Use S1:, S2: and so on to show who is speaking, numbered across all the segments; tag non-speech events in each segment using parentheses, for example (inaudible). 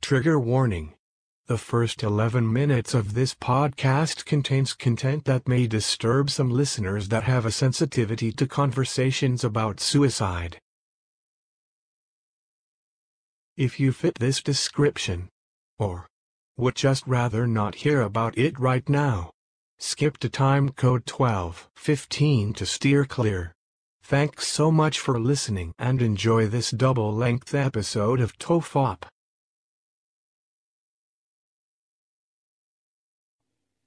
S1: Trigger warning. The first 11 minutes of this podcast contains content that may disturb some listeners that have a sensitivity to conversations about suicide. If you fit this description, or would just rather not hear about it right now, skip to time code 1215 to steer clear. Thanks so much for listening and enjoy this double length episode of TOEFOP.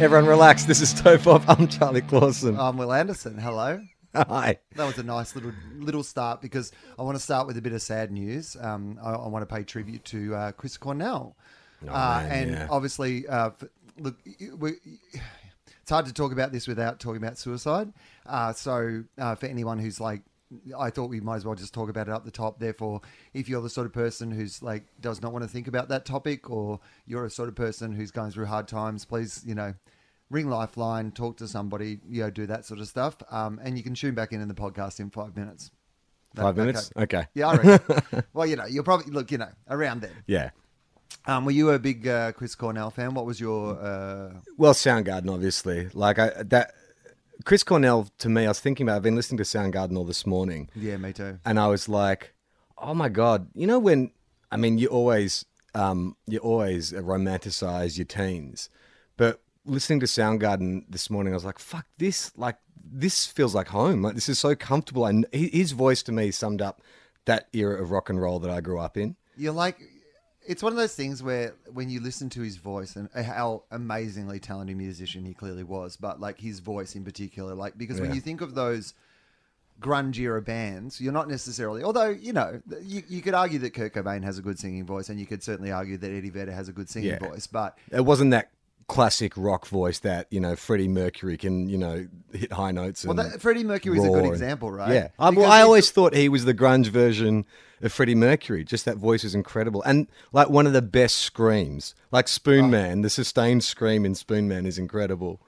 S2: Everyone relax. This is Topop. I'm Charlie Clausen. (laughs)
S3: I'm Um, Will Anderson. Hello.
S2: Hi.
S3: That was a nice little little start because I want to start with a bit of sad news. Um, I, I want to pay tribute to uh, Chris Cornell, uh,
S2: Oh, man,
S3: and
S2: yeah.
S3: obviously, uh, f- look, we, it's hard to talk about this without talking about suicide. Uh, so uh, for anyone who's like. I thought we might as well just talk about it up the top. Therefore, if you're the sort of person who's like does not want to think about that topic, or you're a sort of person who's going through hard times, please, you know, ring lifeline, talk to somebody, you know, do that sort of stuff. Um, and you can tune back in in the podcast in five minutes. That-
S2: Five
S3: that
S2: minutes?
S3: co-
S2: Okay.
S3: Yeah,
S2: (laughs)
S3: I reckon. well, you know, you'll probably look, you know, around then.
S2: Yeah.
S3: Um, were you a big uh, Chris Cornell fan? What was your? Uh,
S2: Well, Soundgarden, obviously. Like I that Chris Cornell to me, I was thinking about I've been listening to Soundgarden all this morning.
S3: yeah, me too.
S2: and I was like, "Oh my god!" You know when? I mean, you always, um, you always romanticize your teens, but listening to Soundgarden this morning, I was like, "Fuck this!" Like this feels like home. Like this is so comfortable. And hi- his voice to me summed up that era of rock and roll that I grew up in.
S3: You're like, it's one of those things where when you listen to his voice and how amazingly talented musician he clearly was, but like his voice in particular, like because when
S2: Yeah.
S3: you think of those grunge era bands, you're not necessarily. Although you know, th- you, you could argue that Kurt Cobain has a good singing voice, and you could certainly argue that Eddie Vedder has a good singing
S2: Yeah.
S3: voice, but
S2: It wasn't that classic rock voice that you know Freddie Mercury can you know hit high notes.
S3: Well,
S2: and
S3: that, Freddie Mercury is a
S2: roar
S3: good
S2: and-
S3: example, right?
S2: Yeah. I, well,
S3: Because
S2: I
S3: he's-
S2: always thought he was the grunge version of Freddie Mercury. Just that voice is incredible. And like one of the best screams, like Spoon Man, the sustained scream in Spoon Man is incredible.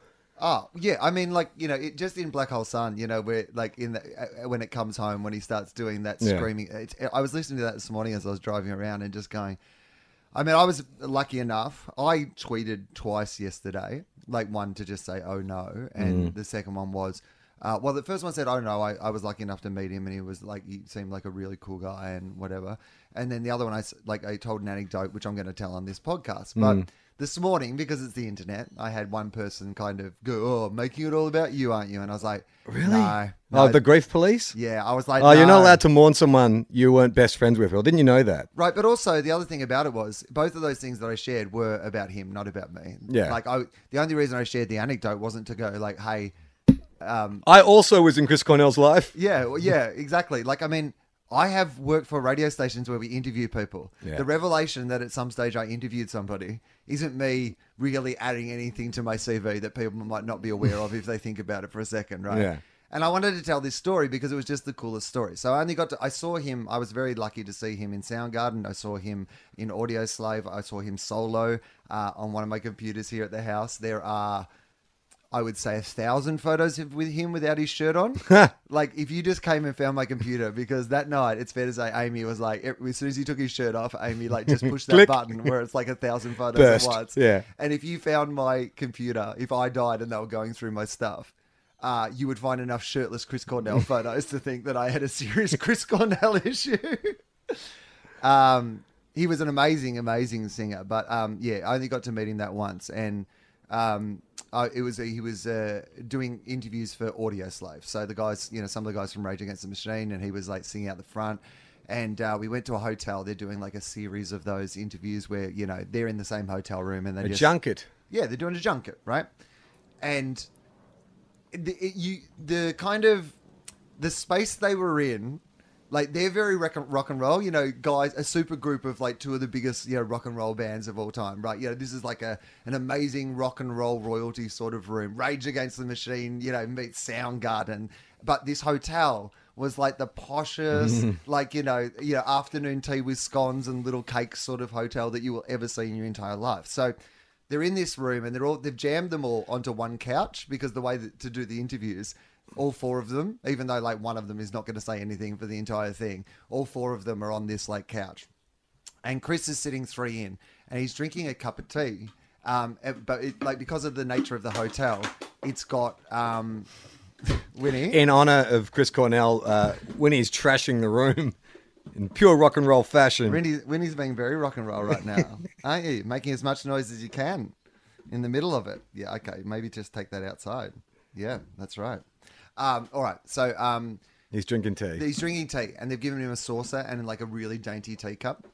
S3: Oh yeah, I mean, like you know, it just in Black Hole Sun, you know, where like in the, uh, when it comes home, when he starts doing that
S2: Yeah.
S3: screaming. It's, I was listening to that this morning as I was driving around and just going. I mean, I was lucky enough. I tweeted twice yesterday, like one to just say "oh no," and
S2: Mm.
S3: the second one was, uh, well, the first one said "oh no." I, I was lucky enough to meet him, and he was like, he seemed like a really cool guy and whatever. And then the other one, I s- like, I told an anecdote which I'm going to tell on this podcast, but.
S2: Mm.
S3: This morning, because it's the internet, I had one person kind of go, "Oh, making it all about you, aren't you?" And I was like, "Really? No,
S2: oh,
S3: no."
S2: the Grief Police?
S3: yeah." I was like,
S2: Oh, you're
S3: "No."
S2: not allowed to mourn someone you weren't best friends with. Well, didn't you know that?
S3: Right, but also the other thing about it was both of those things that I shared were about him, not about me.
S2: Yeah.
S3: Like I, the only reason I shared the anecdote wasn't to go like, "Hey,
S2: I also was in Chris Cornell's life.
S3: yeah, well, yeah, exactly." Like I mean, I have worked for radio stations where we interview people.
S2: Yeah.
S3: The revelation that at some stage I interviewed somebody isn't me really adding anything to my CV that people might not be aware of if they think about it for a second, right?
S2: Yeah.
S3: And I wanted to tell this story because it was just the coolest story. So I only got to, I saw him, I was very lucky to see him in Soundgarden. I saw him in Audio Slave. I saw him solo uh, on one of my computers here at the house. There are, I would say, a thousand photos of, with him without his
S2: (laughs)
S3: shirt on. like, if you just came and found my computer, because that night, it's fair to say, Amy was like, as soon as he took his shirt off, Amy, like, just pushed that
S2: Click.
S3: button where it's like a thousand photos
S2: Burst.
S3: at once.
S2: Yeah.
S3: And if you found my computer, if I died and they were going through my stuff, uh, you would find enough shirtless
S2: (laughs)
S3: Chris Cornell photos to think that I had a serious Chris Cornell (laughs) issue. um, he was an amazing, amazing singer, but um, yeah, I only got to meet him that once, and um, uh, it was a, he was uh, doing interviews for Audio Slave. So the guys, you know, some of the guys from Rage Against the Machine, and he was like singing out the front. And uh, we went to a hotel. They're doing like a series of those interviews where you know they're in the same hotel room and they
S2: A
S3: just
S2: junket.
S3: yeah, they're doing a junket, right? And the, it, you, the kind of the space they were in, like they're very rock, rock and roll. You know, guys, a super group of like two of the biggest, you know, rock and roll bands of all time, right? You know, this is like a an amazing rock and roll royalty sort of room. Rage Against the Machine, you know, meets Soundgarden, but this hotel was like the poshest, (laughs) like you know, you know, afternoon tea with scones and little cakes sort of hotel that you will ever see in your entire life. So they're in this room and they're all they've jammed them all onto one couch because the way that, to do the interviews all four of them even though like one of them is not going to say anything for the entire thing all four of them are on this like couch and Chris is sitting three in, and he's drinking a cup of tea. Um, and- but it, like because of the nature of the hotel, it's got um, (laughs) Winnie.
S2: In honor of Chris Cornell, uh, Winnie's trashing the room (laughs) in pure rock and roll fashion.
S3: Winnie Winnie's being very rock and roll right now, aren't you? Making as much noise as you can in the middle of it. Yeah, okay, maybe just take that outside. Yeah, that's right. Um, all right, so um,
S2: He's drinking tea.
S3: he's drinking tea, and they've given him a saucer and like a really dainty teacup.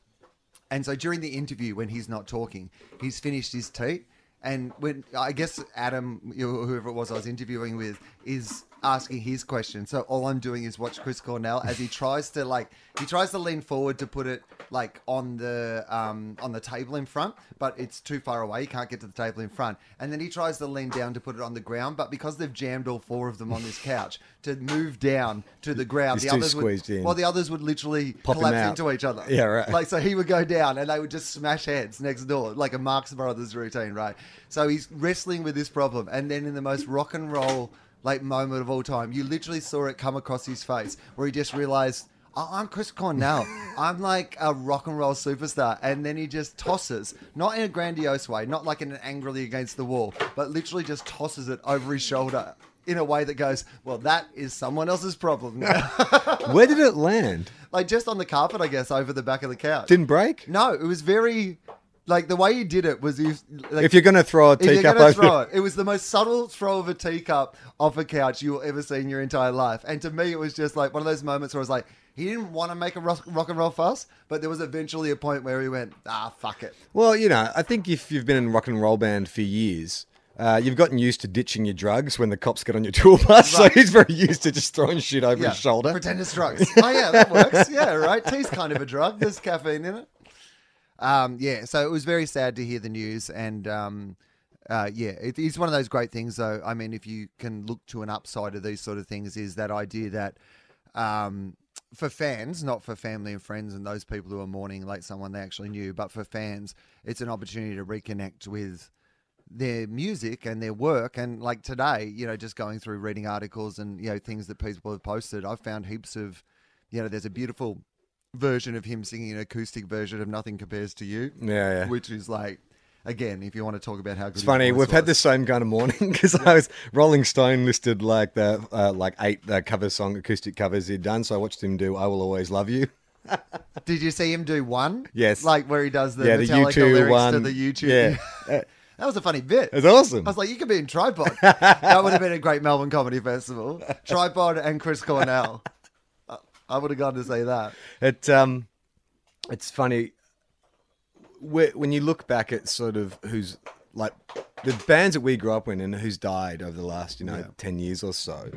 S3: And so during the interview, when he's not talking, he's finished his tea. And when I guess Adam, you know, whoever it was I was interviewing with, is asking his question. So all I'm doing is watch Chris Cornell as he tries to like he tries to lean forward to put it like on the um, on the table in front, but it's too far away. He can't get to the table in front. And then he tries to lean down to put it on the ground, but because they've jammed all four of them on this couch to move down to the ground,
S2: He's too
S3: the others
S2: squeezed
S3: would
S2: in.
S3: well the others would literally
S2: Pop him
S3: collapse
S2: out.
S3: into each other.
S2: Yeah, right.
S3: Like so he would go down and they would just smash heads next door, like a Marx Brothers routine, right? So he's wrestling with this problem. And then in the most rock and roll like moment of all time, you literally saw it come across his face where he just realized, "Oh, I'm
S2: (laughs)
S3: Chris Cornell. I'm like a rock and roll superstar. And then he just tosses, not in a grandiose way, not like in an angrily against the wall, but literally just tosses it over his shoulder in a way that goes, well, that is someone else's
S2: (laughs)
S3: problem now.
S2: Where did it land?
S3: like just on the carpet, I guess, over the back of the couch.
S2: Didn't break?
S3: No, it was very like the way he did it was if like,
S2: If you're going to throw a
S3: if you're
S2: teacup
S3: gonna
S2: over
S3: throw it, it was the most subtle throw of a teacup off a couch you will ever see in your entire life. And to me, it was just like one of those moments where I was like, he didn't want to make a rock, rock and roll fuss, but there was eventually a point where he went, ah, fuck it.
S2: Well, you know, I think if you've been in a rock and roll band for years, uh, you've gotten used to ditching your drugs when the cops get on your (laughs) tour bus.
S3: Right.
S2: So he's very used to just throwing shit over
S3: Yeah,
S2: his shoulder.
S3: pretend it's drugs. oh yeah, that works. Yeah, right. Tea's kind of a drug. There's caffeine in it. Um, yeah, so it was very sad to hear the news, and um, uh, yeah, it is one of those great things. Though, I mean, if you can look to an upside of these sort of things, is that idea that um, for fans, not for family and friends and those people who are mourning like someone they actually knew, but for fans, it's an opportunity to reconnect with their music and their work. And like today, you know, just going through reading articles and, you know, things that people have posted, I've found heaps of, you know, there's a beautiful version of him singing an acoustic version of Nothing Compares to You.
S2: Yeah, yeah.
S3: Which is like, again, if you want to talk about how good
S2: It's funny. We've had this same kind of morning (laughs) because I was Rolling Stone listed like the uh, like eight uh, cover song acoustic covers he'd done. So I watched him do "I Will Always Love You."
S3: Did you see him do one?
S2: Yes.
S3: Like where he does the
S2: yeah, the
S3: Metallica
S2: U2
S3: lyrics
S2: one.
S3: to the YouTube.
S2: Yeah,
S3: (laughs) That was a funny bit.
S2: it's awesome.
S3: (laughs) I was like, you could be
S2: (laughs)
S3: in Tripod. that would have been a great Melbourne Comedy Festival. Tripod and Chris Cornell. I- I would have gone to say that.
S2: It um, it's funny whe- when you look back at sort of who's like the bands that we grew up in and who's died over the last you know ten years or so.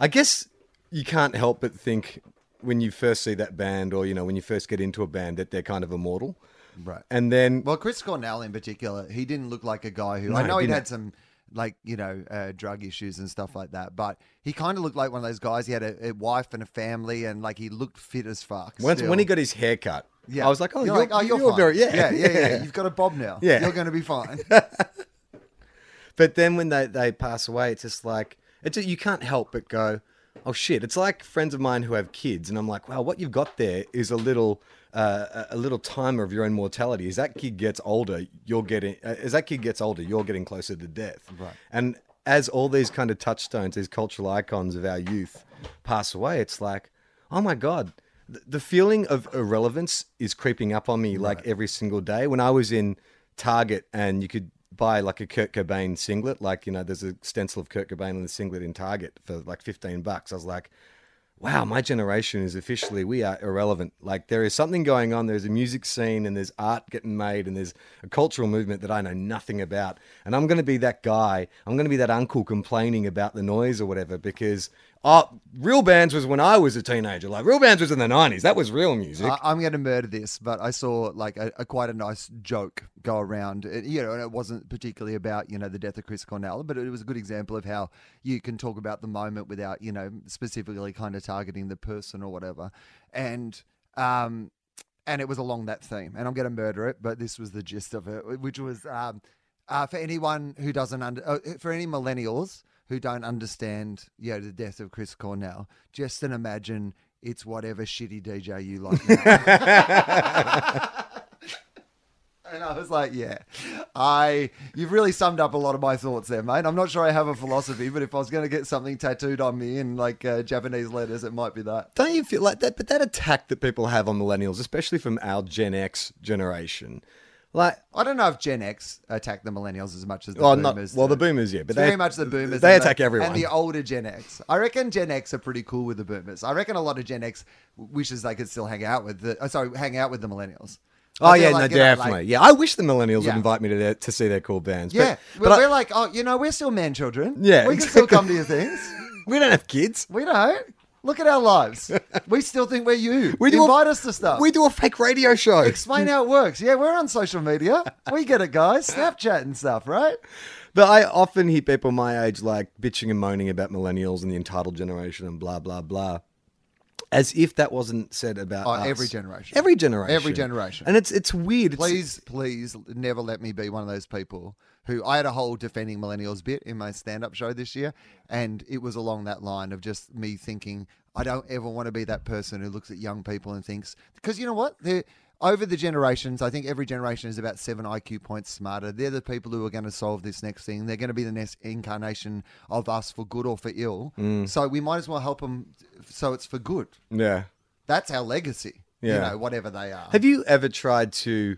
S2: I guess you can't help but think when you first see that band or you know when you first get into a band that they're kind of immortal.
S3: Right.
S2: And then
S3: Well, Chris Cornell in particular, he didn't look like a guy who. I
S2: No,
S3: know he'd
S2: didn't.
S3: had some, like, you know, uh, drug issues and stuff like that, but he kind of looked like one of those guys. He had a, a wife and a family, and, like, he looked fit as fuck.
S2: Once
S3: still.
S2: when he got his hair cut,
S3: Yeah.
S2: I was like, oh, you're,
S3: like, oh, you're,
S2: you're
S3: fine.
S2: very, (laughs) yeah,
S3: yeah, yeah, yeah. You've got a bob now.
S2: Yeah.
S3: You're going to be fine.
S2: But then when they, they pass away, it's just like, it's you can't help but go, oh shit. It's like friends of mine who have kids, and I'm like, wow, what you've got there is a little. Uh, a a little timer of your own mortality. As that kid gets older, you're getting. uh, As that kid gets older, you're getting closer to death. Right. And as all these kind of touchstones, these cultural icons of our youth, pass away, it's like, oh my god, Th- the feeling of irrelevance is creeping up on me like every single day. When I was in Target and you could buy like a Kurt Cobain singlet. Like, you know, there's a stencil of Kurt Cobain on the singlet in Target for like 15 bucks. I was like, wow, my generation is officially, we are irrelevant. Like, there is something going on. There's a music scene and there's art getting made and there's a cultural movement that I know nothing about. And I'm going to be that guy. I'm going to be that uncle complaining about the noise or whatever because. Oh, real bands was when I was a teenager. Like real bands was in the '90s. That was real music.
S3: I, I'm going to murder this, but I saw like a, a quite a nice joke go around. It, you know, and it wasn't particularly about you know the death of Chris Cornell, but it was a good example of how you can talk about the moment without you know specifically kind of targeting the person or whatever. And um, and it was along that theme. And I'm going to murder it, but this was the gist of it, which was um, uh, for anyone who doesn't under uh, for any millennials who don't understand, you know, the death of Chris Cornell, just then imagine it's whatever shitty DJ you like. now. and I was like, yeah, I you've really summed up a lot of my thoughts there, mate. I'm not sure I have a philosophy, but if I was going to get something tattooed on me in like uh, Japanese letters, it might be that.
S2: Don't you feel like that? But that attack that people have on millennials, especially from our Gen X generation, like,
S3: I don't know if Gen X attack the millennials as much as the
S2: oh, not
S3: boomers.
S2: well, the
S3: do.
S2: boomers, yeah, but
S3: It's
S2: they,
S3: very much the boomers.
S2: They
S3: and the-
S2: attack everyone.
S3: And the older Gen X. I reckon Gen X are pretty cool with the boomers. I reckon a lot of Gen X wishes they could still hang out with the. Oh, sorry, hang out with the millennials.
S2: oh
S3: I feel
S2: yeah,
S3: like,
S2: no,
S3: you know, like-
S2: definitely, yeah. I wish the millennials would
S3: Yeah.
S2: invite me to their, to see their cool bands. but-
S3: yeah,
S2: but,
S3: we're,
S2: I-
S3: we're like, oh, you know, we're still man children.
S2: Yeah,
S3: we can still come to your things.
S2: we don't have kids.
S3: We don't. Look at our lives. We still think we're you.
S2: (laughs) We do
S3: invite
S2: a,
S3: us to stuff.
S2: We do a fake radio show.
S3: explain how it works. Yeah, we're on social media. We get it, guys. Snapchat and stuff, right?
S2: But I often hear people my age like bitching and moaning about millennials and the entitled generation and blah blah blah, as if that wasn't said about
S3: Oh,
S2: us.
S3: every generation.
S2: every generation,
S3: Every generation.
S2: and it's it's weird. It's,
S3: please, please never let me be one of those people who I had a whole defending millennials bit in my stand up show this year. And it was along that line of just me thinking, I don't ever want to be that person who looks at young people and thinks, because you know what? They're, over the generations, I think every generation is about seven IQ points smarter. They're the people who are going to solve this next thing. They're going to be the next incarnation of us for good or for ill. So we might as well help them so it's for good.
S2: yeah.
S3: That's our legacy. You
S2: Yeah.
S3: know, whatever they are.
S2: Have you ever tried to,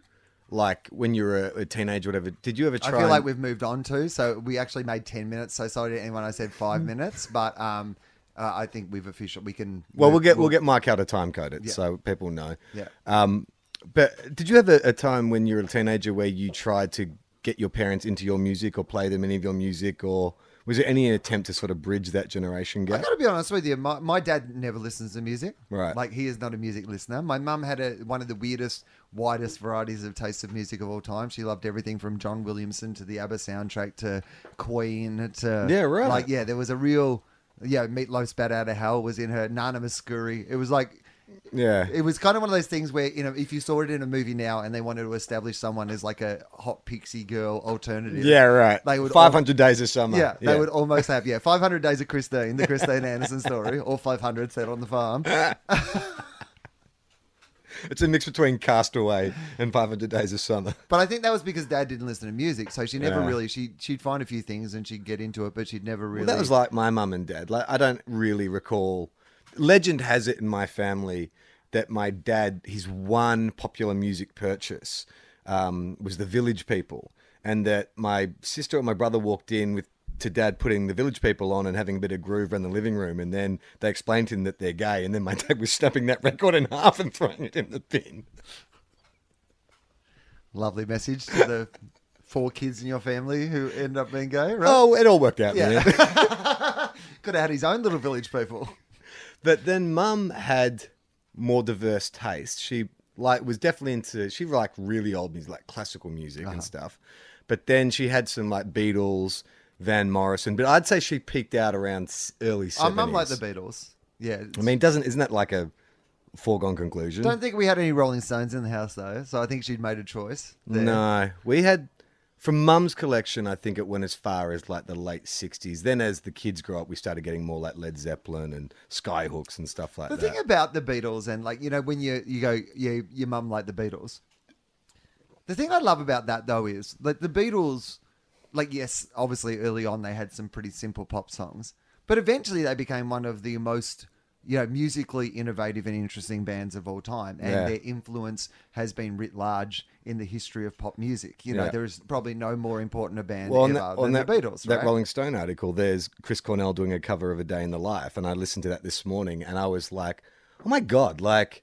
S2: like, when you were a, a teenager, whatever? Did you ever try?
S3: I feel
S2: and-
S3: like we've moved on to. So we actually made ten minutes. So sorry to anyone I said
S2: Mm.
S3: five minutes, but um, uh, I think we've officially we can.
S2: Well,
S3: move-
S2: we'll get we'll get Mike out of time code it
S3: Yeah.
S2: so people know.
S3: Yeah.
S2: Um, but did you have a, a time when you were a teenager where you tried to get your parents into your music or play them any of your music, or was there any attempt to sort of bridge that generation
S3: I
S2: gap?
S3: got to be honest with you. My, my dad never listens to music.
S2: Right.
S3: Like he is not a music listener. My mum had a, one of the weirdest, widest varieties of taste of music of all time. She loved everything from John Williamson to the ABBA soundtrack to Queen to
S2: Yeah, right.
S3: Like yeah, there was a real yeah. Meatloaf spat out of hell was in her. Nana Muscuri. It was like
S2: Yeah.
S3: it was kind of one of those things where you know if you saw it in a movie now and they wanted to establish someone as like a hot pixie girl alternative
S2: yeah, right.
S3: They would
S2: Five hundred days of summer.
S3: yeah, they would almost have yeah 500 days of christine the
S2: (laughs)
S3: christine anderson story or 500 set on the farm
S2: It's a mix between Castaway and Five Hundred Days of Summer.
S3: but i think that was because dad didn't listen to music so she never
S2: Yeah.
S3: really she, she'd find a few things and she'd get into it but she'd never really
S2: Well, that was like my mum and dad. Like I don't really recall. Legend has it in my family that my dad, his one popular music purchase, um, was The Village People, and that my sister and my brother walked in with to dad putting The Village People on and having a bit of groove around the living room, and then they explained to him that they're gay, and then my (laughs) dad was snapping that record in half and throwing it in the bin.
S3: lovely message to the four kids in your family who end up being gay right
S2: Oh, it all worked out. in the
S3: Yeah. (laughs)
S2: end.
S3: could have had his own little village
S2: (laughs)
S3: people
S2: But then mum had more diverse taste. She like was definitely into she liked really old music, like classical music
S3: Uh-huh.
S2: and stuff. But then she had some like Beatles, Van Morrison. But I'd say she peaked out around s- early
S3: my
S2: seventies.
S3: Oh, mum liked the beatles yeah
S2: I mean, doesn't isn't that like a foregone conclusion?
S3: Don't think we had any Rolling Stones in the house though, so I think she'd made a choice. there.
S2: No, we had from mum's collection. I think it went as far as like the late '60s. Then, as the kids grew up, we started getting more like Led Zeppelin and Skyhooks and stuff like
S3: The
S2: that.
S3: thing about the Beatles and like you know when you you go yeah your mum liked the Beatles. The thing I love about that though is like the Beatles, like yes, obviously early on they had some pretty simple pop songs, but eventually they became one of the most you know, musically innovative and interesting bands of all time. And
S2: Yeah.
S3: their influence has been writ large in the history of pop music. You know,
S2: Yeah.
S3: there is probably no more important a band
S2: Well, on
S3: ever
S2: that,
S3: than
S2: on that,
S3: the Beatles,
S2: that
S3: right?
S2: Rolling Stone article, there's Chris Cornell doing a cover of A Day in the Life, and I listened to that this morning, and I was like, oh my god, like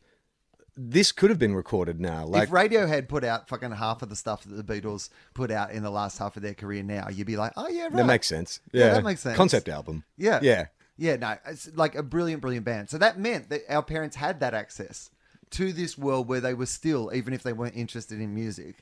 S2: this could have been recorded now. Like,
S3: if radio had put out fucking half of the stuff that the Beatles put out in the last half of their career now, you'd be like, oh, yeah, right.
S2: that makes sense.
S3: Yeah,
S2: Yeah,
S3: that makes sense.
S2: Concept album.
S3: Yeah.
S2: yeah.
S3: Yeah, no, it's like a brilliant, brilliant band. So that meant that our parents had that access to this world where they were still, even if they weren't interested in music,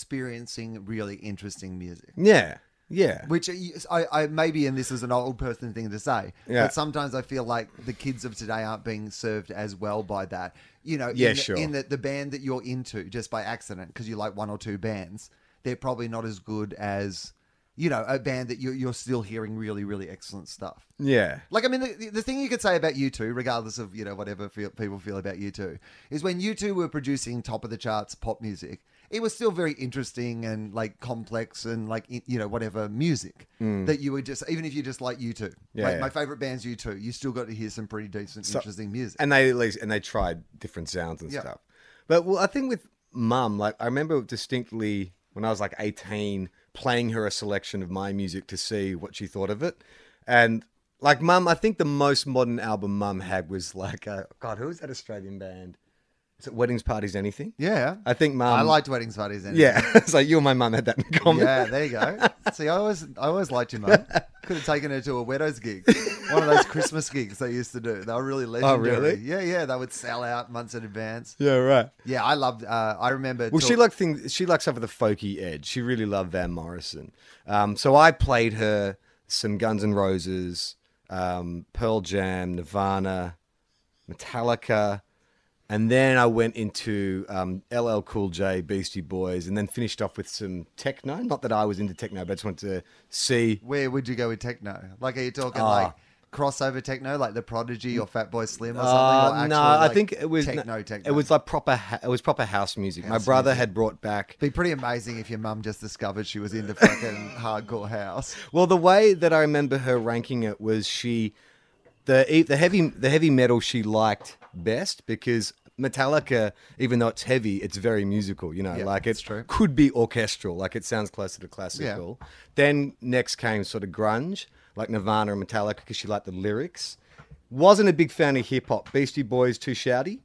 S3: experiencing really interesting music.
S2: Yeah. Yeah.
S3: Which uh, I, I maybe, and this is an old person thing to say,
S2: Yeah.
S3: but sometimes I feel like the kids of today aren't being served as well by that. You know,
S2: Yeah,
S3: in, the-
S2: sure.
S3: in the, the band that you're into just by accident because you like one or two bands, they're probably not as good as, you know, a band that you're, you're still hearing really, really excellent stuff.
S2: Yeah.
S3: Like, I mean, the, the thing you could say about you two, regardless of, you know, whatever feel, people feel about you two, is when you two were producing top of the charts pop music, it was still very interesting and like complex and like, i- you know, whatever music that you were just, even if you just like you two,
S2: Mm. Yeah,
S3: like
S2: yeah.
S3: my favorite band's you two, you still got to hear some pretty decent, interesting music.
S2: And they at least and they tried different sounds and
S3: Yeah.
S2: stuff. But well, I think with mum, like I remember distinctly when I was like eighteen, playing her a selection of my music to see what she thought of it. And like mum, I think the most modern album mum had was like, uh, God, who is that Australian band? Is it Weddings, Parties, Anything?
S3: yeah. I,
S2: I think mum.
S3: liked weddings parties. Anyway.
S2: Um, Yeah, (laughs) it's like you and my mum had that in common.
S3: Yeah, there you go. See, I always, I always liked you, mate. Could have taken her to a widow's gig, one of those Christmas gigs they used to do. They were really legendary.
S2: Oh, really?
S3: Yeah, yeah. They would sell out months in advance.
S2: Yeah, right.
S3: Yeah, I loved. Uh, I remember.
S2: Well,
S3: till-
S2: she liked things. She liked stuff with a folky edge. She really loved Van Morrison. Um, so I played her some Guns N' Roses, um, Pearl Jam, Nirvana, Metallica, and then I went into um, LL Cool J, Beastie Boys, and then finished off with some techno. Not that I was into techno, but I just wanted to see.
S3: Where would you go with techno? Like, are you talking
S2: Ah.
S3: like crossover techno, like the Prodigy or Fat Boy Slim or something?
S2: Uh,
S3: or actual,
S2: no, I
S3: like,
S2: think it was
S3: techno. Techno.
S2: It was like proper. Ha- it was proper house music. My
S3: House
S2: brother
S3: music.
S2: had brought back
S3: Be pretty amazing if your mum just discovered she was into fucking hardcore house.
S2: Well, the way that I remember her ranking it was she the e- the heavy the heavy metal she liked best because Metallica, even though it's heavy, it's very musical. You know,
S3: Yeah,
S2: like
S3: that's
S2: it
S3: true.
S2: could be orchestral, like it sounds closer to classical. Then next came sort of grunge, like Nirvana and Metallica, because she liked the lyrics. Wasn't a big fan of hip hop. Beastie Boys too shouty,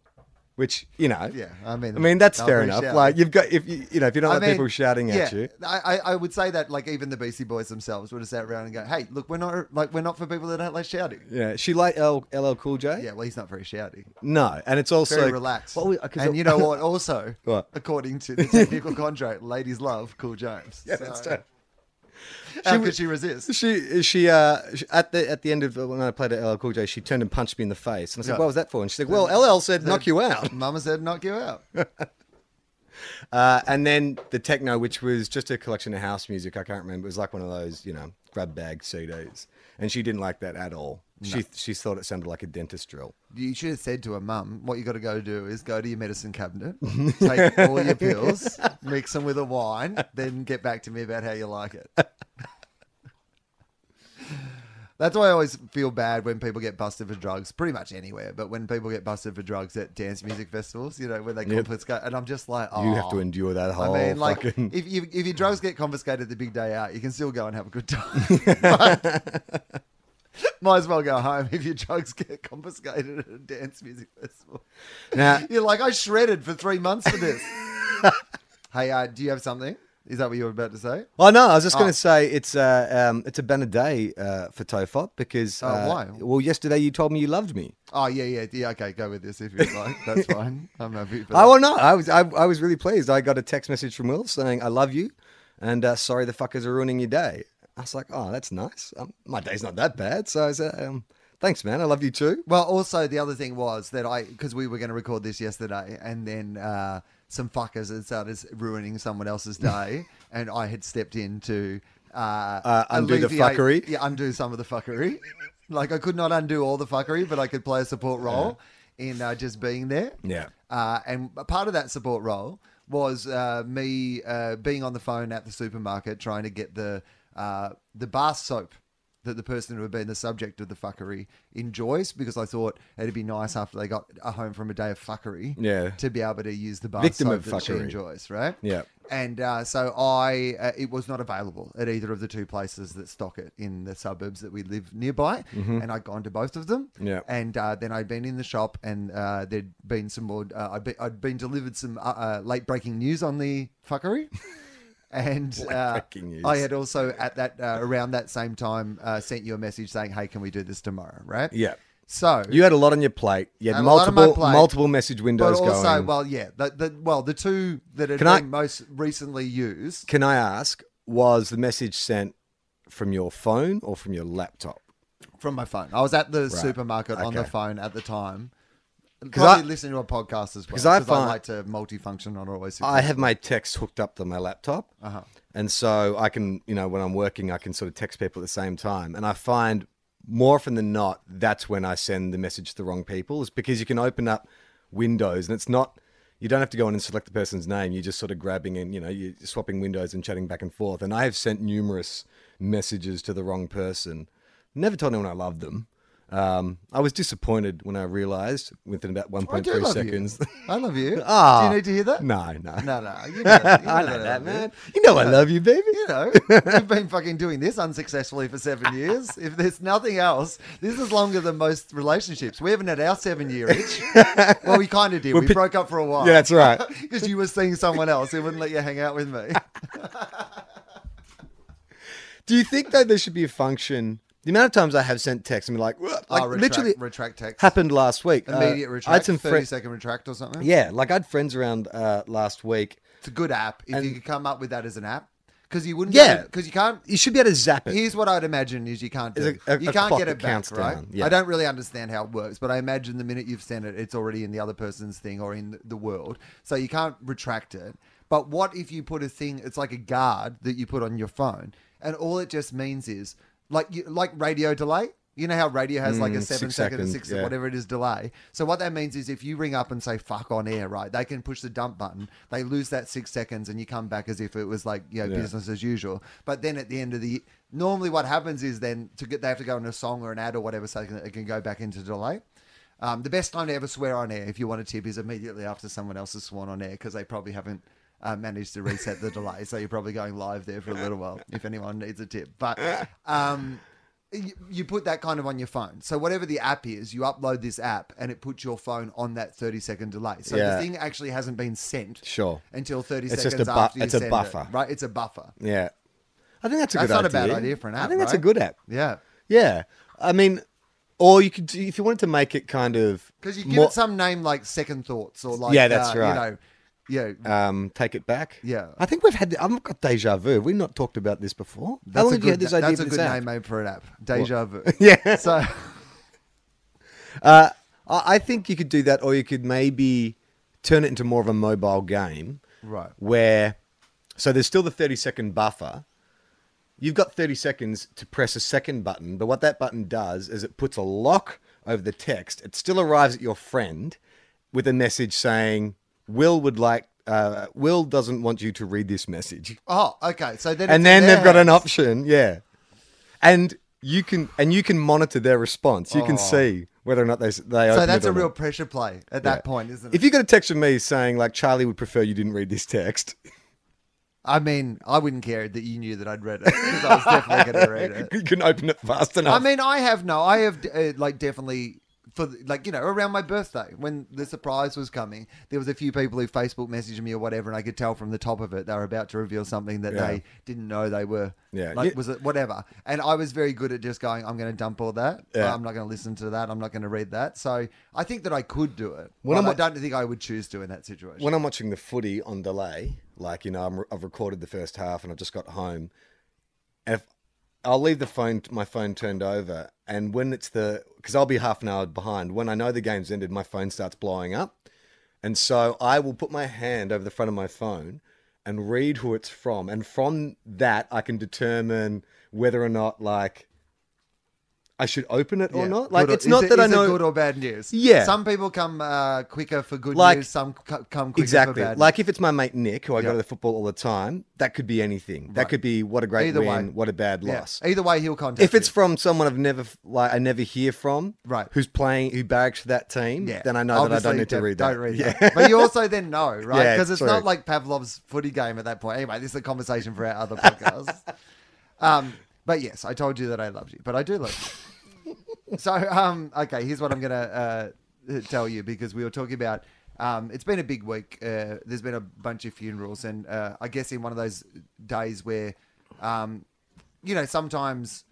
S2: which you know.
S3: Yeah, I mean,
S2: I mean that's
S3: they're
S2: fair
S3: pretty
S2: enough.
S3: shouty.
S2: Like you've got if you you know if you don't
S3: I
S2: like
S3: mean,
S2: people shouting at
S3: yeah,
S2: you.
S3: I, I I would say that like even the BC Boys themselves would have sat around and go, "Hey, look, we're not like we're not for people that don't like shouting."
S2: Yeah, she liked L- LL Cool J.
S3: Yeah, well, he's not very shouty,
S2: No, and it's also
S3: very relaxed,
S2: Well, we- 'cause
S3: and
S2: (laughs)
S3: you know what? Also,
S2: What?
S3: according
S2: (laughs)
S3: to the technical contract, ladies love Cool James.
S2: Yeah, that's
S3: So,
S2: true.
S3: How
S2: She
S3: could
S2: was-
S3: she resist?
S2: She she uh she- at the at the end of uh, when I played at LL Cool J, she turned and punched me in the face, and I said,
S3: Yeah.
S2: "What was that for?" And she said, "Well, LL said knock you out." (laughs)
S3: Mama said, "Knock you out."
S2: Uh, and then the techno, which was just a collection of house music, I can't remember. It was like one of those you know grab bag CDs, and she didn't like that at all. She she thought it sounded like a dentist drill.
S3: You should have said to her mum, what you got to go do is go to your
S2: (laughs)
S3: medicine cabinet, take all your pills, mix them with a wine, then get back to me about how you like it. That's why I always feel bad when people get busted for drugs, pretty much anywhere, but when people get busted for drugs at dance music festivals, you know, when they confiscate, and I'm just like, oh.
S2: You have to endure that
S3: I
S2: whole
S3: mean, like,
S2: Oh, fucking.
S3: if, you, if your drugs get confiscated the big day out, you can still go and have a good time.
S2: (laughs)
S3: (laughs) might as well go home if your drugs get confiscated at a dance music festival.
S2: (laughs) Now,
S3: You're like, I shredded for three months
S2: (laughs)
S3: for this. hey, uh, do you have something? Is that what you were about to say?
S2: Oh no, I was just
S3: Oh.
S2: going to say it's uh, um, it's a banner day uh, for Tofop because
S3: Oh,
S2: uh,
S3: why?
S2: Well, yesterday you told me you loved me.
S3: Oh, yeah, yeah, yeah. Okay, go with this if you like.
S2: (laughs)
S3: That's fine. I'm happy for that.
S2: I will not. Oh, I was I, I was really pleased. I got a text message from Will saying I love you, and uh, sorry the fuckers are ruining your day. I was like, oh, that's nice. Um, my day's not that bad. So I said, um, thanks, man. I love you too.
S3: Well, also the other thing was that I because we were going to record this yesterday, and then uh, some fuckers had started ruining someone
S2: (laughs)
S3: else's day, and I had stepped in to uh,
S2: undo the
S3: alleviate-
S2: fuckery?
S3: Yeah, undo some of the fuckery. like I could not undo all the fuckery, but I could play a support role in uh, just being there.
S2: Yeah.
S3: Uh, and a part of that support role was uh, me uh, being on the phone at the supermarket trying to get the uh, the bar soap that the person who had been the subject of the fuckery enjoys because I thought it'd be nice after they got a home from a day of fuckery
S2: Yeah.
S3: to be able to use the bar
S2: Victim
S3: soap
S2: of
S3: that she
S2: fuckery.
S3: enjoys, right?
S2: Yeah.
S3: And uh, so I, uh, it was not available at either of the two places that stock it in the suburbs that we live nearby. And I'd gone to both of them.
S2: Mm-hmm. Yeah.
S3: And uh, then I'd been in the shop, and uh, there'd been some more. Uh, I'd, be, I'd been delivered some uh, uh, late breaking news on the
S2: (laughs)
S3: fuckery. And uh,
S2: breaking news.
S3: I had also at that uh, around that same time uh, sent you a message saying, "Hey, can we do this tomorrow?" Right?
S2: Yeah.
S3: So
S2: You had a lot on your plate. You had
S3: Had a lot on my
S2: multiple
S3: plate.
S2: multiple message
S3: but
S2: windows
S3: also,
S2: going.
S3: well, yeah, the, the well, the two that had
S2: Can
S3: been
S2: I-
S3: most recently used.
S2: Can I ask, was the message sent from your phone or from your laptop?
S3: from my phone. I was at the supermarket on the
S2: Okay.
S3: phone at the time.
S2: 'Cause
S3: Probably
S2: I-
S3: listening to a podcast as well.
S2: 'cause I find-
S3: like to multifunction, not always.
S2: I have my text hooked up to my laptop.
S3: Uh-huh.
S2: And so I can, you know, when I'm working, I can sort of text people at the same time. And I find more often than not, that's when I send the message to the wrong people, is because you can open up windows and it's not, you don't have to go in and select the person's name. You're just sort of grabbing and, you know, you're swapping windows and chatting back and forth. And I have sent numerous messages to the wrong person. Never told anyone I loved them. Um, I was disappointed when I realized within about
S3: I do
S2: 1.3
S3: love
S2: seconds.
S3: you. I
S2: (laughs)
S3: love you.
S2: Ah.
S3: do you need to hear
S2: (laughs)
S3: that?
S2: No, no.
S3: no, no. You know, you
S2: I
S3: that
S2: know
S3: I
S2: that,
S3: love you.
S2: man. You know I love you, baby. (laughs)
S3: You know, we've been fucking doing this unsuccessfully for seven years. If there's nothing else, this is longer than most relationships. We haven't had our seven year itch. Well, we kind of did. we
S2: pi-
S3: broke up for a while.
S2: Yeah, that's
S3: (laughs)
S2: right.
S3: Because you were seeing someone else who wouldn't let you hang out with me.
S2: Do you think that there should be a function? The amount of times I have sent texts and been like, "Whoa," (laughs) like
S3: oh, retract,
S2: literally
S3: retract text.
S2: happened last week. Uh,
S3: Immediate
S2: I had
S3: retract,
S2: some
S3: thirty second
S2: friends.
S3: retract or something.
S2: Yeah, like I had friends around uh, last week.
S3: it's a good app if you
S2: And-
S3: could come up with that as an app because you wouldn't.
S2: Yeah.
S3: because you can't.
S2: You should be able to zap it.
S3: Here's what I'd imagine is you can't do.
S2: It's a- a-
S3: you
S2: a
S3: can't
S2: clock
S3: get
S2: that
S3: it back,
S2: counts
S3: right?
S2: down, yeah.
S3: I don't really understand how it works, but I imagine the minute you've sent it, it's already in the other person's thing or in the world, so you can't retract it. But what if you put a thing? It's like a guard that you put on your phone, and all it just means is like you, like radio delay. You know how radio has like a
S2: Mm,
S3: seven
S2: six
S3: second,
S2: seconds,
S3: six
S2: yeah.
S3: whatever it is delay. So what that means is if you ring up and say fuck on air, right? They can push the dump button. They lose that six seconds, and you come back as if it was like you know
S2: Yeah.
S3: business as usual. But then at the end of the normally what happens is then to get they have to go in a song or an ad or whatever, so they can, it can go back into delay. Um, the best time to ever swear on air, if you want a tip, is immediately after someone else has sworn on air because they probably haven't uh, managed to reset the delay. So you're probably going live there for a little while if anyone needs a tip. But um, you, you put that kind of on your phone. So whatever the app is, you upload this app and it puts your phone on that 30 second delay. So the
S2: Yeah.
S3: thing actually hasn't been sent
S2: Sure.
S3: until 30
S2: It's
S3: seconds
S2: just a bu-
S3: after you
S2: it's a
S3: send
S2: buffer.
S3: it. Right? It's a buffer.
S2: Yeah, I think that's a
S3: That's
S2: good
S3: not a
S2: idea.
S3: bad idea for an app,
S2: I think that's a
S3: right?
S2: good app.
S3: Yeah.
S2: Yeah, I mean, or you could do- if you wanted to make it kind of
S3: Because you give
S2: more-
S3: it some name like Second Thoughts or like,
S2: Yeah, that's
S3: uh,
S2: right.
S3: You know, yeah,
S2: um, take it back.
S3: Yeah.
S2: I think we've had. I've got deja vu. We've not talked about this before. How
S3: That's
S2: long
S3: a
S2: have you had
S3: good-
S2: this idea?
S3: That's
S2: for
S3: a
S2: this
S3: good
S2: app?
S3: name made for an app. Deja vu.
S2: (laughs) Yeah.
S3: So
S2: Uh, I I think you could do that, or you could maybe turn it into more of a mobile game.
S3: Right.
S2: Where, so there's still the 30 second buffer. You've got 30 seconds to press a second button, but what that button does is it puts a lock over the text. It still arrives at your friend with a message saying, Will would like, uh, Will doesn't want you to read this message.
S3: oh, okay. So then it's in
S2: And then
S3: their
S2: they've got an
S3: hands.
S2: option, yeah. And you can and you can monitor their response. You can see whether or not they s- they open
S3: Oh. So
S2: it
S3: that's a
S2: or not.
S3: real pressure play at that point, isn't it?
S2: If you got a text from me saying like Charlie would prefer you didn't read this text,
S3: I mean, I wouldn't care that you knew that I'd read it because I was definitely going
S2: (laughs)
S3: to read it.
S2: you can open it fast
S3: I
S2: enough.
S3: mean, I have no. I have uh, like definitely for like you know around my birthday when the surprise was coming, there was a few people who Facebook messaged me or whatever, and I could tell from the top of it they were about to reveal something that
S2: Yeah.
S3: they didn't know they were.
S2: Yeah.
S3: like
S2: You-
S3: was it whatever? And I was very good at just going, I'm going to dump all that.
S2: Yeah.
S3: I'm not going to listen to that. I'm not going to read that. So I think that I could do it.
S2: When
S3: but
S2: I'm-
S3: I don't think I would choose to in that situation.
S2: when I'm watching the footy on delay, like you know, I'm, I've recorded the first half and I've just got home. If I'll leave the phone, my phone turned over, and when it's the because I'll be half an hour behind. When I know the game's ended, my phone starts blowing up, and so I will put my hand over the front of my phone and read who it's from, and from that I can determine whether or not like I should open it or
S3: Yeah.
S2: not. Like
S3: Good or-
S2: it's not
S3: is it-
S2: that I
S3: is it
S2: know
S3: good or bad news.
S2: Yeah.
S3: some people come uh, quicker for good
S2: Like-
S3: news. Some c- come quicker
S2: exactly.
S3: for bad.
S2: Like if it's my mate Nick, who I go
S3: Yeah.
S2: to the football all the time, that could be anything. That
S3: Right.
S2: could be what a great
S3: Either
S2: win,
S3: way.
S2: what a bad
S3: news. Yeah.
S2: loss.
S3: Either way, he'll contact.
S2: If it's
S3: you.
S2: from someone I've never like I never hear from,
S3: Right.
S2: Who's playing? Who barracks for that team? Then I know that I
S3: Obviously,
S2: don't need to
S3: Jeff,
S2: read that.
S3: Don't read
S2: yeah.
S3: that. But you also
S2: (laughs)
S3: then know, right?
S2: Yeah,
S3: Because it's
S2: true.
S3: not like Pavlov's footy game at that point. Anyway, this is a conversation for our
S2: (laughs)
S3: other podcast. um, but yes, I told you that I loved you, but I do love
S2: (laughs)
S3: you. so, um, okay, here's what I'm going to uh, tell you because we were talking about. Um, it's been a big week. Uh, there's been a bunch of funerals, and uh, I guess in one of those days where, um, you know, sometimes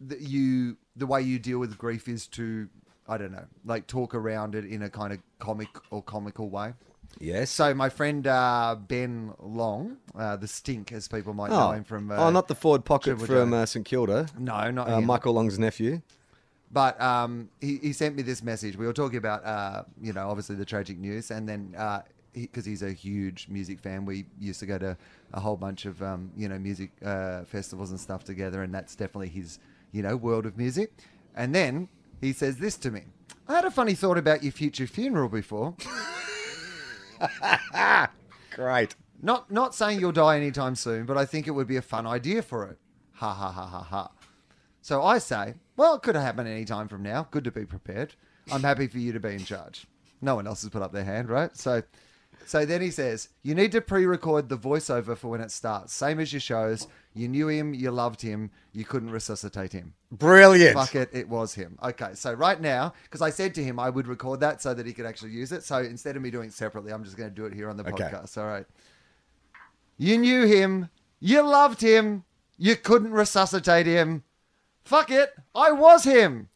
S3: that you the way you deal with grief is to I don't know, like talk around it in a kind of comic or comical way.
S2: Yes.
S3: So my friend uh, Ben Long, uh, the Stink, as people might know him from. Uh,
S2: oh, not the Ford Pocket
S3: Triple
S2: from
S3: J.
S2: uh, St Kilda.
S3: No, not
S2: uh,
S3: him.
S2: Michael Long's nephew.
S3: But um, he, he sent me this message. We were talking about, uh, you know, obviously the tragic news, and then because he's a huge music fan, we used to go to a whole bunch of, um, you know, music uh, festivals and stuff together, and that's definitely his, you know, world of music. And then he says this to me: "I had a funny thought about your future funeral before.
S2: Great.
S3: Not not saying you'll die anytime soon, but I think it would be a fun idea for it. Ha ha ha ha ha. So I say, well, it could happen any time from now. Good to be prepared. I'm happy for you to be in charge. No one else has put up their hand, right? So, so then he says, you need to pre-record the voiceover for when it starts, same as your shows. You knew him, you loved him, you couldn't resuscitate him.
S2: Brilliant.
S3: Fuck it, it was him. Okay, so right now, because I said to him I would record that so that he could actually use it. So instead of me doing it separately, I'm just going to do it here on the
S2: Okay.
S3: podcast. All right. You knew him. You loved him. You couldn't resuscitate him. Fuck it, I was him.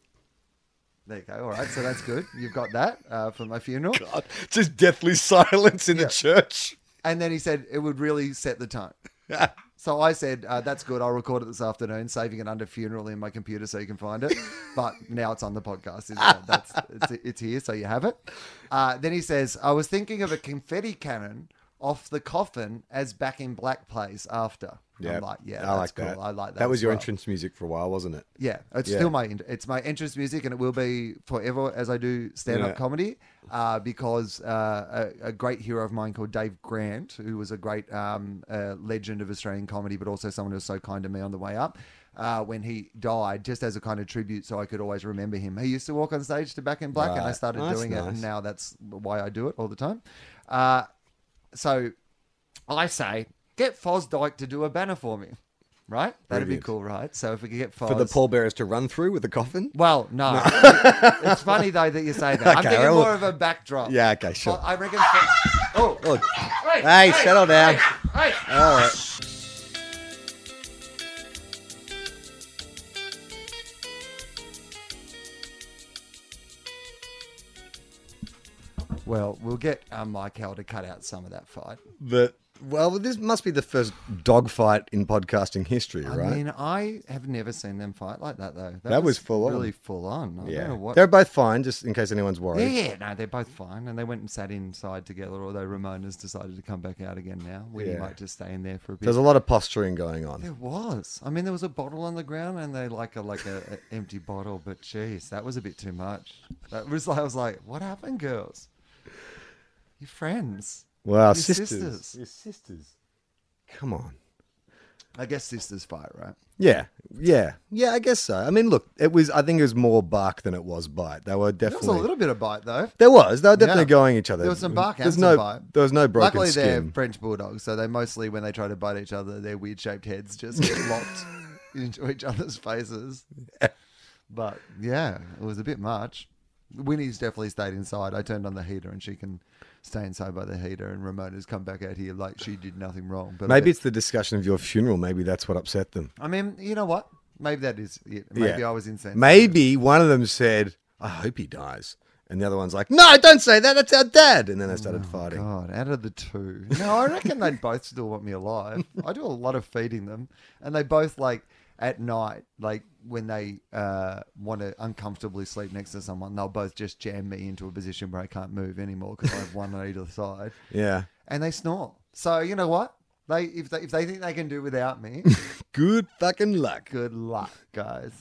S3: There you go. All right, so that's good. You've got that uh, for my funeral.
S2: God, just deathly (laughs) silence in the church.
S3: And then he said it would really set the
S2: (laughs)
S3: tone. So I said, uh, that's good. I'll record it this afternoon, saving it under funeral in my computer so you
S2: (laughs)
S3: can find it. But now it's on the podcast. Isn't it? That's, it's, it's here, so you have it. Uh, then he says, I was thinking of a confetti cannon off the coffin as Back in Black plays after. I'm like, yeah,
S2: I
S3: that's
S2: like
S3: cool.
S2: that.
S3: I like that.
S2: That was
S3: as
S2: your
S3: well.
S2: entrance music for a while, wasn't it?
S3: Yeah, it's
S2: Yeah.
S3: still my int- it's my entrance music, and it will be forever as I do stand up
S2: Yeah.
S3: comedy. Uh, because uh, a, a great hero of mine called Dave Grant, who was a great um, uh, legend of Australian comedy, but also someone who was so kind to me on the way up. Uh, when he died, just as a kind of tribute, so I could always remember him. He used to walk on stage to Back in Black, and I
S2: Right.
S3: started
S2: Oh, that's
S3: doing it, and
S2: nice.
S3: now that's why I do it all the time. Uh, so I say, get Fosdyke to do a banner for me, right? That'd
S2: Brilliant.
S3: be cool, right? So if we could get Foz
S2: For the pallbearers to run through with the coffin?
S3: well, no. it's funny though that you say that. I'm
S2: Okay,
S3: thinking
S2: well-
S3: more of a backdrop.
S2: Yeah, okay, sure.
S3: I reckon. For, oh,
S2: Look. Hey, settle down.
S3: hey.
S2: All right.
S3: Well, we'll get um, Michael to cut out some of that fight.
S2: The, well, this must be the first dogfight in podcasting history,
S3: I
S2: right?
S3: mean, I have never seen them fight like that though.
S2: That was full on.
S3: Really full on. I don't know
S2: yeah.
S3: what.
S2: They're both fine, just in case anyone's
S3: yeah,
S2: worried.
S3: yeah, no, they're both fine, and they went and sat inside together. Although Ramona's decided to come back out again now. We
S2: Yeah.
S3: might just stay in there for a bit.
S2: There's a lot of posturing going on.
S3: There was. I mean, there was a bottle on the ground, and they like a like a, a empty bottle. But jeez, that was a bit too much. That was. I was like, what happened, girls? Your friends.
S2: Wow,
S3: Your
S2: sisters.
S3: sisters.
S2: Your sisters. Come on.
S3: I guess sisters fight, right?
S2: Yeah, yeah, yeah. I guess so. I mean, look, it was. I think it was more bark than it was bite. They were
S3: There
S2: definitely.
S3: was a little bit of bite though.
S2: There was. They were definitely
S3: Yeah.
S2: going each other.
S3: There was some bark and
S2: There's
S3: some
S2: no,
S3: bite.
S2: There was no broken
S3: Luckily, they're
S2: skin.
S3: French bulldogs, so they mostly, when they try to bite each other, their weird shaped heads just
S2: (laughs)
S3: get locked into each other's faces. But yeah, it was a bit much. Winnie's definitely stayed inside. I turned on the heater, and she can stay inside by the heater. And Ramona's come back out here like she did nothing wrong. But I
S2: Maybe
S3: bet-
S2: it's the discussion of your funeral. Maybe that's what upset them.
S3: I mean, you know what? Maybe that is it. Maybe
S2: Yeah.
S3: I was insensitive.
S2: Maybe one of them said, "I hope he dies," and the other one's like, "No, don't say that. That's our dad." And then they started fighting.
S3: Oh God, out of the two. No, I reckon they both still want me alive. I do a lot of feeding them, and they both like at night, like when they uh, want to uncomfortably sleep next to someone, they'll both just jam me into a position where I can't move anymore because I have one on either side,
S2: Yeah.
S3: and they snore. So you know what? They (laughs) if they if they think they can do without me,
S2: Good fucking luck.
S3: good luck, guys.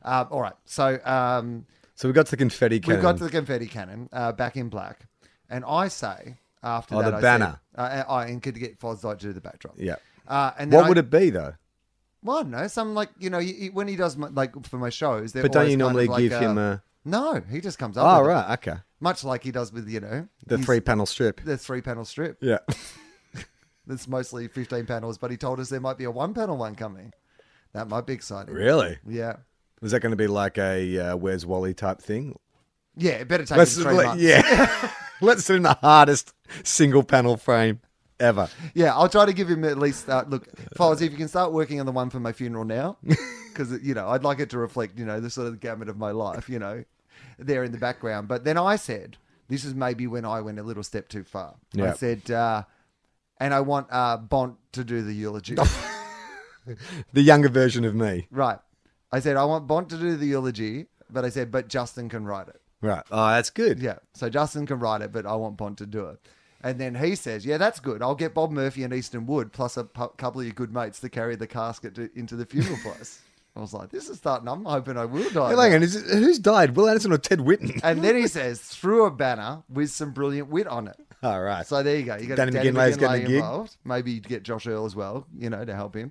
S3: Um, all right. So um,
S2: So we got to the confetti cannon.
S3: We've got to the confetti cannon, uh, back in black, and I say after
S2: Oh,
S3: that,
S2: the
S3: I
S2: banner.
S3: Say, uh, I and could get Fosdike to do the backdrop.
S2: Yeah.
S3: Uh, and then
S2: What
S3: I-
S2: would it be though?
S3: Well, I don't know. Some like you know you, you- when he does my, like for my shows. they're
S2: But don't
S3: always
S2: you
S3: kind
S2: normally
S3: of like uh,
S2: give him a?
S3: No, he just comes up.
S2: Oh
S3: with it,
S2: right, okay.
S3: much like he does with you know
S2: The
S3: his-
S2: three panel strip.
S3: the three panel strip.
S2: Yeah.
S3: That's mostly fifteen panels, but he told us there might be a one panel one coming. That might be exciting.
S2: Really?
S3: Yeah.
S2: Was that going to be like a uh, Where's Wally type thing?
S3: Yeah, it better take
S2: Let's
S3: him three
S2: let-
S3: months. (laughs)
S2: yeah. Let's do the hardest single panel frame ever.
S3: Yeah, I'll try to give him at least that. Look, Files, if you can start working on the one for my funeral now, because, you know, I'd like it to reflect, you know, the sort of gamut of my life, you know, there in the background. But then I said, this is maybe when I went a little step too far.
S2: Yeah.
S3: I said, uh, and I want uh, Bont to do the eulogy.
S2: The younger version of me.
S3: right. I said, I want Bont to do the eulogy, but I said, but Justin can write it.
S2: Right. Oh, that's good.
S3: Yeah. So Justin can write it, but I want Bond to do it. And then he says, "Yeah, that's good. I'll get Bob Murphy and Easton Wood plus a pu- couple of your good mates to carry the casket to, into the funeral
S2: (laughs)
S3: place." I was like, "This is starting. I'm hoping I will die."
S2: Hey, hang
S3: now."
S2: on, is it, who's died? Will Anderson or Ted Whitten?
S3: And then he says, "Through a banner with some brilliant wit on it."
S2: All right.
S3: So there you go. You got
S2: Danny
S3: Danny,
S2: McGinley's
S3: McGinley
S2: getting a gig.
S3: involved. Maybe you'd get Josh Earl as well, you know, to help him.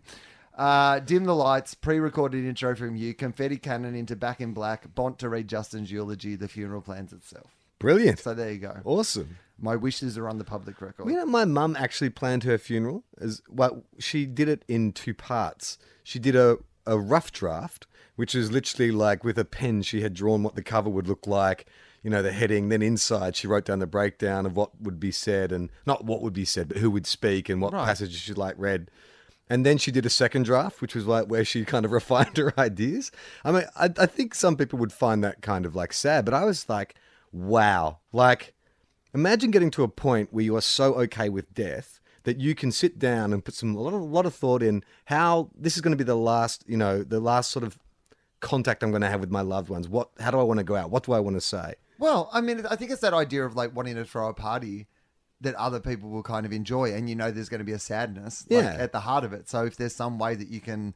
S3: Uh, dim the lights, pre-recorded intro from you, confetti cannon into back in black, Bont to read Justin's eulogy, the funeral plans itself.
S2: Brilliant.
S3: So there you go.
S2: Awesome.
S3: My wishes are on the public record.
S2: You know, my mum actually planned her funeral as well. She did it in two parts. She did a, a rough draft, which is literally like with a pen, she had drawn what the cover would look like, you know, the heading. Then inside, she wrote down the breakdown of what would be said and not what would be said, but who would speak and what passages she'd like read. And then she did a second draft, which was like where she kind of (laughs) refined her ideas. I mean, I, I think some people would find that kind of like sad, but I was like, wow. Like, Imagine getting to a point where you are so okay with death that you can sit down and put some a lot of, lot of thought in how this is going to be the last, you know, the last sort of contact I'm going to have with my loved ones. What how do I want to go out? What do I want to say?
S3: Well, I mean, I think it's that idea of like wanting to throw a party that other people will kind of enjoy, and you know, there's going to be a sadness like,
S2: Yeah.
S3: at the heart of it. So if there's some way that you can,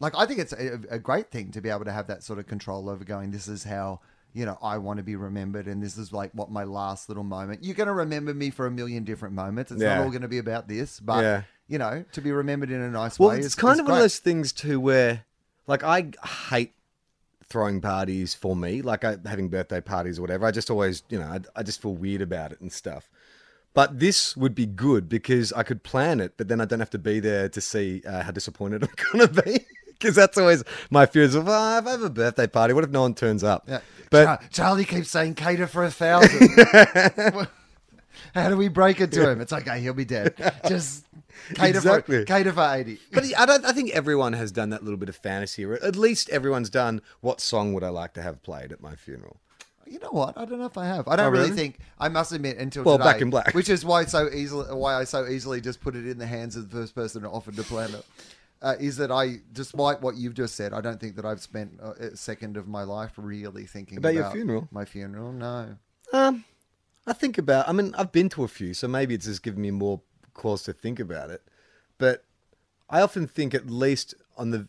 S3: like, I think it's a, a great thing to be able to have that sort of control over going. This is how you know I want to be remembered, and this is like what my last little moment. You're going to remember me for a million different moments. It's
S2: Yeah.
S3: not all going to be about this, but
S2: Yeah.
S3: you know, to be remembered in a nice
S2: Well,
S3: way.
S2: it's
S3: is-
S2: kind
S3: is
S2: of one of
S3: great.
S2: those things too where, like, I hate throwing parties for me, like I, having birthday parties or whatever. I just always, you know, I, I just feel weird about it and stuff. But this would be good because I could plan it, but then I don't have to be there to see uh, how disappointed (laughs) I'm going to be. Because that's always my fear is, oh, if I have a birthday party, what if no one turns up?
S3: Yeah.
S2: But
S3: Char- Charlie keeps saying cater for
S2: (laughs)
S3: a thousand. How do we break it to him? It's okay, he'll be
S2: (laughs)
S3: dead. Just cater
S2: Exactly.
S3: for cater for eighty.
S2: But I, don't, I think everyone has done that little bit of fantasy, or at least everyone's done. What song would I like to have played at my funeral?
S3: You know what? I don't know if I have. I don't
S2: Oh,
S3: really?
S2: really?
S3: think. I must admit, until
S2: Well,
S3: today,
S2: Back in Black.
S3: which is why so easily why I so easily just put it in the hands of the first person who offered to plan it. Uh, is that I, despite what you've just said, I don't think that I've spent a a second of my life really thinking
S2: About
S3: about,
S2: your funeral?
S3: My funeral, no.
S2: Um, I think about. I mean, I've been to a few, so maybe it's just given me more cause to think about it. But I often think, at least on the,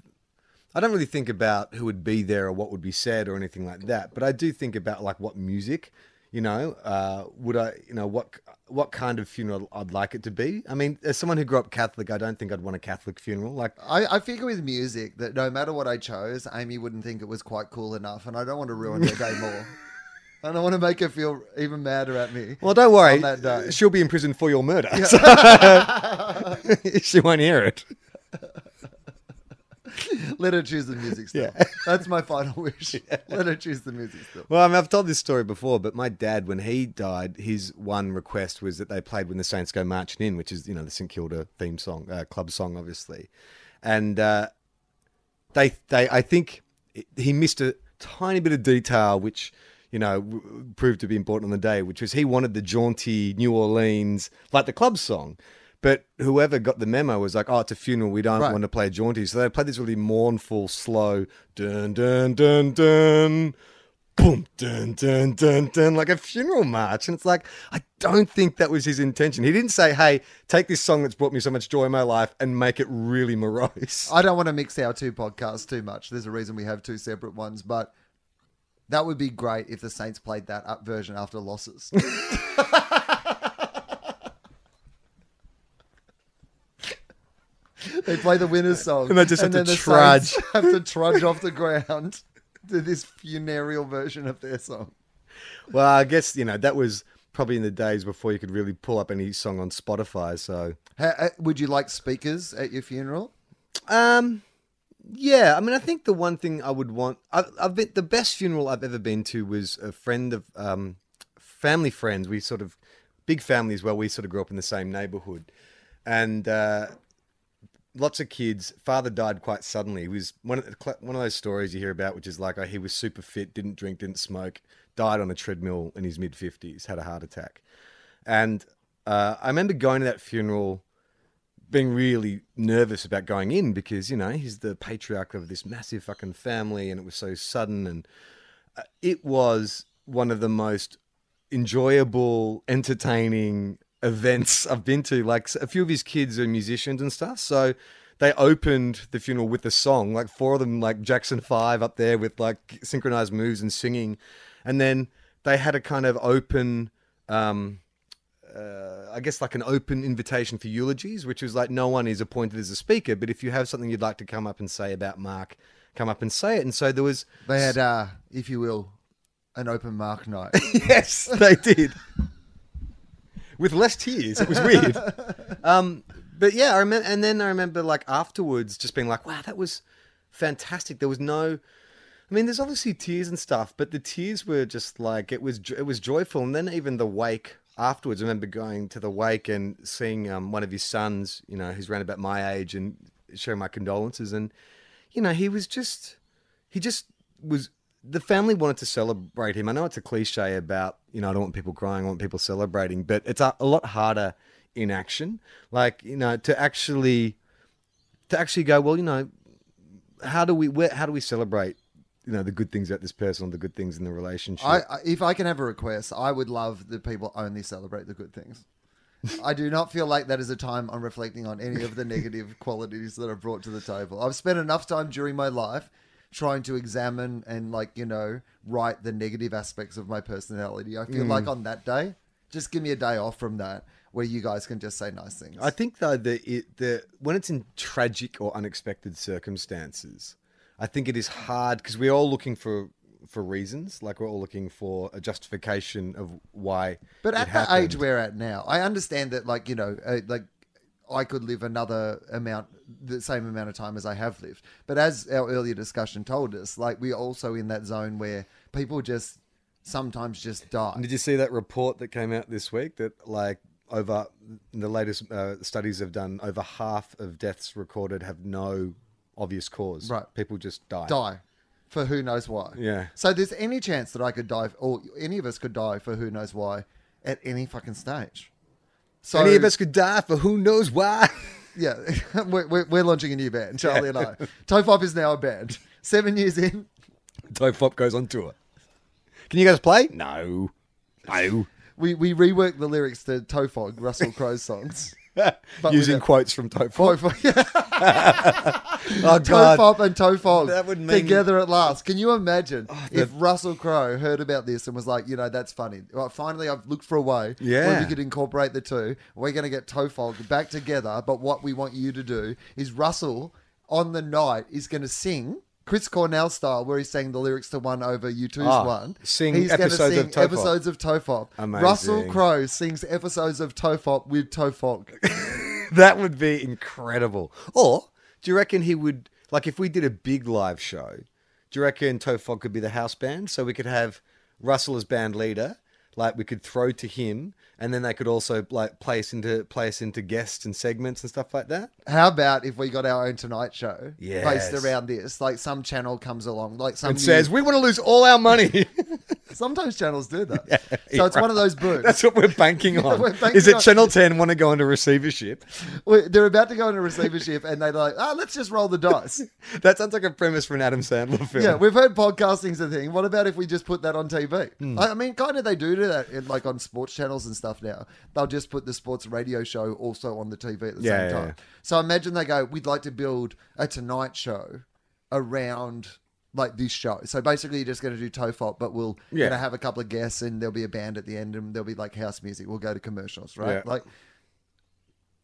S2: I don't really think about who would be there or what would be said or anything like that. But I do think about like what music, you know, uh, would I, you know, what what kind of funeral I'd like it to be. I mean, as someone who grew up Catholic, I don't think I'd want a Catholic funeral. Like,
S3: I, I figure with music that no matter what I chose, Amy wouldn't think it was quite cool enough, and I don't want to ruin her
S2: (laughs)
S3: day more. I don't want to make her feel even madder at me.
S2: well, don't worry,
S3: On that day.
S2: she'll be in prison for your murder. (laughs) she won't hear it.
S3: Let her choose the music still.
S2: Yeah.
S3: That's
S2: (laughs)
S3: my final wish. Let her choose the music still.
S2: Well, I mean, I've told this story before, but my dad, when he died, his one request was that they played "When the Saints Go Marching In," which is you know the St Kilda theme song, uh, club song, obviously, and uh, they they I think he missed a tiny bit of detail, which you know w- proved to be important on the day, which was he wanted the jaunty New Orleans like the club song. But whoever got the memo was like, "Oh, it's a funeral. We don't
S3: Right.
S2: want to play jaunty." So they played this really mournful, slow, dun dun dun dun, boom, dun, dun, dun, dun, like a funeral march. And it's like, I don't think that was his intention. He didn't say, hey, take this song that's brought me so much joy in my life and make it really morose.
S3: I don't want to mix our two podcasts too much. There's a reason we have two separate ones, but that would be great if the Saints played that up version
S2: (laughs)
S3: after losses. they play the winner's song,
S2: And they just have to
S3: then the
S2: trudge.
S3: Saints have to trudge off the ground to this funereal version of their song.
S2: Well, I guess, you know, that was probably in the days before you could really pull up any song on Spotify. So,
S3: Ha- uh, would you like speakers at your funeral?
S2: um, yeah, I mean, I think the one thing I would want, I, I've been, the best funeral I've ever been to was a friend of, um, family friends. We sort of, big family as well, we sort of grew up in the same neighborhood. And, uh, lots of kids. Father died quite suddenly. He was one of the, cla- one of those stories you hear about, which is like oh, he was super fit, didn't drink, didn't smoke, died on a treadmill in his mid fifties, had a heart attack. And uh, I remember going to that funeral, being really nervous about going in because you know he's the patriarch of this massive fucking family, and it was so sudden, and uh, it was one of the most enjoyable, entertaining events I've been to. Like a few of his kids are musicians and stuff, so they opened the funeral with a song. Like four of them, like Jackson Five, up there with like synchronized moves and singing, and then they had a kind of open. Um, uh, I guess like an open invitation for eulogies, which was like no one is appointed as a speaker, but if you have something you'd like to come up and say about Mark, come up and say it. And so there was
S3: They had, uh, if you will, an open mark night.
S2: (laughs) Yes, they did. With less tears, it was weird. um, but yeah, I remember, and then I remember like afterwards, just being like, "Wow, that was fantastic." There was no, I mean, there's obviously tears and stuff, but the tears were just like it was, it was joyful. And then even the wake afterwards, I remember going to the wake and seeing um, one of his sons, you know, who's around about my age, and sharing my condolences. And you know, he was just he just was the family wanted to celebrate him. I know it's a cliche about, you know, I don't want people crying, I want people celebrating, but it's a, a lot harder in action. Like, you know, to actually to actually go, well, you know, how do we where, how do we celebrate, you know, the good things about this person, the good things in the relationship?
S3: I, I- if I can have a request, I would love that people only celebrate the good things. I do not feel like that is a time I'm reflecting on any of the negative qualities that I've brought to the table. I've spent enough time during my life trying to examine and, like, you know, write the negative aspects of my personality. I feel like on that day, just give me a day off from that where you guys can just say nice things.
S2: I think though that it the when it's in tragic or unexpected circumstances, I think it is hard because we're all looking for for reasons, like we're all looking for a justification of why.
S3: But
S2: it
S3: at the
S2: happened.
S3: age we're at now, I understand that, like you know, uh, like I could live another amount, the same amount of time as I have lived. But as our earlier discussion told us, like we're also in that zone where people just sometimes just die.
S2: did you see that report that came out this week that like over the latest uh, studies have done over half of deaths recorded have no obvious cause.
S3: Right.
S2: people just die.
S3: Die for who knows why.
S2: Yeah.
S3: So there's any chance that I could die, or any of us could die for who knows why, at any fucking stage. So
S2: Any of us could die for who knows why. (laughs)
S3: yeah, (laughs) we're, we're, we're launching a new band, Charlie and I. Tofop is now a band. Seven years in,
S2: Tofop goes on tour. Can you guys play? No, no.
S3: We we reworked the lyrics to Tofog, Russell Crowe's songs.
S2: using
S3: with a-
S2: quotes from Tofop.
S3: (laughs) Tofog, yeah,
S2: Oh god,
S3: Tofop and Tofog
S2: That would mean- Oh,
S3: together at last. Can you imagine if
S2: the-
S3: Russell Crowe heard about this and was like, you know, that's funny. Well, finally, I've looked for a way where
S2: Yeah.
S3: we could incorporate the two. We're going to get Tofog back together. But what we want you to do is Russell on the night is going to sing. Chris Cornell style, where he sang the lyrics to one over you two's
S2: Ah,
S3: one.
S2: sing
S3: He's gonna
S2: episodes of
S3: sing
S2: Tofop.
S3: episodes of Tofop.
S2: Amazing.
S3: Russell Crowe sings episodes of Tofop with Tofog.
S2: (laughs) that would be incredible. Or do you reckon he would like if we did a big live show? Do you reckon Tofog could be the house band so we could have Russell as band leader? Like we could throw to him, and then they could also like place into place into guests and segments and stuff like that.
S3: How about if we got our own Tonight Show
S2: Yes.
S3: based around this? Like some channel comes along, like some
S2: And
S3: new-
S2: says we want to lose all our money.
S3: Sometimes channels do that. so it's one of those
S2: (laughs)
S3: booms.
S2: That's what we're (laughs) banking on.
S3: we're banking
S2: Is it
S3: on-
S2: Channel 10 want to go into receivership? (laughs)
S3: We- They're about to go into receivership and they're like, ah, let's just roll the dice.
S2: (laughs) That sounds like a premise for an Adam Sandler film.
S3: yeah, we've heard podcasting's a thing. What about if we just put that on TV?
S2: Hmm.
S3: I I mean, kind of they do do that, in, like on sports channels and stuff now. They'll just put the sports radio show also on the TV at the
S2: Yeah,
S3: same
S2: yeah,
S3: time.
S2: yeah.
S3: So imagine they go, we'd like to build a Tonight Show around like this show. So basically, you're just going to do Tofop, but we'll
S2: Yeah.
S3: going to have a couple of guests and there'll be a band at the end and there'll be like house music. We'll go to commercials, right?
S2: Yeah.
S3: Like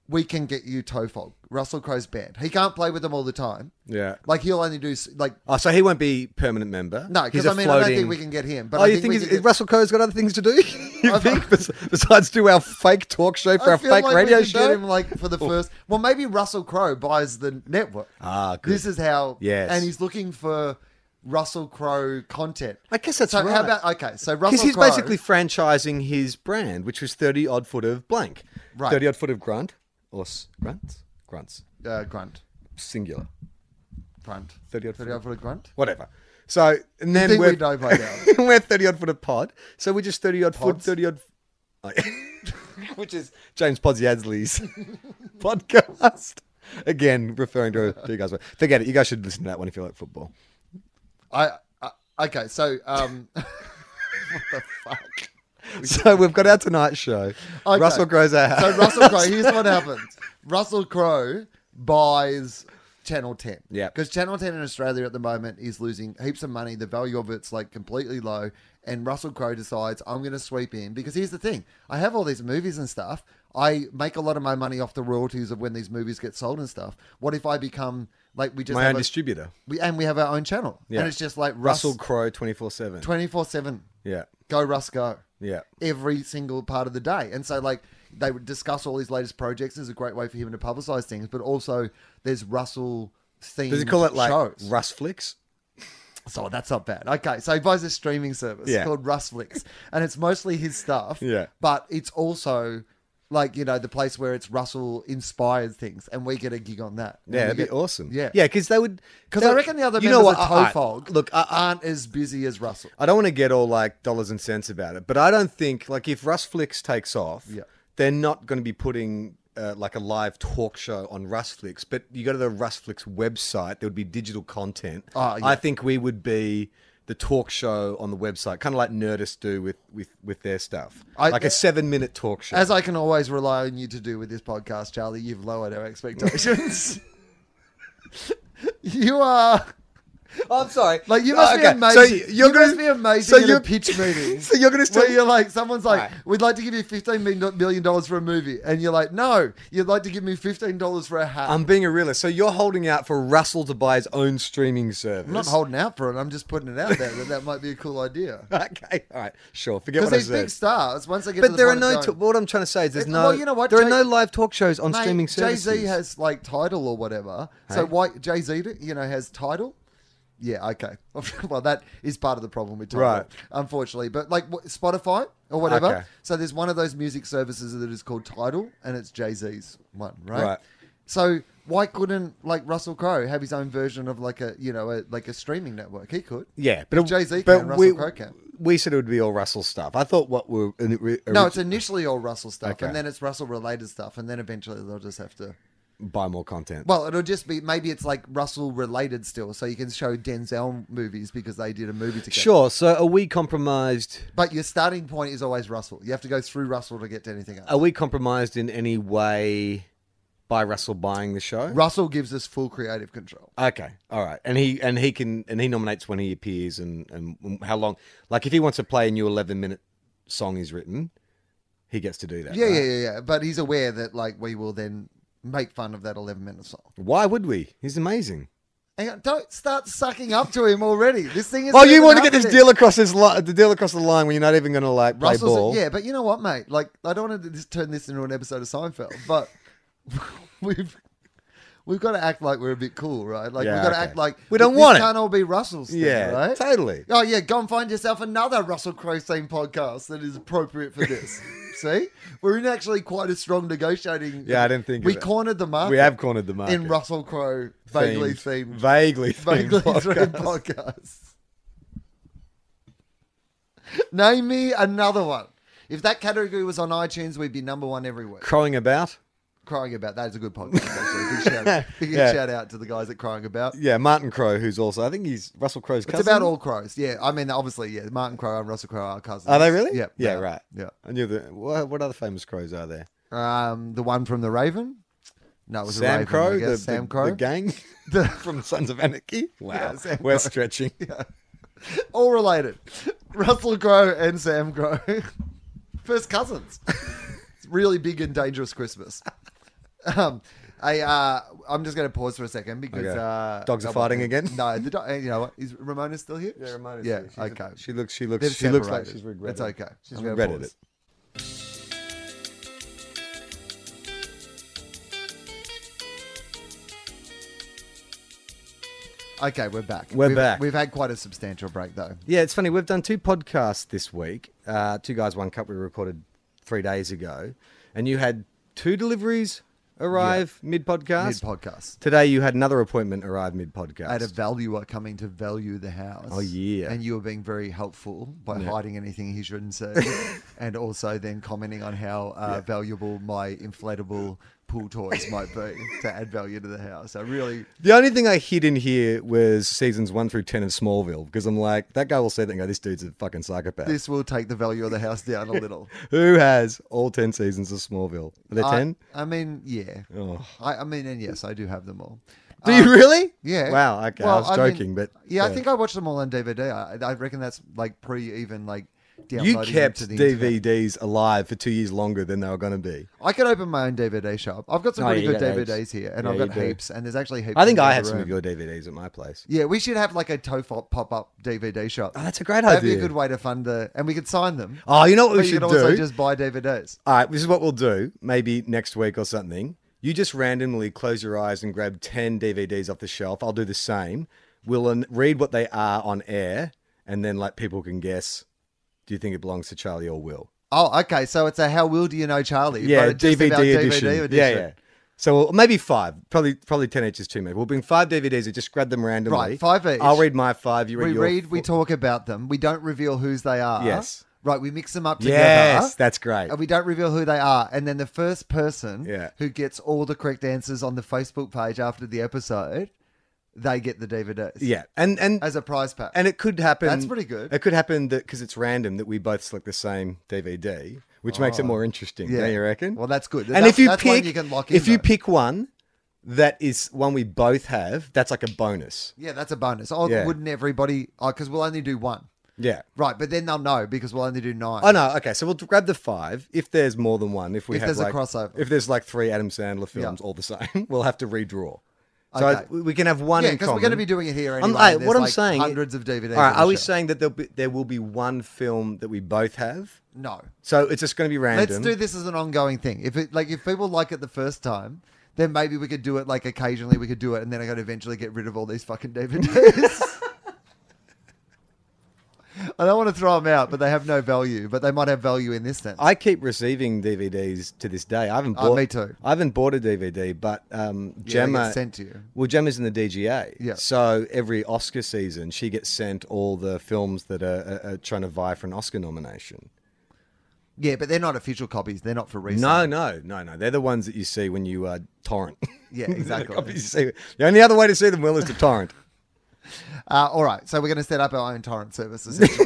S3: we can get you Tofop, Russell Crowe's band. He can't play with them all the time.
S2: Yeah.
S3: Like he'll only do s- like
S2: Oh, so he won't be permanent member.
S3: no,
S2: He's
S3: because
S2: a
S3: I mean, I don't
S2: floating-
S3: think we can get him. But
S2: oh,
S3: I
S2: you
S3: think,
S2: think,
S3: we
S2: he's-
S3: can get-
S2: Russell Crowe's got other things to do? (laughs) you
S3: I-
S2: think bes- besides do our fake talk show for
S3: I
S2: our
S3: feel
S2: fake
S3: like
S2: radio
S3: we could
S2: show? Oh.
S3: Get him like
S2: (laughs)
S3: for the first. Well, maybe Russell Crowe buys the network.
S2: Ah, good.
S3: this is how.
S2: Yes.
S3: and he's looking for Russell Crowe content.
S2: I guess that's
S3: so
S2: right.
S3: How about okay? So Russell
S2: Because he's
S3: Crowe,
S2: basically franchising his brand, which was 30 odd foot of blank.
S3: Right.
S2: 30 odd foot of grunt. Or s- grunts? Grunts.
S3: uh, grunt,
S2: Singular.
S3: grunt,
S2: 30 odd
S3: thirty odd foot of grunt.
S2: Whatever. So, and then
S3: think
S2: we're,
S3: we know by now?
S2: (laughs) we're 30 odd foot of pod. So we're just 30 odd foot,
S3: Pods?
S2: 30 odd. (laughs) oh, yeah. which is James Podziadsley's (laughs) podcast. Again, referring to, to you guys. Forget it. You guys should listen to that one if you like football.
S3: I, I okay. So um, (laughs)
S2: So we've got our tonight show.
S3: Okay.
S2: Russell grows our house.
S3: so Russell Crowe.
S2: (laughs)
S3: Here's what happens. Russell Crowe buys Channel Ten.
S2: Yeah.
S3: because Channel Ten in Australia at the moment is losing heaps of money. The value of it's like completely low. And Russell Crowe decides I'm going to sweep in because here's the thing: I have all these movies and stuff. I make a lot of my money off the royalties of when these movies get sold and stuff. What if I become like we just
S2: My
S3: have
S2: own
S3: a-
S2: distributor.
S3: we, and we have our own channel,
S2: Yeah.
S3: and it's just like
S2: Russell Crowe 24 7.
S3: twenty four seven.
S2: Yeah.
S3: Go Russ, go
S2: Yeah.
S3: every single part of the day. And so, like, they would discuss all his latest projects. It's a great way for him to publicize things, but also there's Russell themed
S2: Does he call it like
S3: shows.
S2: Russ Flicks?
S3: so that's not bad. Okay, so he buys a streaming service
S2: Yeah.
S3: called
S2: (laughs)
S3: Russflix, and it's mostly his stuff.
S2: Yeah.
S3: but it's also like you know the place where it's Russell inspired things, and we get a gig on that. And
S2: Yeah,
S3: we
S2: that'd be
S3: get-
S2: awesome.
S3: Yeah,
S2: yeah, because they would.
S3: Because
S2: they
S3: I
S2: would-
S3: reckon the other
S2: you know
S3: members
S2: what,
S3: of
S2: I- I-
S3: Tofog
S2: look, I, I,
S3: aren't as busy as Russell.
S2: I don't want to get all like dollars and cents about it, but I don't think like if Russ Flicks takes off,
S3: Yeah.
S2: they're not going to be putting uh, like a live talk show on Russ Flicks. But you go to the Russ Flicks website, there would be digital content.
S3: Ah, yeah.
S2: I think we would be the talk show on the website, kind of like Nerdist do with with with their stuff,
S3: I-
S2: like a seven minute talk show.
S3: As I can always rely on you to do with this podcast, Charlie, you've lowered our expectations. (laughs) you are
S2: Oh, I'm sorry,
S3: like you must
S2: Okay,
S3: be amazing.
S2: So
S3: you're
S2: you're
S3: you
S2: gonna
S3: must be amazing
S2: so
S3: at
S2: you're-
S3: a pitch
S2: (laughs)
S3: meeting.
S2: So you're going to
S3: Where
S2: say
S3: you're like, someone's like,
S2: Alright.
S3: we'd like to give you fifteen million million dollars for a movie, and you're like, no, you'd like to give me fifteen dollars for a hat.
S2: I'm being a realist. So you're holding out for Russell to buy his own streaming service.
S3: I'm not holding out for it. I'm just putting it out there that that might be a
S2: (laughs)
S3: cool idea.
S2: Okay, all right, sure. Forget
S3: Because
S2: what I
S3: these big
S2: said.
S3: stars, once they get to
S2: But
S3: the
S2: there are
S3: point of
S2: no.
S3: going-
S2: ta- what I'm trying to say is, there's
S3: It-
S2: no.
S3: well, you know what,
S2: There
S3: Jay-
S2: are no live talk shows on
S3: Mate,
S2: streaming services.
S3: Jay Z has like title or whatever. So why Jay Z, you know, has title? Yeah, okay. (laughs) well, that is part of the problem with title,
S2: Right.
S3: unfortunately. But like what, Spotify or whatever.
S2: Okay.
S3: So there's one of those music services that is called Title, and it's Jay Z's one, right?
S2: Right.
S3: So why couldn't like Russell Crowe have his own version of like a you know a, like a streaming network? He could.
S2: Yeah, but
S3: Jay Z
S2: but
S3: can, Russell
S2: we,
S3: Crowe can.
S2: We said it would be all Russell stuff. I thought what were uh,
S3: No, it's initially all Russell stuff,
S2: Okay.
S3: and then it's Russell related stuff, and then eventually they'll just have to
S2: buy more content.
S3: Well, it'll just be maybe it's like Russell related still, so you can show Denzel movies because they did a movie together.
S2: sure. So are we compromised?
S3: But your starting point is always Russell. You have to go through Russell to get to anything else.
S2: Are we compromised in any way by Russell buying the show?
S3: Russell gives us full creative control.
S2: Okay, all right, and he and he can and he nominates when he appears and and how long. Like if he wants to play a new eleven minute song he's written, he gets to do that.
S3: Yeah,
S2: right?
S3: yeah, yeah, yeah. But he's aware that like we will then make fun of that eleven minute song.
S2: Why would we? He's amazing.
S3: Hang on, don't start sucking up to him already. This thing is
S2: Oh, you
S3: even
S2: want to get this
S3: happening.
S2: deal across this li- the deal across the line when you're not even going to like play
S3: Russell's
S2: ball.
S3: yeah, but you know what, mate? Like I don't want to just turn this into an episode of Seinfeld, but (laughs) we've we've got to act like we're a bit cool, right? Like
S2: Yeah,
S3: we've got to
S2: okay.
S3: act like
S2: We don't
S3: this
S2: want it.
S3: Can't all be Russell's, thing,
S2: Yeah,
S3: right?
S2: totally.
S3: Oh yeah, go and find yourself another Russell Crowe themed podcast that is appropriate for
S2: (laughs)
S3: this. See, we're in actually quite a strong negotiating.
S2: Yeah, I didn't think of
S3: we
S2: it.
S3: cornered the market.
S2: We have cornered the market
S3: in Russell Crowe vaguely themed, (laughs)
S2: vaguely themed
S3: vaguely themed
S2: podcast.
S3: podcasts. Name me another one. If that category was on iTunes, we'd be number one every week.
S2: Crowing about.
S3: Crying About, that is a good podcast, actually. Big
S2: (laughs)
S3: shout out, big
S2: Yeah.
S3: shout out to the guys at Crying About.
S2: Yeah, Martin Crowe, who's also I think he's Russell Crowe's
S3: It's
S2: cousin.
S3: about all crows. Yeah, I mean, obviously, yeah, Martin Crow and Russell Crowe are cousins.
S2: Are they really?
S3: Yeah.
S2: Yeah.
S3: they are.
S2: Right. I knew that. What, what other famous crows are there?
S3: Yeah. Um, the one from The Raven? No, it was a
S2: Sam
S3: Raven,
S2: Crow,
S3: I guess.
S2: the,
S3: Sam
S2: the,
S3: Crow.
S2: the
S3: (laughs)
S2: gang (laughs) from Sons of Anarchy. Wow,
S3: Sam
S2: we're stretching.
S3: all related. (laughs) Russell Crowe (laughs) and Sam Crow. First cousins. It's really big and dangerous Christmas. (laughs) Um, I, uh, I'm just going to pause for a second because
S2: Okay.
S3: uh,
S2: Dogs are
S3: I want
S2: fighting
S3: to-
S2: again?
S3: No, the do- you know what? Is Ramona still here? Yeah,
S2: Ramona's
S3: Yeah,
S2: here. She's-
S3: okay.
S2: She looks. She looks.
S3: They've
S2: She looks like
S3: separated.
S2: she's regretted.
S3: It's okay.
S2: She's
S3: I'm gonna
S2: regretted
S3: pause.
S2: it.
S3: Okay, we're back.
S2: We're
S3: We've-
S2: back.
S3: We've had quite a substantial break though.
S2: Yeah, it's funny. We've done two podcasts this week. Uh, two guys, one cup. We recorded three days ago, and you had two deliveries arrive mid
S3: Mid
S2: podcast.
S3: podcast.
S2: Today you had another appointment arrive mid podcast.
S3: I had a valuer coming to value the house.
S2: Oh, yeah.
S3: And you were being very helpful by hiding anything he
S2: (laughs)
S3: shouldn't see, and also then commenting on how uh, valuable my inflatable pool toys might be to add value to the house. I really,
S2: the only thing I hid in here was seasons one through ten of Smallville because I'm like that guy will say that and go, this dude's a fucking psychopath.
S3: this will take the value of the house down
S2: (laughs)
S3: a little.
S2: Who has all ten seasons of Smallville? Are there
S3: I-
S2: ten?
S3: I, mean, yeah.
S2: Oh.
S3: I, I mean, and yes, I do have them all. Um,
S2: Do you really?
S3: Yeah.
S2: Wow. Okay. I
S3: Well,
S2: was
S3: mean,
S2: joking, but
S3: yeah, I think I watched them all on DVD. I, I reckon that's like pre even like downloading
S2: you
S3: them
S2: kept
S3: to the internet.
S2: DVDs alive for two years longer than they were going to be.
S3: I could open my own DVD shop. I've got some
S2: Oh,
S3: pretty
S2: you
S3: good
S2: got
S3: DVDs
S2: heaps.
S3: here, and
S2: Yeah,
S3: I've
S2: you
S3: got
S2: do.
S3: heaps, and there's actually heaps.
S2: I think
S3: in the
S2: I
S3: other
S2: had some of
S3: room.
S2: your DVDs at my place.
S3: Yeah, we should have like a Tofop pop up DVD shop.
S2: Oh, that's a great
S3: That'd be a
S2: idea.
S3: good way to fund the, and we could sign them.
S2: Oh, you know what
S3: but
S2: we
S3: you
S2: should
S3: could also
S2: do?
S3: just buy DVDs.
S2: All right, this is what we'll do. Maybe next week or something. You just randomly close your eyes and grab 10 DVDs off the shelf. I'll do the same. We'll an- read what they are on air, and then like people can guess do you think it belongs to Charlie or Will?
S3: Oh, okay. So it's a How Will Do You Know Charlie?
S2: Yeah,
S3: but it's just
S2: DVD,
S3: about
S2: edition. Yeah, yeah. So we'll, maybe five, probably probably 10 each is too many. We'll bring five DVDs and just grab them randomly.
S3: Right, five each.
S2: I'll read my five. You read
S3: We
S2: your
S3: read, we
S2: four.
S3: talk about them. We don't reveal whose they are.
S2: Yes.
S3: Right, we mix them up together.
S2: Yes, that's great.
S3: and we don't reveal who they are. And then the first person
S2: Yeah.
S3: who gets all the correct answers on the Facebook page after the episode, they get the DVDs.
S2: Yeah, and and
S3: As a prize pack.
S2: and it could happen.
S3: That's pretty good.
S2: It could happen that because it's random that we both select the same DVD, which makes it more interesting. Yeah,
S3: Oh. Yeah.
S2: don't you reckon?
S3: well, that's good.
S2: and
S3: That's-
S2: if you
S3: that's one
S2: pick,
S3: you can lock in,
S2: if you
S3: though.
S2: pick one that is one we both have, that's like a bonus.
S3: yeah, that's a bonus. Oh,
S2: Yeah.
S3: wouldn't everybody? Oh, because we'll only do one,
S2: Yeah.
S3: right? But then they'll know because we'll only do nine.
S2: Oh no. Okay, so we'll grab the five. If there's more than one, if we
S3: If
S2: have
S3: there's a
S2: like,
S3: crossover.
S2: if there's like three Adam Sandler films all the same, (laughs) we'll have to redraw. So
S3: Okay.
S2: we we can have one.
S3: Yeah,
S2: in
S3: because we're going to
S2: common.
S3: be doing it here anyway.
S2: I'm, I-
S3: and there's,
S2: what I'm
S3: like,
S2: saying,
S3: hundreds of DVDs.
S2: All right,
S3: on the
S2: are we
S3: shelf.
S2: saying that there'll be, there will be one film that we both have?
S3: no?
S2: So it's just going to be random.
S3: Let's do this as an ongoing thing. If it like if people like it the first time, then maybe we could do it like occasionally we could do it and then I could eventually get rid of all these fucking DVDs. (laughs) I don't want to throw them out, but they have no value, but they might have value in this sense.
S2: I keep receiving DVDs to this day. I haven't
S3: Oh,
S2: bought.
S3: me too.
S2: I haven't bought a DVD, but um, Gemma
S3: get sent to you.
S2: Well, Gemma's in the DGA.
S3: Yeah.
S2: So every Oscar season, she gets sent all the films that are, are, are trying to vie for an Oscar nomination.
S3: yeah, but they're not official copies. They're not for
S2: No,
S3: resale.
S2: no, no, no. They're the ones that you see when you uh, torrent. (laughs)
S3: Yeah,
S2: They're the
S3: exactly.
S2: copies you see. The only other way to see them, Will, is to
S3: (laughs)
S2: torrent.
S3: Uh, all right, so we're going to set up our own torrent service
S2: (laughs)
S3: essentially.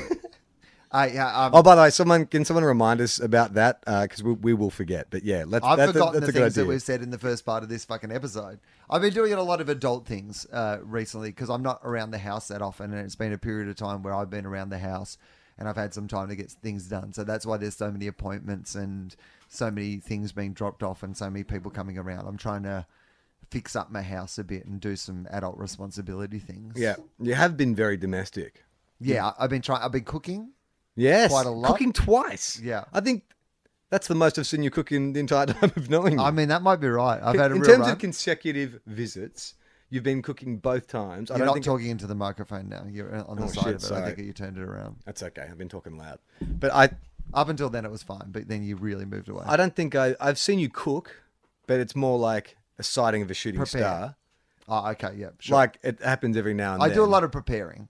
S3: uh, yeah, um,
S2: Oh, by the way, someone can someone remind us about that because we, we will forget. But yeah, let's.
S3: I've
S2: that's a-
S3: forgotten
S2: that's
S3: the
S2: a good
S3: things that
S2: idea.
S3: we've said in the first part of this fucking episode. I've been doing a lot of adult things uh, recently because I'm not around the house that often, and it's been a period of time where I've been around the house and I've had some time to get things done. So that's why there's so many appointments and so many things being dropped off and so many people coming around. I'm trying to fix up my house a bit and do some adult responsibility things.
S2: Yeah, you have been very domestic.
S3: yeah. I- I've been trying. I've been cooking.
S2: Yes,
S3: Quite a lot.
S2: Cooking twice.
S3: Yeah.
S2: I think that's the most I've seen you cook in the entire (laughs) time of knowing you.
S3: I mean, that might be right. I've had
S2: Hmm.
S3: a
S2: in
S3: real
S2: terms
S3: run.
S2: of consecutive visits, you've been cooking both times. I
S3: You're
S2: don't
S3: not
S2: think
S3: talking into the microphone now. You're uh, on the
S2: Oh,
S3: side
S2: shit,
S3: of it. I
S2: sorry.
S3: think you turned it around.
S2: that's okay. I've been talking loud, but I
S3: Up until then, it was fine, but then you really moved away.
S2: I don't think I I've seen you cook, but it's more like a sighting of a shooting
S3: Prepare.
S2: star.
S3: oh, okay, yeah, sure.
S2: Like it happens every now and
S3: I
S2: then.
S3: do a lot of preparing.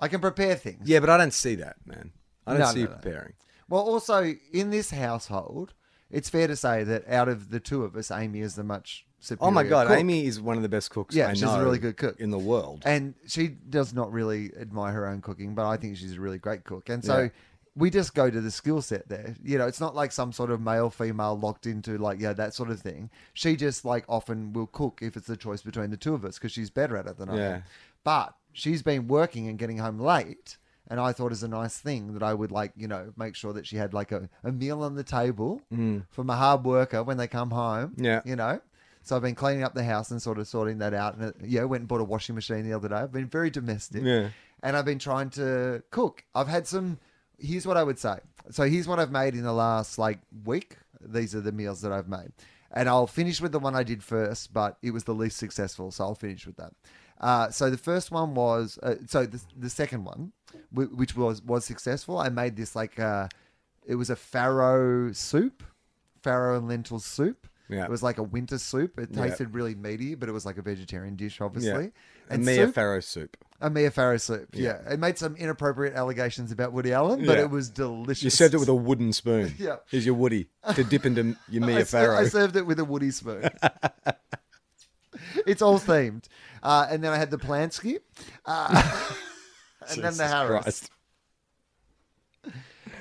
S3: I can prepare things.
S2: Yeah, but I don't see that, man. I don't
S3: No,
S2: see
S3: no,
S2: you
S3: no.
S2: preparing.
S3: Well, also in this household, it's fair to say that out of the two of us, Amy is the much superior.
S2: Oh my god,
S3: cook.
S2: Amy is one of the best cooks.
S3: Yeah,
S2: I
S3: she's a
S2: know
S3: really good cook.
S2: in the world.
S3: and she does not really admire her own cooking, but I think she's a really great cook. And so
S2: Yeah.
S3: we just go to the skill set there. You know, it's not like some sort of male female locked into like yeah that sort of thing. She just like often will cook if it's the choice between the two of us because she's better at it than I
S2: Yeah.
S3: am. But she's been working and getting home late. And I thought it was a nice thing that I would like, you know, make sure that she had like a, a meal on the table from a hard worker when they come home.
S2: Mm. Yeah.
S3: You know? So I've been cleaning up the house and sort of sorting that out. And uh, yeah, went and bought a washing machine the other day. I've been very domestic.
S2: Yeah.
S3: And I've been trying to cook. I've had some. Here's what I would say. So here's what I've made in the last like week. These are the meals that I've made. And I'll finish with the one I did first, but it was the least successful. So I'll finish with that. Uh, so the first one was uh, so the, the second one, whi- which was was successful. I made this like uh, it was a farro soup, farro and lentil soup.
S2: Yeah.
S3: It was like a winter soup. It
S2: Yeah.
S3: tasted really meaty, but it was like a vegetarian dish, obviously.
S2: and
S3: And
S2: Mia
S3: soup-
S2: Farrow soup.
S3: a Mia Farrow soup. Yeah. It made some inappropriate allegations about Woody Allen, but
S2: Yeah.
S3: it was delicious.
S2: You served it with a wooden spoon.
S3: (laughs) Yeah.
S2: Here's your Woody to dip into your Mia
S3: (laughs) I ser-
S2: Farrow.
S3: I served it with a
S2: (laughs)
S3: Woody spoon. it's all themed. Uh, and then I had the Plansky.
S2: (laughs)
S3: Uh, and then the
S2: Jesus
S3: Harris.
S2: Christ.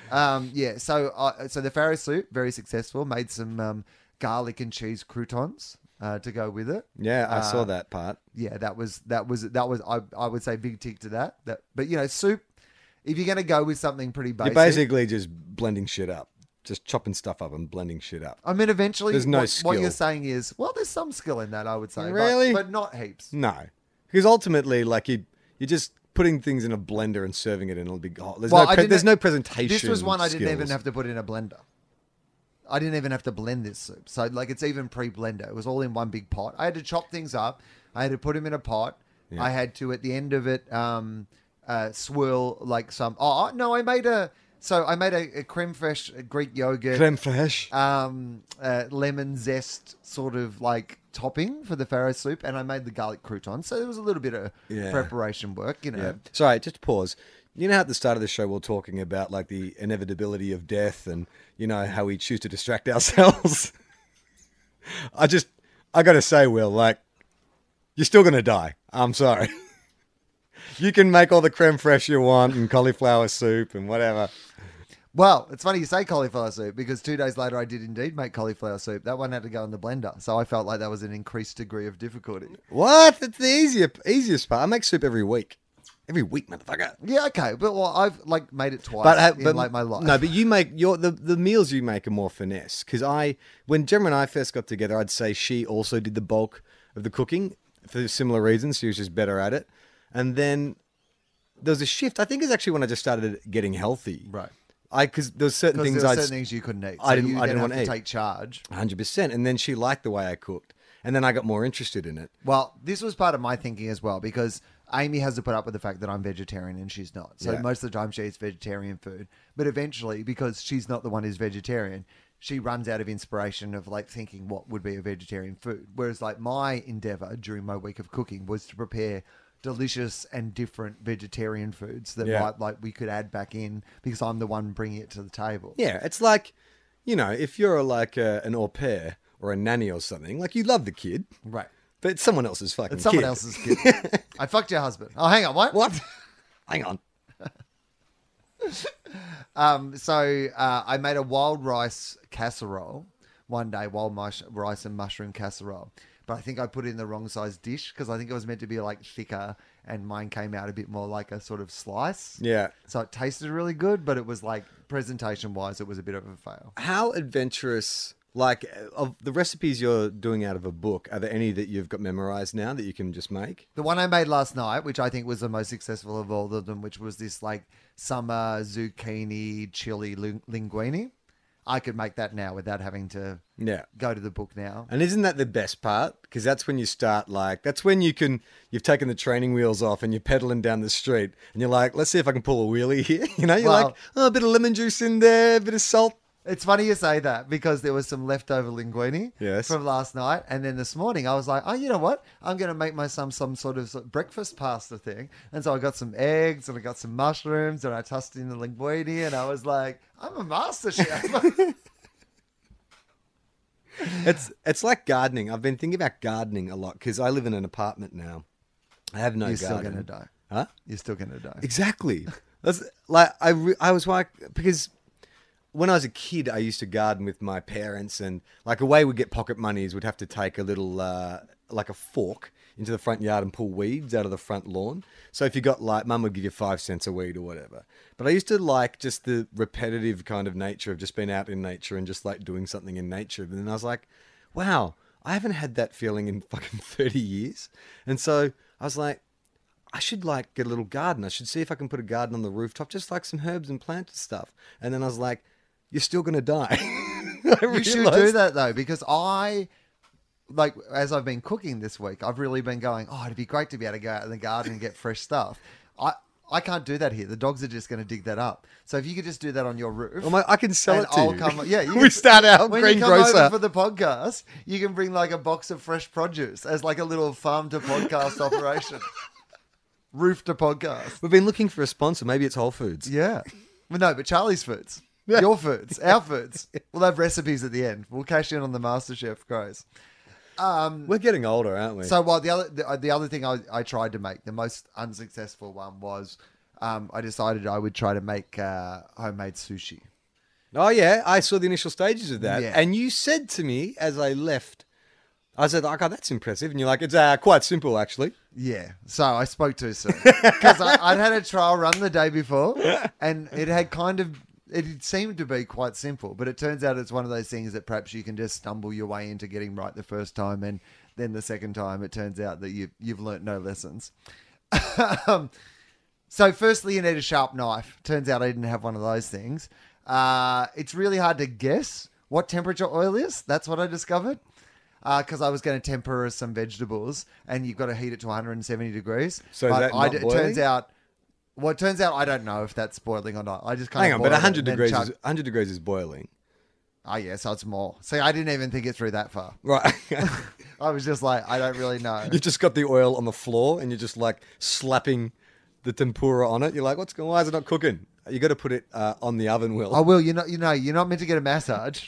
S3: Um, yeah, so uh, so the farro soup very successful. Made some um, garlic and cheese croutons uh, to go with it.
S2: Yeah, I saw
S3: Uh,
S2: that part.
S3: yeah, that was that was that was I, I would say big tick to that. That but you know soup, if you're gonna go with something pretty basic,
S2: You're basically just blending shit up, just chopping stuff up and blending shit up.
S3: I mean, eventually,
S2: There's no
S3: what, what you're
S2: skill.
S3: saying is, well, there's some skill in that, I would say, but-
S2: Really?
S3: but, not heaps.
S2: No, because ultimately, like you, you're just putting things in a blender and serving it, and it'll be hot. There's
S3: Well,
S2: no,
S3: I
S2: pre-
S3: didn't-
S2: there's no presentation.
S3: This was one I didn't even
S2: skills.
S3: have to put in a blender. I didn't even have to blend this soup, so like it's even pre-blender. It was all in one big pot. I had to chop things up. I had to put them in a pot. I had to at the end of it um, uh, swirl like some. Oh no, I made a so I made a, a creme fraiche Greek yogurt.
S2: creme fraiche.
S3: um, uh, lemon zest sort of like topping for the farro soup, and I made the garlic crouton. So there was a little bit of
S2: Yeah.
S3: preparation work, you know.
S2: Yeah. Sorry, just pause. You know how at the start of the show we're talking about like the inevitability of death and you know how we choose to distract (laughs) ourselves. I just I gotta say, Will, like you're still gonna die. I'm sorry. you can make all the creme fraiche you want and cauliflower soup and whatever.
S3: Well, it's funny you say cauliflower soup because two days later I did indeed make cauliflower soup. That one had to go in the blender, so I felt like that was an increased degree of difficulty.
S2: What? That's the easier easiest part. I make soup every week. Every week, motherfucker.
S3: Yeah, okay, but well, I've like made it twice
S2: but, uh,
S3: in
S2: but
S3: like my life.
S2: No, but you make your the, the meals you make are more finesse. Because I, when Gemma and I first got together, I'd say she also did the bulk of the cooking for similar reasons. She was just better at it. And then there was a shift. I think it's actually when I just started getting healthy.
S3: Right.
S2: I because there was certain
S3: because
S2: things
S3: there were
S2: I
S3: certain things you couldn't eat. So
S2: I didn't-
S3: You
S2: I
S3: then
S2: didn't
S3: have
S2: wanna
S3: to
S2: eat.
S3: take charge.
S2: hundred percent. And then she liked the way I cooked. And then I got more interested in it.
S3: Well, this was part of my thinking as well because Amy has to put up with the fact that I'm vegetarian and she's not. So
S2: Yeah.
S3: most of the time she eats vegetarian food. But eventually, because she's not the one who's vegetarian, she runs out of inspiration of like thinking what would be a vegetarian food. Whereas, like, my endeavor during my week of cooking was to prepare delicious and different vegetarian foods that
S2: Yeah.
S3: might like we could add back in because I'm the one bringing it to the table.
S2: Yeah, it's like, you know, if you're like a, an au pair or a nanny or something, like you love the kid,
S3: Right.
S2: but it's someone else's fucking.
S3: It's someone
S2: kid.
S3: else's kid.
S2: (laughs)
S3: I fucked your husband. Oh, hang on. What?
S2: What? (laughs) Hang on.
S3: Um, so uh, I made a wild rice casserole one day, wild mush- rice and mushroom casserole. But I think I put it in the wrong size dish because I think it was meant to be like thicker, and mine came out a bit more like a sort of slice.
S2: Yeah.
S3: So it tasted really good, but it was like presentation wise, it was a bit of a fail.
S2: how adventurous like of the recipes you're doing out of a book are there any that you've got memorized now that you can just make
S3: The one I made last night, which I think was the most successful of all of them, which was this like summer zucchini chili lin- linguine. I could make that now without having to
S2: yeah
S3: go to the book now.
S2: and isn't that the best part because that's when you start like that's when you can you've taken the training wheels off and you're pedaling down the street and you're like let's see if i can pull a wheelie here (laughs) you know you're
S3: Well-
S2: like oh, a bit of lemon juice in there a bit of salt
S3: It's funny you say that because there was some leftover linguine
S2: Yes.
S3: from last night, and then this morning I was like, oh, you know what? I'm going to make my some some sort of, sort of breakfast pasta thing, and so I got some eggs and I got some mushrooms and I tossed in the linguine, and I was like, I'm a master
S2: (laughs)
S3: chef. (laughs)
S2: It's it's like gardening. I've been thinking about gardening a lot because I live in an apartment now. I have no
S3: You're still
S2: garden.
S3: going to die.
S2: Huh?
S3: You're still going to die.
S2: Exactly. That's like I re- I was like because when I was a kid, I used to garden with my parents, and like a way we get pocket money is we'd have to take a little uh, like a fork into the front yard and pull weeds out of the front lawn. So if you got like mum would give you five cents a weed or whatever. But I used to like just the repetitive kind of nature of just being out in nature and just like doing something in nature. And then I was like, wow, I haven't had that feeling in fucking (laughs) thirty years. And so I was like, I should like get a little garden. I should see if I can put a garden on the rooftop, just like some herbs and plants and stuff. And then I was like, you're still gonna die. (laughs)
S3: (laughs) you should do that though, because I like as I've been cooking this week, I've really been going, Oh, it'd be great to be able to go out in the garden and get fresh stuff. I I can't do that here. The dogs are just going to dig that up. So if you could just do that on your roof,
S2: Oh my, I can sell
S3: and
S2: it to
S3: I'll
S2: you.
S3: come.
S2: (laughs)
S3: Yeah, you
S2: we start our
S3: (laughs) when you come over
S2: greengrocer.
S3: for the podcast, you can bring like a box of fresh produce as like a little farm to
S2: (laughs)
S3: podcast operation, roof to podcast.
S2: We've been looking for a sponsor. Maybe it's Whole Foods.
S3: (laughs) Yeah. Well, no, but Charlie's foods. Your foods, our foods. We'll have recipes at the end. We'll cash in on the MasterChef guys.
S2: We're getting older, aren't we?
S3: So, well, the other the, uh, the other thing I, I tried to make the most unsuccessful one was, um, I decided I would try to make uh, homemade sushi.
S2: oh yeah, I saw the initial stages of that,
S3: Yeah.
S2: and you said to me as I left, I said, "Oh God, that's impressive," and you're like, "It's uh, quite simple, actually."
S3: Yeah. So I spoke too soon because I'd had a trial run the day before, and it had kind of it had seemed to be quite simple, but it turns out it's one of those things that perhaps you can just stumble your way into getting right the first time, and then the second time it turns out that you you've learnt no lessons. um, so firstly, you need a sharp knife. Turns out I didn't have one of those things. Uh, it's really hard to guess what temperature oil is. That's what I discovered because I was going to tempura some vegetables, and you've got to heat it to 170 degrees.
S2: So is
S3: But
S2: that
S3: I
S2: not
S3: d- it
S2: boiling?
S3: turns out. Well, it turns out I don't know if that's boiling or not. I just kind
S2: Hang
S3: of
S2: on, but
S3: boil it
S2: 100
S3: and then
S2: degrees,
S3: chuck-
S2: is, 100 degrees is boiling,
S3: Oh yeah, so it's more. See, I didn't even think it through that far.
S2: right? (laughs)
S3: (laughs) I was just like, I don't really know.
S2: You've just got the oil on the floor and you're just like slapping the tempura on it. You're like, what's going? Why is it not cooking? You got to put it uh, on the oven, Will.
S3: I Oh, will. You know, you know, you're not meant to get
S2: (laughs)
S3: a massage.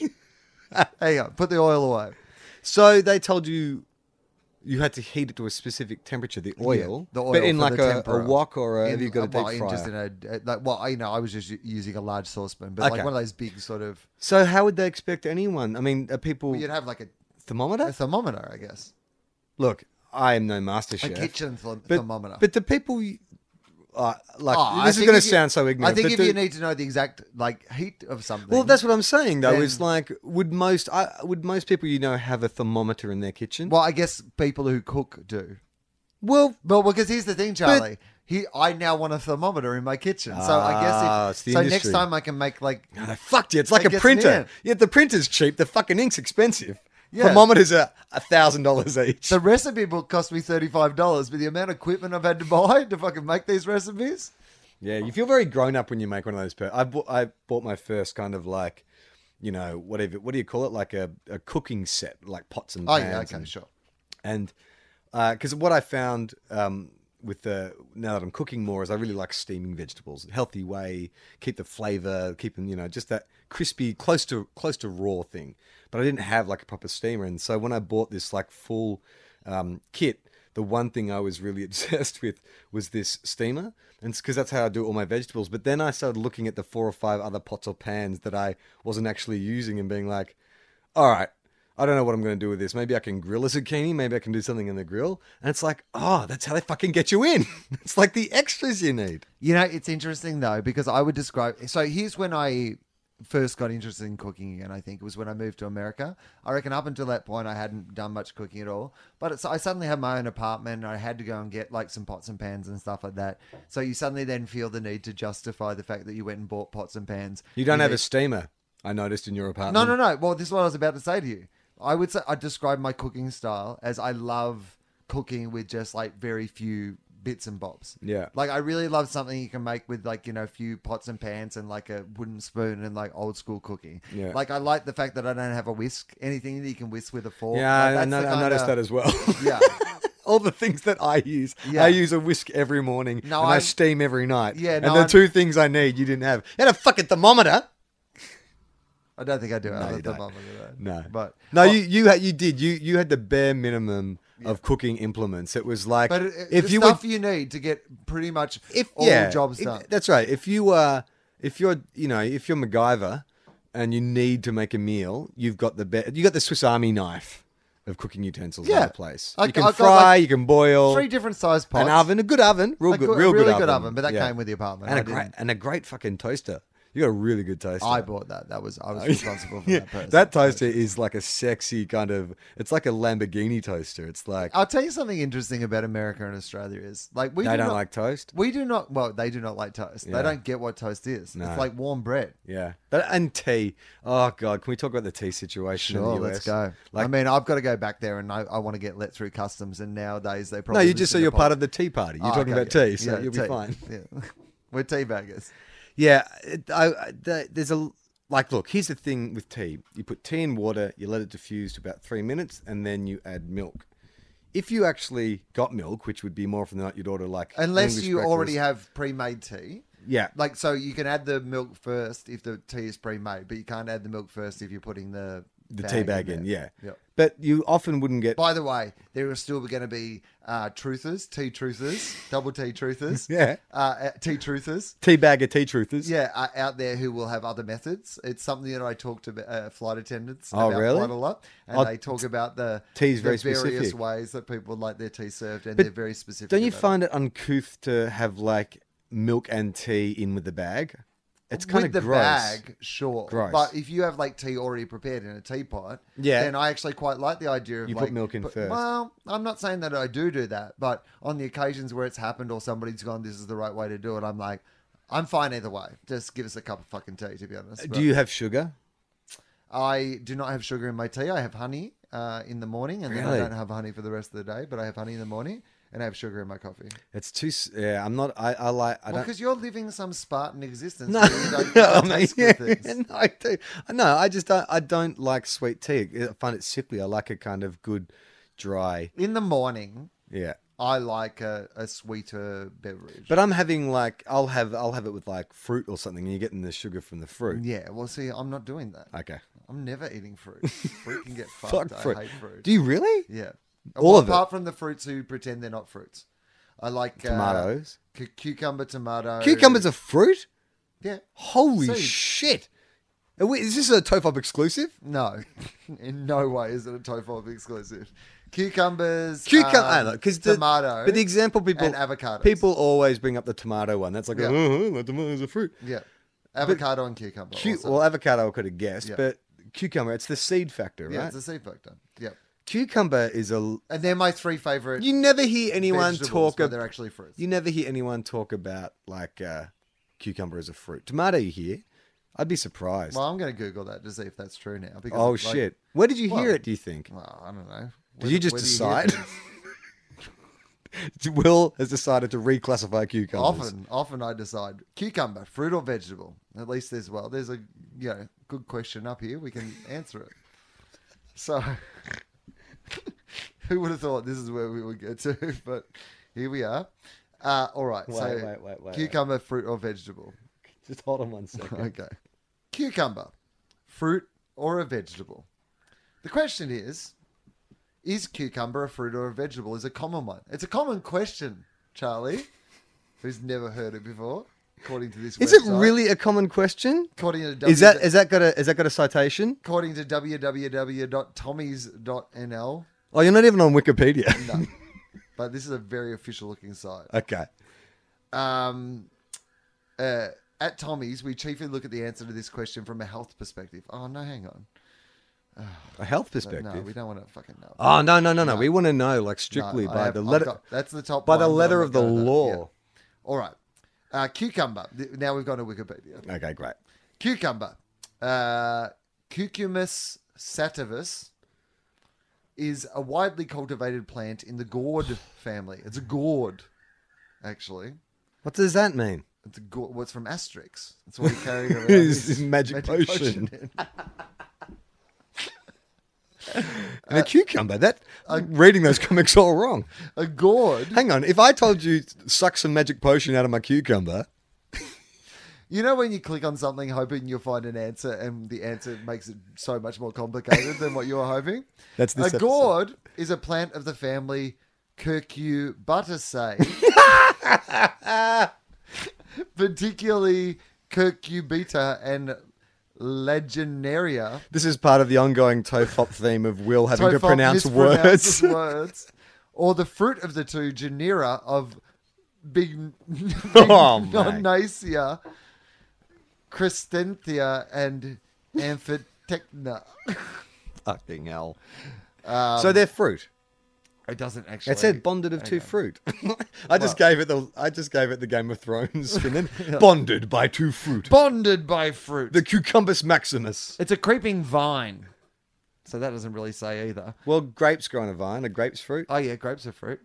S3: Hang on, put the oil away.
S2: So they told you you had to heat it to a specific temperature, the oil,
S3: Oh, the oil
S2: but in
S3: for
S2: like
S3: the
S2: a, a
S3: tempura.
S2: wok or a,
S3: In-
S2: have you got a
S3: well,
S2: deep
S3: in
S2: fryer?
S3: Just in a like, well, you know, I was just u- using a large saucepan, but
S2: Okay.
S3: like one of those big sort of.
S2: so how would they expect anyone? I mean, are people
S3: You'd have like a,
S2: thermometer?
S3: a thermometer, I guess,
S2: Look, I am no master
S3: a
S2: chef.
S3: kitchen th-
S2: but,
S3: thermometer.
S2: But the people, you- uh, like
S3: Oh, I
S2: this is
S3: think
S2: going to
S3: if you-
S2: sound so ignorant.
S3: I think
S2: but
S3: if
S2: the-
S3: you need to know the exact like heat of something,
S2: Well, that's what I'm saying though. is
S3: then-
S2: like, would most I, would most people you know have a thermometer in their kitchen?
S3: well, I guess people who cook do.
S2: Well,
S3: Well, because here's the thing, Charlie. he, I now want a thermometer in my kitchen, so I
S2: Ah,
S3: guess
S2: it's
S3: if,
S2: the
S3: so.
S2: industry.
S3: Next time I can make like
S2: no, (laughs) they fucked you. It's like
S3: That
S2: a
S3: gets
S2: printer.
S3: near.
S2: Yet the printer's cheap. The fucking ink's expensive.
S3: Yeah.
S2: Thermometers are a thousand dollars each.
S3: the recipe book cost me thirty five dollars, but the amount of equipment I've had to buy (laughs) to fucking make these recipes.
S2: yeah, you feel very grown up when you make one of those. Per- I bought I bought my first kind of like, you know, whatever. What do you call it? Like a, a cooking set, like pots and
S3: Oh
S2: pans.
S3: yeah, okay,
S2: and-
S3: sure.
S2: and because what I found um, with the now that I'm cooking more is I really like steaming vegetables, healthy way, keep the flavor, keep them you know just that crispy, close to close to raw thing. But I didn't have like a proper steamer, and so when I bought this like full um, kit. The one thing I was really (laughs) obsessed with was this steamer, and because that's how I do all my vegetables. But then I started looking at the four or five other pots or pans that I wasn't actually using, and being like, all right, I don't know what I'm going to do with this. Maybe I can grill a zucchini. Maybe I can do something in the grill. And it's like, oh, that's how they fucking get you in. (laughs) it's like the extras you need.
S3: You know, it's interesting though because I would describe. So here's when I first got interested in cooking again. I think it was when I moved to America. I reckon up until that point I hadn't done much cooking at all. But it's, I suddenly had my own apartment. And I had to go and get like some pots and pans and stuff like that. So you suddenly then feel the need to justify the fact that you went and bought pots and pans.
S2: You don't have a
S3: need-
S2: um, steamer. I noticed in your apartment.
S3: no, no, no. Well, this is what I was about to say to you. I would say I describe my cooking style as I love cooking with just like very few bits and bobs.
S2: Yeah.
S3: Like I really love something you can make with like, you know, a few pots and pans and like a wooden spoon and like old school cooking.
S2: Yeah.
S3: Like I like the fact that I don't have a whisk, anything that you can whisk with a fork.
S2: Yeah, I,
S3: Like, that's the
S2: no- I
S3: kinda-
S2: noticed that as (laughs) well.
S3: (laughs) Yeah.
S2: All the things that I use,
S3: Yeah.
S2: I use a whisk every morning,
S3: No,
S2: and I,
S3: I'm-
S2: steam every night.
S3: Yeah,
S2: and
S3: no,
S2: the
S3: I'm-
S2: two things I need, you didn't have. You had a fucking thermometer.
S3: I don't think I do. it at
S2: you
S3: the
S2: don't.
S3: moment of that.
S2: No,
S3: But
S2: no,
S3: Oh,
S2: you you had you did you you had the bare minimum of cooking implements. It was like
S3: but it, it-
S2: if
S3: the
S2: you were
S3: stuff you need to get pretty much
S2: if
S3: all
S2: yeah,
S3: jobs
S2: if-
S3: done.
S2: that's right. If you uh, if you're you know if you're MacGyver and you need to make a meal, you've got the be- you got the Swiss Army knife of cooking utensils in
S3: Yeah.
S2: the place.
S3: I-
S2: you can
S3: I've got,
S2: fry,
S3: like,
S2: you can boil,
S3: Three different size pots.
S2: an oven, a good oven, real
S3: Like,
S2: good,
S3: a
S2: real
S3: really
S2: good, oven.
S3: but that
S2: Yeah.
S3: came with the apartment.
S2: and
S3: I
S2: a great
S3: didn't-
S2: and a great fucking toaster. You got a really good toaster.
S3: I bought that. That was
S2: (laughs)
S3: I was responsible for
S2: Yeah,
S3: that person.
S2: that toaster is like a sexy kind of. It's like a Lamborghini toaster. It's like
S3: I'll tell you something interesting about America and Australia is like Oh, we
S2: they
S3: do
S2: don't
S3: not,
S2: like toast.
S3: we do not well they do not like toast.
S2: Yeah.
S3: They don't get what toast is.
S2: No.
S3: It's like warm bread.
S2: Yeah, but and tea. Oh god, can we talk about the tea situation? in
S3: Sure,
S2: the US?
S3: let's go.
S2: Like,
S3: I mean, I've got to go back there, and I, I want to get let through customs. And nowadays they
S2: no,
S3: probably
S2: you just say you're part of the tea party.
S3: Oh,
S2: You're talking about tea, so you'll
S3: tea.
S2: be fine.
S3: (laughs) Yeah. We're tea baggers.
S2: Yeah, it, I, I- the, there's a like. Look, here's the thing with tea: you put tea in water, you let it diffuse to about three minutes, and then you add milk. If you actually got milk, which would be more often than not, you'd order like an
S3: Unless
S2: English
S3: you already
S2: breakfast.
S3: have pre-made tea.
S2: yeah,
S3: Like so, you can add the milk first if the tea is pre-made, but you can't add the milk first if you're putting the
S2: the tea bag in,
S3: there.
S2: yeah.
S3: Yep.
S2: But you often wouldn't get.
S3: By the way, there are still going to be uh, truthers, tea truthers, double tea
S2: (laughs)
S3: truthers,
S2: Yeah.
S3: uh, uh, tea truthers,
S2: Tea bag of tea truthers.
S3: yeah, uh, out there who will have other methods. It's something that I talk to uh, flight attendants
S2: Oh,
S3: about
S2: really?
S3: quite a lot, and
S2: Oh,
S3: they talk about the
S2: tea's
S3: the
S2: very
S3: various
S2: specific.
S3: ways that people like their tea served, and
S2: But
S3: they're very specific.
S2: Don't you
S3: about it.
S2: find it uncouth to have like milk and tea in with the bag? It's kind
S3: with
S2: of
S3: the
S2: gross.
S3: bag, sure,
S2: Gross.
S3: but if you have like tea already prepared in a teapot,
S2: Yeah.
S3: then I actually quite like the idea of
S2: You put
S3: like
S2: milk in
S3: but-
S2: first.
S3: Well, I'm not saying that I do do that, but on the occasions where it's happened or somebody's gone, this is the right way to do it. I'm like, I'm fine either way. Just give us a cup of fucking tea, to be honest. But
S2: Do you have sugar?
S3: I do not have sugar in my tea. I have honey uh, in the morning, and then I
S2: Really?
S3: don't have honey for the rest of the day. But I have honey in the morning, and I have sugar in my coffee.
S2: It's too. s- Yeah, I'm not. I, I like. I
S3: Well,
S2: don't.
S3: because you're living some Spartan existence.
S2: (laughs) No,
S3: where you don't- you don't
S2: I mean,
S3: taste good
S2: (laughs)
S3: things.
S2: no, I do. No, I just don't. I don't like sweet tea. I find it sipply. I like a kind of good, dry.
S3: In the morning,
S2: Yeah.
S3: I like a, a sweeter beverage.
S2: But I'm having like I'll have I'll have it with like fruit or something, and you're getting the sugar from the fruit.
S3: yeah, well, see, I'm not doing that.
S2: Okay.
S3: I'm never eating
S2: (laughs)
S3: fruit. Fruit can get
S2: Fuck
S3: fucked.
S2: fruit.
S3: I hate fruit.
S2: Do you really?
S3: yeah,
S2: All
S3: Well,
S2: of it?
S3: apart from the fruits who pretend they're not fruits. I like uh,
S2: Tomatoes.
S3: cu- cucumber, tomato,
S2: Cucumbers are fruit.
S3: yeah.
S2: Holy
S3: Seeds.
S2: shit! Are we- is this a Tofop exclusive?
S3: No, (laughs) in no way is it a Tofop exclusive. Cucumbers,
S2: Cucumber,
S3: um,
S2: because
S3: tomato,
S2: But the example people
S3: and avocados.
S2: people always bring up the tomato one. That's like,
S3: Yeah.
S2: oh, the tomato's a fruit.
S3: yeah, avocado and cucumber.
S2: Cu-
S3: also.
S2: well, avocado I could have guessed,
S3: Yeah.
S2: but cucumber, it's the seed factor, right?
S3: yeah, it's a seed factor. Yeah,
S2: cucumber is a. l-
S3: and they're my three favorite.
S2: You never hear anyone
S3: vegetables,
S2: talk
S3: but they're
S2: about.
S3: actually fruits.
S2: You never hear anyone talk about like uh, cucumber as a fruit. Tomato, you hear. I'd be surprised.
S3: Well, I'm going to Google that to see if that's true now. Because
S2: oh
S3: like,
S2: shit! Where did you hear
S3: well-
S2: it? Do you think?
S3: Well, I don't know.
S2: Did you just
S3: where do hear
S2: decide? (laughs)
S3: things?
S2: Will has decided to reclassify cucumbers.
S3: often, often I decide cucumber, fruit or vegetable. At least there's well, there's a you know good question up here. We can answer it. So, (laughs) who would have thought this is where we would get to? (laughs) But here we are. Uh, all right. so,
S2: Wait, wait, wait, wait.
S3: cucumber, fruit or vegetable.
S2: Just hold on one second.
S3: Okay. Cucumber, fruit or a vegetable? The question is Is cucumber a fruit or a vegetable? Is a common one. It's a common question, Charlie, (laughs) who's never heard it before, according to this
S2: Is it
S3: website.
S2: really a common question?
S3: According to, w-
S2: Is that is that got a is that got a citation?
S3: according to www.tommies.nl.
S2: Oh, you're not even on Wikipedia.
S3: No. but this is a very official looking site.
S2: (laughs) okay.
S3: um, uh, at Tommy's, we chiefly look at the answer to this question from a health perspective. Oh, no, hang on.
S2: A health
S3: No,
S2: perspective.
S3: No, we don't want to fucking know.
S2: oh no no no no. We want to know like strictly
S3: No, Uh, I
S2: by
S3: have-
S2: the
S3: I've
S2: letter
S3: got- that's the top
S2: by the
S3: one, but I'm
S2: letter
S3: not
S2: of the
S3: going to that.
S2: law.
S3: Yeah. All right. Uh, cucumber. Th- Now we've gone to Wikipedia.
S2: Okay, great.
S3: Cucumber. Uh, Cucumis sativus is a widely cultivated plant in the gourd family. It's a gourd. actually.
S2: What does that
S3: (laughs)
S2: mean?
S3: It's a go- what's from Asterix. That's what he
S2: (laughs)
S3: carried around.
S2: His magic potion.
S3: in.
S2: And
S3: (laughs) Uh,
S2: a cucumber. That I'm reading those comics all wrong.
S3: (laughs) A gourd.
S2: Hang on. If I told you suck some magic potion out of my cucumber,
S3: You know when you click on something hoping you'll find an answer, and the answer makes it so much more complicated than what you were hoping.
S2: (laughs) That's this
S3: a
S2: episode.
S3: gourd is a plant of the family
S2: (laughs)
S3: Curcubitaceae, particularly Curcubita and Legionaria.
S2: this is part of the ongoing tofop theme of Will having to
S3: Toph
S2: pronounce words.
S3: mispronounces words, or the fruit of the two genera of (laughs) Big, big
S2: Oh, mate.
S3: Nonaceae, Crescentia, and Amphitechna.
S2: (laughs) Fucking hell.
S3: Um,
S2: so they're fruit.
S3: It doesn't actually.
S2: It said bonded of two fruit. (laughs) I just gave it the I just gave it the Game of
S3: (laughs)
S2: Thrones and then bonded by two fruit.
S3: bonded by fruit.
S2: the cucumbus maximus.
S3: it's a creeping vine, so that doesn't really say either.
S2: Well, grapes grow on a vine. Are grapes fruit?
S3: Oh yeah, grapes are fruit.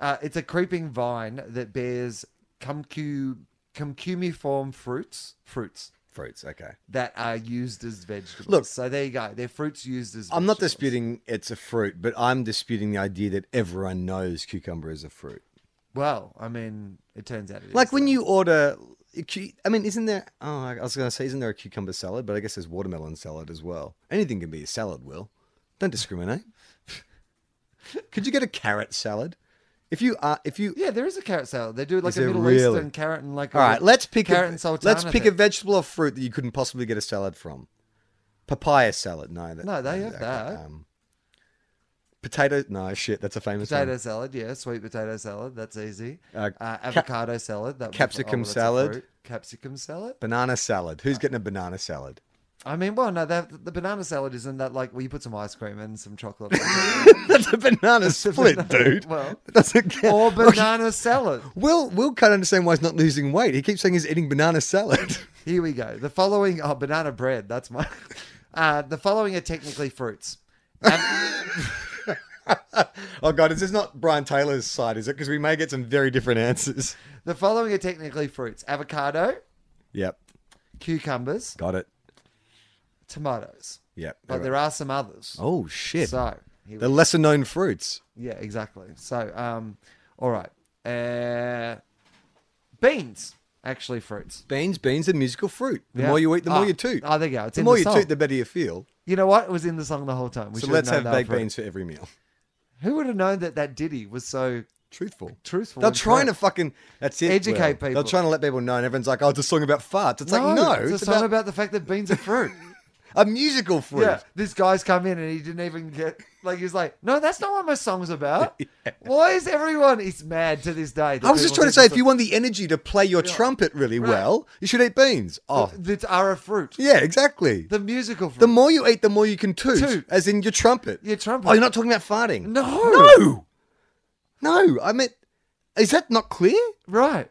S3: Uh, it's a creeping vine that bears cumcu cumcumiform fruits. Fruits.
S2: Fruits. Okay.
S3: that are used as vegetables.
S2: Look-
S3: so there you go. They're fruits used as.
S2: I'm not
S3: vegetables.
S2: disputing it's a fruit, but I'm disputing the idea that everyone knows cucumber is a fruit.
S3: Well, I mean, it turns out it is.
S2: Like when you order, I mean, isn't there? Oh, I was going to say, isn't there a cucumber salad? But I guess there's watermelon salad as well. Anything can be a salad. Will don't discriminate. (laughs) Could you get a carrot salad? If you are, if you
S3: Yeah, there is a carrot salad. They do like
S2: Is
S3: a
S2: there
S3: Middle
S2: really?
S3: Eastern carrot and like.
S2: all right, let's pick
S3: carrot
S2: a
S3: and sultana.
S2: let's pick a
S3: thing.
S2: vegetable or fruit that you couldn't possibly get a salad from. Papaya salad, no, that,
S3: No, they have
S2: okay,
S3: that.
S2: Um, potato, no, shit, that's a famous
S3: potato
S2: one.
S3: salad. Yeah, sweet potato salad. That's easy.
S2: Uh,
S3: Uh, avocado salad. That was-
S2: capsicum
S3: that's a
S2: salad.
S3: fruit. Capsicum salad.
S2: Banana salad. Who's getting a banana
S3: (laughs)
S2: salad?
S3: I mean, well, no, that, the banana salad isn't that like well, you put some ice cream and some chocolate.
S2: (laughs) That's a banana
S3: (laughs)
S2: split, dude.
S3: well.
S2: That doesn't (laughs) count. Oh,
S3: or
S2: Look,
S3: banana salad.
S2: Will Will can't understand why he's not losing weight. He keeps saying he's eating banana salad. (laughs)
S3: Here we go. The following are banana bread. That's my. (laughs) Uh, the following are technically fruits.
S2: oh god, is this not Brian Taylor's side? Is it? Because we may get some very different answers.
S3: The following are technically fruits avocado,
S2: Yep,
S3: cucumbers,
S2: got it.
S3: tomatoes.
S2: Yep.
S3: But there are some others.
S2: oh shit,
S3: So, here we
S2: the lesser known fruits.
S3: yeah, exactly. So, um, all right. Uh, beans, actually, fruits.
S2: Beans, beans, and musical fruit. The
S3: Yeah.
S2: more you eat, the
S3: Ah,
S2: more you toot.
S3: Oh, there you go. It's
S2: the
S3: in
S2: more
S3: the
S2: you
S3: song.
S2: toot, the better you feel.
S3: You know what? It was in the song the whole time. We
S2: so
S3: should
S2: let's
S3: known
S2: have
S3: that
S2: baked
S3: fruit.
S2: beans for every meal.
S3: Who would have known that that ditty was so
S2: Truthful.
S3: truthful?
S2: They're
S3: and
S2: trying to
S3: correct?
S2: fucking that's it.
S3: Educate
S2: Will. They're
S3: people.
S2: trying to let people know, and everyone's like, "Oh, it's a song about farts." It's like, no,
S3: it's a song about... the fact that beans
S2: (laughs)
S3: are fruit.
S2: a musical fruit.
S3: Yeah, this guy's come in and he didn't even get like he's like, no, that's not what my
S2: (laughs)
S3: song's about. Why is everyone? He's mad to this day. that
S2: I was just
S3: people
S2: trying to
S3: think
S2: say, if
S3: it's
S2: you want the energy to play your trumpet really well, you should eat beans.
S3: a-
S2: Oh,
S3: that are a fruit.
S2: yeah, exactly.
S3: The musical fruit.
S2: The more you eat, the more you can toot,
S3: Toot.
S2: as in your trumpet.
S3: Your trumpet.
S2: Oh, you're not talking about farting.
S3: No.
S2: no, no. I meant, is that not clear?
S3: right.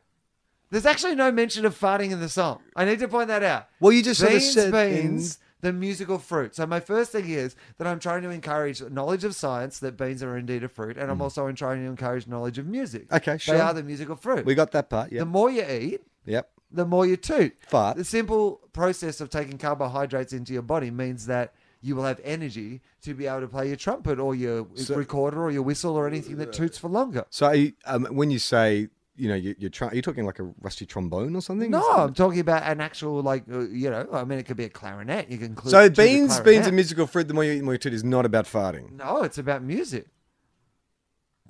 S3: There's actually no mention of farting in the song. I need to point that out.
S2: Well, you just sort of
S3: beans,
S2: said
S3: beans, the musical fruit. So my first thing is that I'm trying to encourage knowledge of science that beans are indeed a fruit, and I'm also trying to encourage knowledge of music.
S2: Mm. Okay, sure.
S3: They are the musical fruit.
S2: We got that part. Yep.
S3: The more you eat,
S2: yep.
S3: the more you toot.
S2: Fart.
S3: The simple process of taking carbohydrates into your body means that you will have energy to be able to play your trumpet or your recorder or your whistle or anything that toots for longer.
S2: So are you, um, when you say, you know, you, you're trying, are you talking like a rusty trombone or something?
S3: No, I'm talking about an actual like uh, you know. I mean, it could be a clarinet. You can include
S2: So
S3: choose a
S2: beans, beans,
S3: clarinet.
S2: and musical fruit. The more you eat, the more you toot is not about farting.
S3: No, it's about music.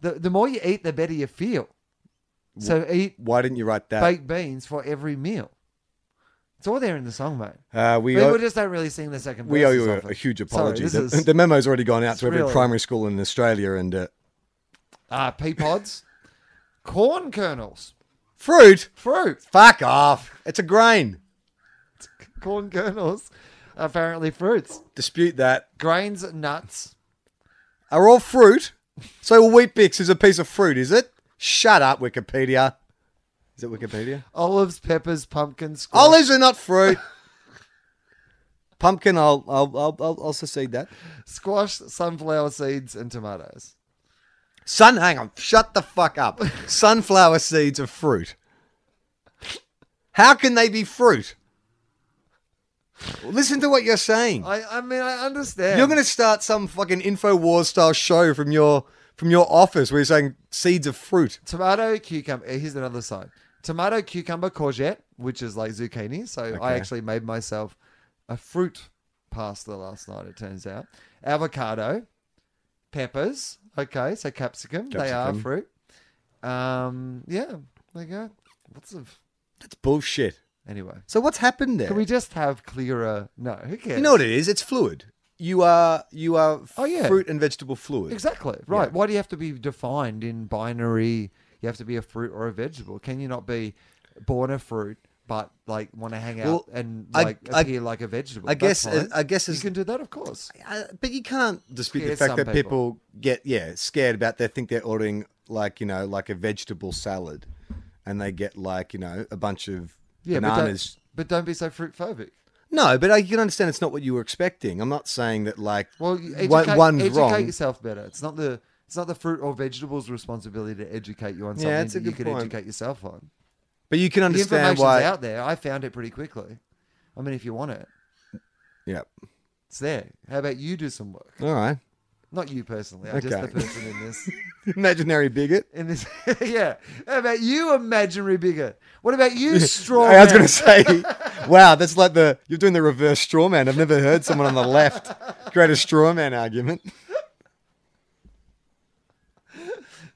S3: The the more you eat, the better you feel. So eat
S2: Why didn't you write that?
S3: baked beans for every meal. It's all there in the song, mate.
S2: Uh, we
S3: People
S2: owe-
S3: just don't really sing the second.
S2: We owe
S3: verses
S2: you a,
S3: often.
S2: a huge
S3: Sorry,
S2: apology.
S3: this
S2: the,
S3: is-
S2: the memo's already gone out to every
S3: really-
S2: primary school in Australia and uh,
S3: Ah, pea pods, corn kernels,
S2: fruit.
S3: fruit,
S2: Fuck off! It's a grain.
S3: corn kernels, apparently fruits,
S2: Dispute that.
S3: grains, nuts.
S2: Are all fruit? So wheat bix is a piece of fruit, is it? Shut up, Wikipedia. Is it Wikipedia?
S3: Olives, peppers, pumpkins. squash.
S2: Olives are not fruit. (laughs) Pumpkin, I'll I'll I'll, I'll, I'll secede that.
S3: squash, sunflower seeds, and tomatoes.
S2: Sun, hang on, shut the fuck
S3: (laughs)
S2: up. Sunflower seeds are fruit. How can they be fruit? Listen to what you're saying.
S3: I, I mean, I understand.
S2: You're going to start some fucking InfoWars style show from your from your office where you're saying seeds of fruit.
S3: tomato, cucumber. eh, Here's another side: tomato, cucumber, courgette, which is like zucchini. So I actually made myself a fruit pasta last night. It turns out avocado, peppers. Okay, so capsicum. They are
S2: Capsicum.
S3: fruit. Um, yeah, there you go. Lots of
S2: That's bullshit.
S3: anyway.
S2: So what's happened there?
S3: Can we just have clearer? No, who cares?
S2: you know what it is? It's fluid. You are you are
S3: Oh, yeah.
S2: fruit and vegetable fluid.
S3: Exactly. Right. Why do you have to be defined in binary? You have to be a fruit or a vegetable. Can you not be born a fruit but like want to hang out
S2: Well,
S3: and
S2: I-
S3: like
S2: I-
S3: appear like a vegetable?
S2: I
S3: That's
S2: guess uh,
S3: fine.
S2: I guess
S3: you
S2: as
S3: can do that, of course.
S2: Uh, but you can't dispute the
S3: Scares
S2: fact
S3: some
S2: that
S3: people.
S2: people. get yeah scared about they think they're ordering like you know like a vegetable salad, and they get like you know a bunch of
S3: Yeah, but don't,
S2: bananas.
S3: but don't be so fruit phobic.
S2: no, but I can understand it's not what you were expecting. I'm not saying that like
S3: Well, you educate,
S2: one, one's
S3: educate
S2: wrong.
S3: yourself better. It's not the it's not the fruit or vegetables' responsibility to educate you on something
S2: Yeah, it's a
S3: that you
S2: good
S3: can
S2: point.
S3: educate yourself on.
S2: But you can
S3: The
S2: understand
S3: information's
S2: why.
S3: out there. I found it pretty quickly. I mean, if you want it,
S2: Yeah.
S3: it's there. How about you do some work?
S2: All right. (laughs)
S3: Not you personally. I'm just the
S2: Okay.
S3: person in this.
S2: Imaginary bigot.
S3: in this. (laughs) yeah. How about you, imaginary bigot? What about you, straw?
S2: I was
S3: man?
S2: going to say, (laughs) wow, that's like the you're doing the reverse straw man. I've never heard someone on the
S3: (laughs)
S2: left create a straw man argument.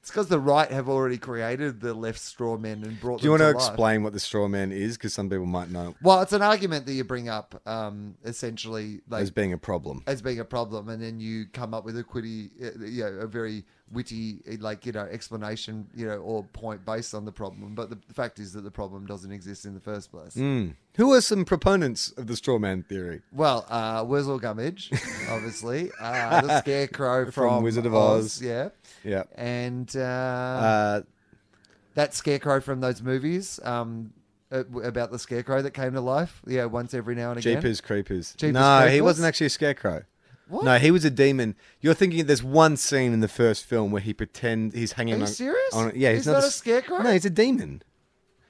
S3: It's because the right have already created the left straw men and brought.
S2: Do you
S3: them
S2: want to
S3: to life.
S2: explain what the straw man is? Because some people might know
S3: Well, it's an argument that you bring up, um, essentially, like
S2: as being a problem.
S3: as being a problem, and then you come up with a quitty, uh, you know, a very witty, uh, like you know, explanation, you know, or point based on the problem. But the fact is that the problem doesn't exist in the first place.
S2: Who are some proponents of the straw man theory?
S3: Well, uh, Wurzel
S2: (laughs)
S3: Gummidge, obviously, uh, the Scarecrow from,
S2: Wizard of Oz.
S3: yeah,
S2: Yeah.
S3: and uh,
S2: Uh,
S3: that Scarecrow from those movies um, uh, w- about the Scarecrow that came to life, yeah, once every now and again.
S2: Jeepers Creepers.
S3: Jeepers
S2: no, he
S3: Creepers?
S2: wasn't actually a scarecrow.
S3: What?
S2: No, he was a demon. You're thinking there's one scene in the first film where he pretend he's hanging
S3: Are you
S2: on.
S3: serious?
S2: on- yeah, he's,
S3: He's
S2: not,
S3: not a
S2: s-
S3: scarecrow?
S2: No, he's a demon.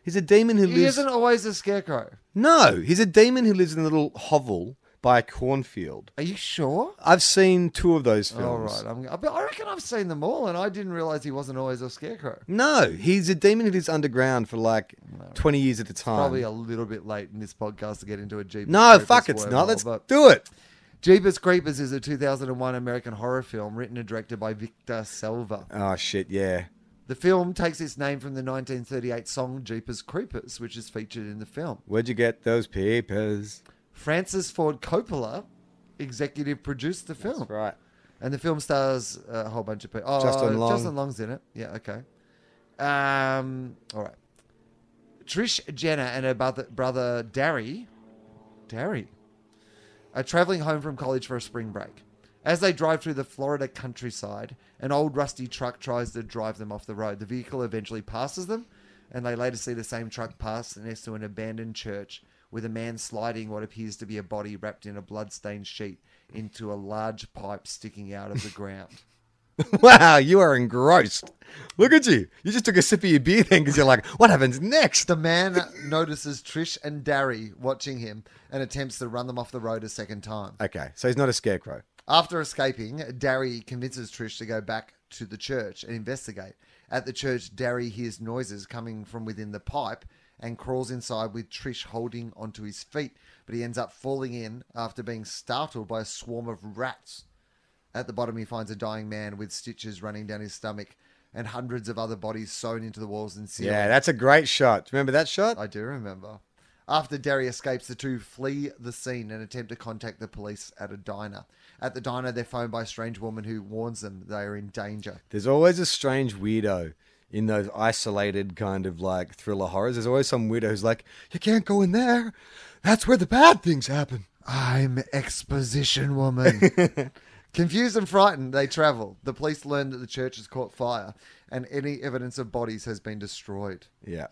S2: He's a demon who
S3: He
S2: lives.
S3: isn't always a Scarecrow.
S2: No, he's a demon who lives in a little hovel by a cornfield.
S3: Are you sure?
S2: I've seen two of those
S3: All
S2: films.
S3: right, I'm, I but I reckon I've seen them all, and I didn't realize he wasn't always a Scarecrow.
S2: No, he's a demon who lives underground for like 20 years at a time.
S3: Probably a little bit late in this podcast to get into a Jeepers.
S2: no,
S3: Creepers
S2: fuck, it's not.
S3: wormhole,
S2: Let's
S3: but-
S2: do it.
S3: Jeepers Creepers is a 2001 American horror film written and directed by Victor Salva.
S2: Oh, shit, yeah.
S3: The film takes its name from the 1938 song Jeepers Creepers, which is featured in the film.
S2: Where'd you get those papers?
S3: Francis Ford Coppola executive produced the film.
S2: Right. (laughs)
S3: And the film stars a whole bunch of people. Oh,
S2: Justin Long.
S3: Justin Long's in it. Yeah, okay. Um, all right. Trish Jenner and her brother, brother Darry, Darry, are traveling home from college for a spring break. As they drive through the Florida countryside, an old rusty truck tries to drive them off the road. The vehicle eventually passes them, and they later see the same truck pass next to an abandoned church with a man sliding what appears to be a body wrapped in a bloodstained sheet into a large pipe sticking out of the (laughs) ground.
S2: Wow, you are engrossed. Look at you. You just took a sip of your beer then because you're like, what happens next?
S3: The man notices Trish and Darry watching him and attempts to run them off the road a second time.
S2: Okay, so he's not a scarecrow.
S3: After escaping, Darry convinces Trish to go back to the church and investigate. At the church, Darry hears noises coming from within the pipe and crawls inside with Trish holding onto his feet, but he ends up falling in after being startled by a swarm of rats. At the bottom, he finds a dying man with stitches running down his stomach and hundreds of other bodies sewn into the walls and ceiling.
S2: Yeah, that's a great shot. Remember that shot?
S3: I do remember. After Derry escapes, the two flee the scene and attempt to contact the police at a diner. At the diner, they're phoned by a strange woman who warns them they are in danger.
S2: There's always a strange weirdo in those isolated kind of like thriller horrors. There's always some weirdo who's like, you can't go in there. That's where the bad things happen.
S3: I'm exposition woman. Confused and frightened, they travel. The police learn that the church has caught fire and any evidence of bodies has been destroyed.
S2: Yeah,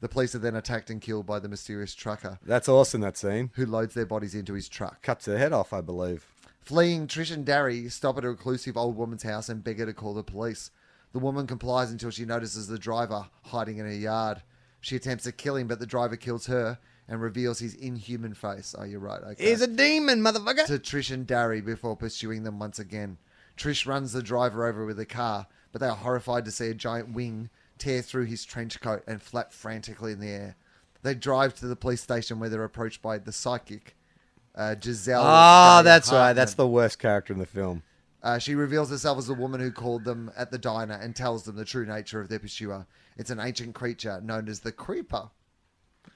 S3: The police are then attacked and killed by the mysterious trucker
S2: that's awesome, that scene.
S3: who loads their bodies into his truck.
S2: Cuts her head off, I believe.
S3: Fleeing Trish and Darry stop at a reclusive old woman's house and beg her to call the police. The woman complies until she notices the driver hiding in her yard. She attempts to kill him, but the driver kills her and reveals his inhuman face. Oh, you're right. Okay
S2: He's a demon, motherfucker.
S3: to Trish and Darry before pursuing them once again. Trish runs the driver over with a car, but they are horrified to see a giant wing tear through his trench coat and flap frantically in the air. They drive to the police station where they're approached by the psychic, uh, Giselle.
S2: Ah,
S3: Sky
S2: that's right. That's
S3: Hartman.
S2: the worst character in the film.
S3: Uh, she reveals herself as the woman who called them at the diner and tells them the true nature of their pursuer. It's an ancient creature known as the Creeper.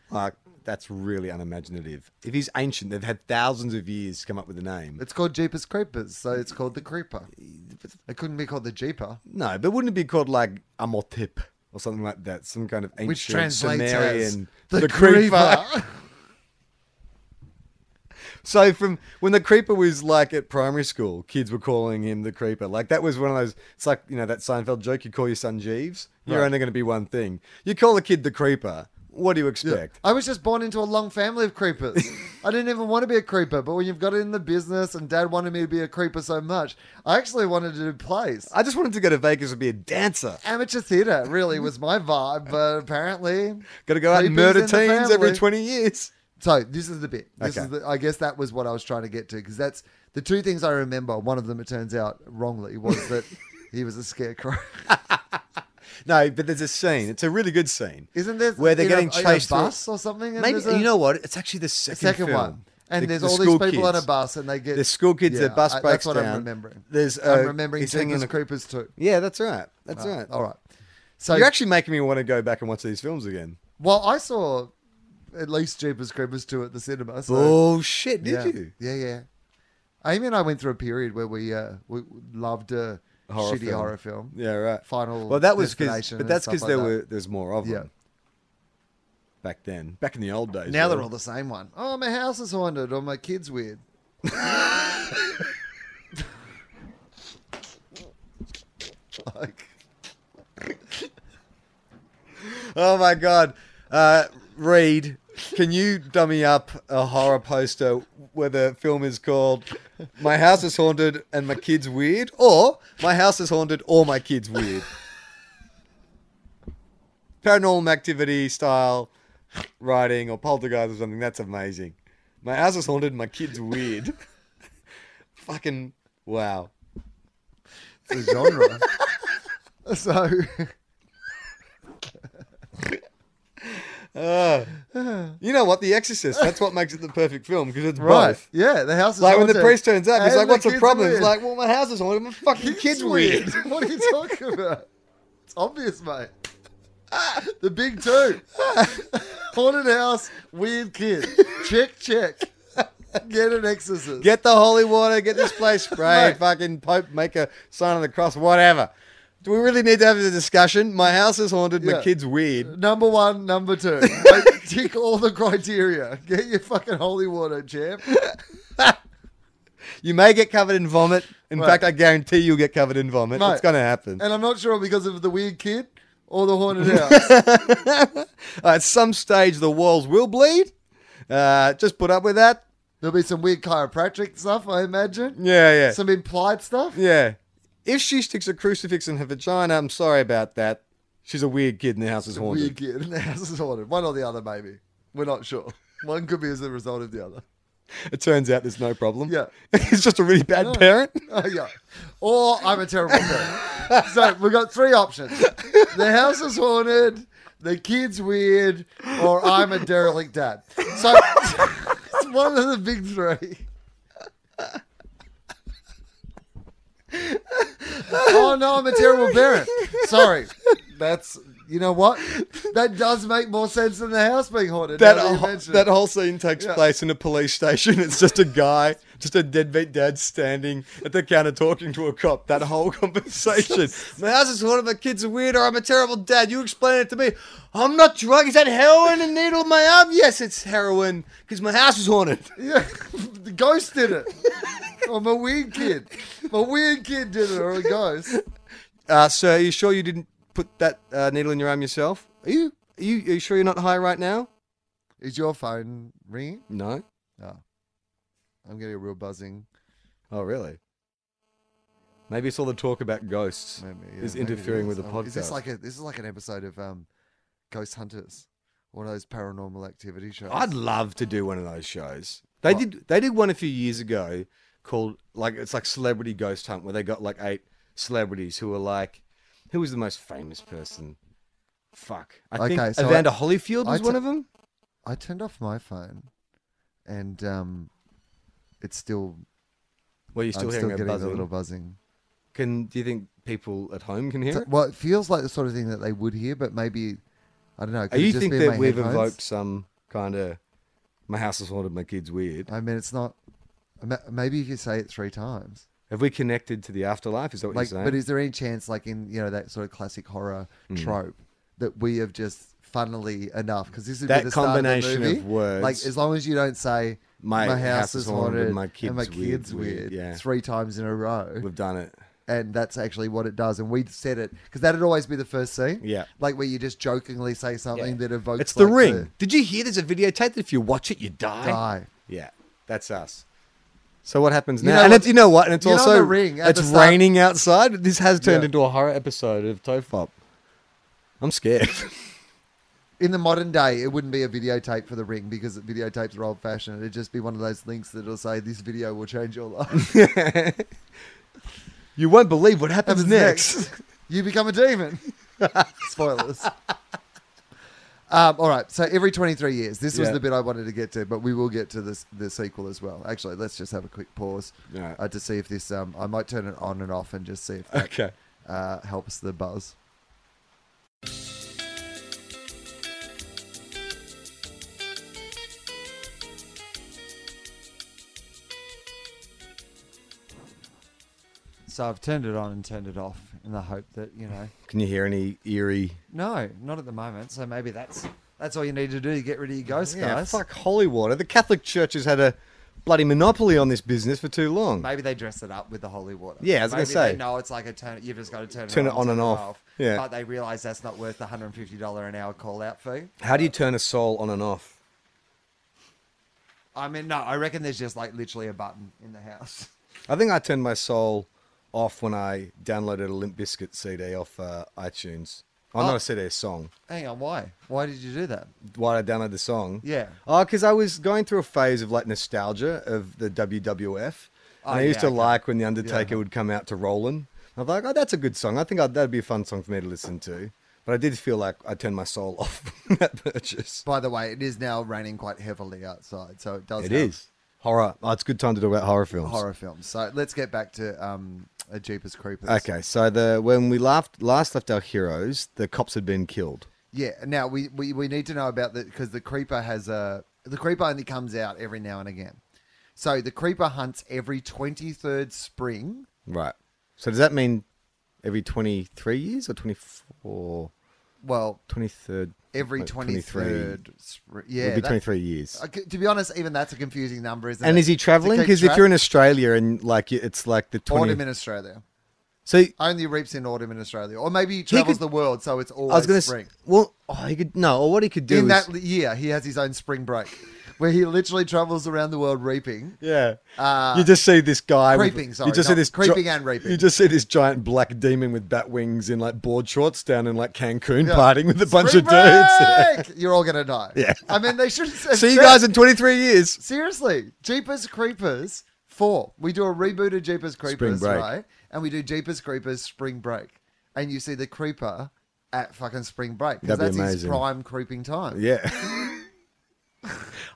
S2: Like, that's really unimaginative. If he's ancient, they've had thousands of years to come up with a name.
S3: It's called Jeepers Creepers, so it's called the Creeper. It couldn't be called the Jeeper.
S2: No, but wouldn't it be called like Amotip or something like that? Some kind of ancient
S3: which translates as
S2: Sumerian.
S3: the,
S2: Creeper.
S3: creeper.
S2: (laughs) So from when the creeper was like at primary school, kids were calling him the creeper. Like that was one of those. It's like you know that Seinfeld joke. You call your son Jeeves. You're only going to be one thing. You call a kid the creeper. What do you expect?
S3: (laughs) I was just born into a long family of creepers. I didn't even want to be a creeper, but when you've got it in the business and dad wanted me to be a creeper so much, I actually wanted to do plays.
S2: I just wanted to go to Vegas and be a dancer.
S3: Amateur theatre really was my vibe, but apparently.
S2: Got to go out and
S3: creepers
S2: murder
S3: in the
S2: teens every
S3: family.
S2: twenty years.
S3: So this is the bit. This
S2: Okay.
S3: is the, I guess that was what I was trying to get to because that's the two things I remember. One of them, it turns out, wrongly,
S2: (laughs)
S3: was that he was a scarecrow.
S2: No, but there's a scene. It's a really good scene.
S3: Isn't there
S2: where they're
S3: in a-
S2: getting
S3: in a
S2: chased through-
S3: bus or something? and
S2: Maybe
S3: there's a-
S2: you know what? It's actually the second,
S3: the second
S2: film.
S3: one. And
S2: The-
S3: there's
S2: the
S3: all these
S2: school
S3: people on a
S2: kids.
S3: bus, and they get
S2: The school kids.
S3: Yeah,
S2: their bus
S3: I-
S2: breaks
S3: That's what
S2: down.
S3: I'm remembering.
S2: There's uh,
S3: I'm remembering
S2: he's hanging
S3: Jeepers
S2: on a-
S3: Creepers too.
S2: Yeah, that's right. That's right.
S3: All right. So,
S2: You're actually making me want to go back and watch these films again.
S3: well, I saw at least Jeepers Creepers two at the cinema. So,
S2: Bullshit,
S3: yeah.
S2: did you?
S3: Yeah, yeah. Amy and I went through a period where we uh, we loved a
S2: Horror
S3: shitty
S2: film.
S3: horror film.
S2: Yeah, right.
S3: Final
S2: Well, that was because,
S3: Destination
S2: but
S3: and
S2: that's
S3: stuff
S2: because
S3: like
S2: there
S3: that.
S2: were there's more of them.
S3: Yeah.
S2: Back then, back in the old days.
S3: Now
S2: really.
S3: they're all the same one. Oh, my house is haunted, or my kid's weird. like,
S2: Oh my god, uh, Reed, can you dummy up a horror poster where the film is called "My House Is Haunted and My Kids Weird" or "My House Is Haunted or My Kids Weird"? Paranormal Activity style writing or poltergeist or something. That's amazing. My house is haunted. My kids weird. (laughs) Fucking wow.
S3: it's a genre. (laughs) so,
S2: You know what? The Exorcist. That's what makes it the perfect film because it's
S3: right.
S2: both.
S3: Yeah, the house is
S2: Like when the
S3: haunted
S2: priest turns up, he's
S3: and
S2: like, "What's the
S3: kid's
S2: problem?" He's
S3: weird.
S2: like, "Well, my house is haunted. My fucking kid's weird."
S3: (laughs) what are you talking about? It's obvious, mate. (laughs) The
S2: (laughs)
S3: big two. Haunted house, weird kid. Check, check. Get an
S2: (laughs)
S3: exorcist.
S2: Get the holy water. Get this (laughs) place sprayed.
S3: Mate.
S2: fucking Pope, make a sign of the cross. Whatever. Do we really need to have a discussion? My house is haunted. My
S3: Yeah.
S2: kid's weird.
S3: Number one,
S2: (laughs)
S3: number two. Like, tick all the criteria. Get your fucking holy water, champ.
S2: You may get covered in vomit. In
S3: Right.
S2: fact, I guarantee you'll get covered in vomit.
S3: Mate.
S2: It's going to happen.
S3: And I'm not sure because of the weird kid or
S2: (laughs)
S3: the haunted house.
S2: Uh, at some stage, the walls will bleed. Uh, just put up with that.
S3: There'll be some weird chiropractic stuff, I imagine.
S2: Yeah, yeah.
S3: Some implied stuff.
S2: Yeah. If she sticks a crucifix in her vagina, I'm sorry about that. She's a weird kid and the house is haunted.
S3: Weird kid in the house is haunted. One or the other, maybe. We're not sure. One could be as a result of the other.
S2: It turns out there's no problem.
S3: Yeah.
S2: (laughs) it's just a really bad parent.
S3: (laughs) Oh, yeah. Or I'm a terrible parent. so we've got three options. The house is haunted, the kid's weird, or I'm a derelict dad. So (laughs) it's one of the big three. oh no, I'm a terrible parent. Sorry. That's you know what? That does make more sense than the house being haunted.
S2: That,
S3: now you
S2: whole,
S3: mention
S2: that
S3: it.
S2: whole scene takes
S3: Yeah.
S2: place in a police station. (laughs) It's just a guy, just a deadbeat dad standing at the counter talking to a cop. That whole (laughs) conversation. my house is haunted. My kids are weird, or I'm a terrible dad. You explain it to me. I'm not drunk. Is that heroin and needle in my arm? Yes, it's heroin because my house is haunted.
S3: Yeah, (laughs) the ghost did it. I'm a weird kid. My weird kid did it, or a ghost.
S2: Uh, sir, are you sure you didn't put that uh, needle in your arm yourself? Are you, are you are you sure you're not high right now?
S3: Is your phone ringing?
S2: No.
S3: No. I'm getting a real buzzing.
S2: Oh, really? Maybe it's all the talk about ghosts
S3: Maybe, yeah,
S2: is
S3: maybe it
S2: interfering
S3: is.
S2: with the
S3: Oh,
S2: podcast.
S3: Is this like a this is like an episode of um, Ghost Hunters, one of those paranormal activity shows?
S2: I'd love to do one of those shows. They did they did one a few years ago called like it's like celebrity ghost hunt where they got like eight celebrities who were like who was the most famous person? Fuck. I
S3: Okay,
S2: think
S3: so I-
S2: Evander Holyfield
S3: I
S2: was
S3: t-
S2: one of them.
S3: I turned off my phone, and um, it's still
S2: Well, you're still
S3: I'm still
S2: hearing
S3: getting
S2: a buzzing.
S3: a little buzzing.
S2: Can do you think people at home can hear
S3: So-
S2: it?
S3: well, it feels like the sort of thing that they would hear, but maybe I don't know. it
S2: Are
S3: could
S2: you
S3: just
S2: think
S3: be
S2: that
S3: my
S2: we've
S3: headphones.
S2: evoked some kind of my house is haunted, my kids weird?
S3: I mean, it's not. ma- Maybe if you say it three times,
S2: Have we connected to the afterlife? Is that what
S3: like,
S2: you're saying? Hmm.
S3: but is there any chance, like in you know that sort of classic horror trope, that we have just funnily enough because this is
S2: That
S3: the start
S2: combination
S3: of, the
S2: of
S3: movie, Like
S2: words.
S3: as long as you don't say
S2: My house is haunted,
S3: haunted
S2: my
S3: and my
S2: kids weird,
S3: kids
S2: weird,"
S3: weird,
S2: yeah.
S3: three times in a row,
S2: We've done it.
S3: and that's actually what it does. And we said it because that'd always be the first scene.
S2: Yeah.
S3: like where you just jokingly say something that evokes.
S2: It's the
S3: like,
S2: ring. Did you hear there's a videotape that if you watch it, you die?
S3: die.
S2: Yeah, that's us. So what happens
S3: You
S2: now?
S3: know
S2: and
S3: what-
S2: it's, you know what? And it's
S3: you know
S2: also
S3: the ring at
S2: it's
S3: the start-
S2: raining outside. This has turned
S3: Yeah.
S2: into a horror episode of Tofop. I'm (laughs) scared.
S3: In the modern day, it wouldn't be a videotape for the ring because videotapes are old fashioned. It'd just be one of those links that'll say this video will change your life.
S2: you won't believe what happens,
S3: Happens
S2: (laughs) next. (laughs)
S3: you become a demon. Spoilers. Um, all right, so every 23 years, this was
S2: Yeah.
S3: the bit I wanted to get to, but we will get to this the sequel as well. Actually, let's just have a quick pause
S2: Yeah.
S3: uh, to see if this. Um, I might turn it on and off and just see if that
S2: Okay.
S3: uh, helps the buzz. So I've turned it on and turned it off in the hope that
S2: (laughs)
S3: you know.
S2: Can you hear any eerie?
S3: No, not at the moment. So maybe that's that's all you need to do. Get rid of your ghost
S2: Yeah,
S3: guys.
S2: fuck holy water. The Catholic Church has had a bloody monopoly on this business for too long.
S3: Maybe they dress it up with the holy water.
S2: Yeah, I was gonna
S3: Maybe
S2: say.
S3: they know it's like a turn. You've just got to turn,
S2: Turn
S3: it on, turn and off.
S2: Yeah.
S3: But they realize that's not worth the hundred and fifty dollar an hour call out fee.
S2: How do you turn a soul on and off?
S3: I mean, no, I reckon there's just like literally a button in the house.
S2: I think I turned my soul off when I downloaded a Limp Bizkit CD off uh, iTunes. Oh,
S3: Oh.
S2: not a CD, a song.
S3: (laughs) Hang on, why? Why did you do that?
S2: Why I downloaded the song?
S3: Yeah.
S2: Oh, because I was going through a phase of like nostalgia of the WWF.
S3: Oh,
S2: and I used
S3: yeah,
S2: to
S3: okay.
S2: like when The Undertaker
S3: Yeah.
S2: would come out to Roland. I was like, oh, that's a good song. I think I'd, that'd be a fun song for me to listen to. But I did feel like I turned my soul (laughs) off from that purchase.
S3: By the way, it is now raining quite heavily outside, so it does.
S2: It
S3: have
S2: is. Horror. Oh, it's a good time to talk about horror films.
S3: horror films. So let's get back to um, a Jeepers Creepers.
S2: Okay, so the when we last last left our heroes, the cops had been killed.
S3: Yeah. Now we, we, we need to know about the because the creeper has a the creeper only comes out every now and again. So the creeper hunts every twenty third spring.
S2: Right. So does that mean every 23 years or 24?
S3: Well,
S2: 23rd?
S3: every
S2: like,
S3: twenty third. Yeah.
S2: Would be
S3: that-
S2: 23 years.
S3: Okay, to be honest, even that's a confusing number, isn't it?
S2: And is he traveling? Because if you're in Australia and like you- it's like the 20.
S3: autumn in Australia,
S2: so I
S3: only reaps in autumn in Australia, or maybe he travels
S2: could-
S3: the world, so it's always
S2: was going
S3: spring.
S2: to. Well, oh, he could. No, or what he could do
S3: in
S2: is.
S3: that year, he has his own spring break, (laughs) where he literally travels around the world reaping.
S2: yeah.
S3: Uh,
S2: you just see this guy. with-
S3: creeping, sorry,
S2: You just see
S3: not-
S2: this gi-
S3: creeping and raping.
S2: You just see this giant black demon with bat wings in like board shorts down in like Cancun
S3: Yeah.
S2: partying with a bunch
S3: Spring
S2: of dudes.
S3: break! You're all gonna die.
S2: Yeah.
S3: I mean, they should. have
S2: (laughs) See you
S3: said-
S2: guys in 23 years.
S3: Seriously, Jeepers Creepers four. We do a reboot of Jeepers Creepers,
S2: Break.
S3: right? And we do Jeepers Creepers Spring Break, and you see the creeper at fucking Spring Break because
S2: That'd be
S3: that's his
S2: amazing.
S3: prime creeping time.
S2: Yeah.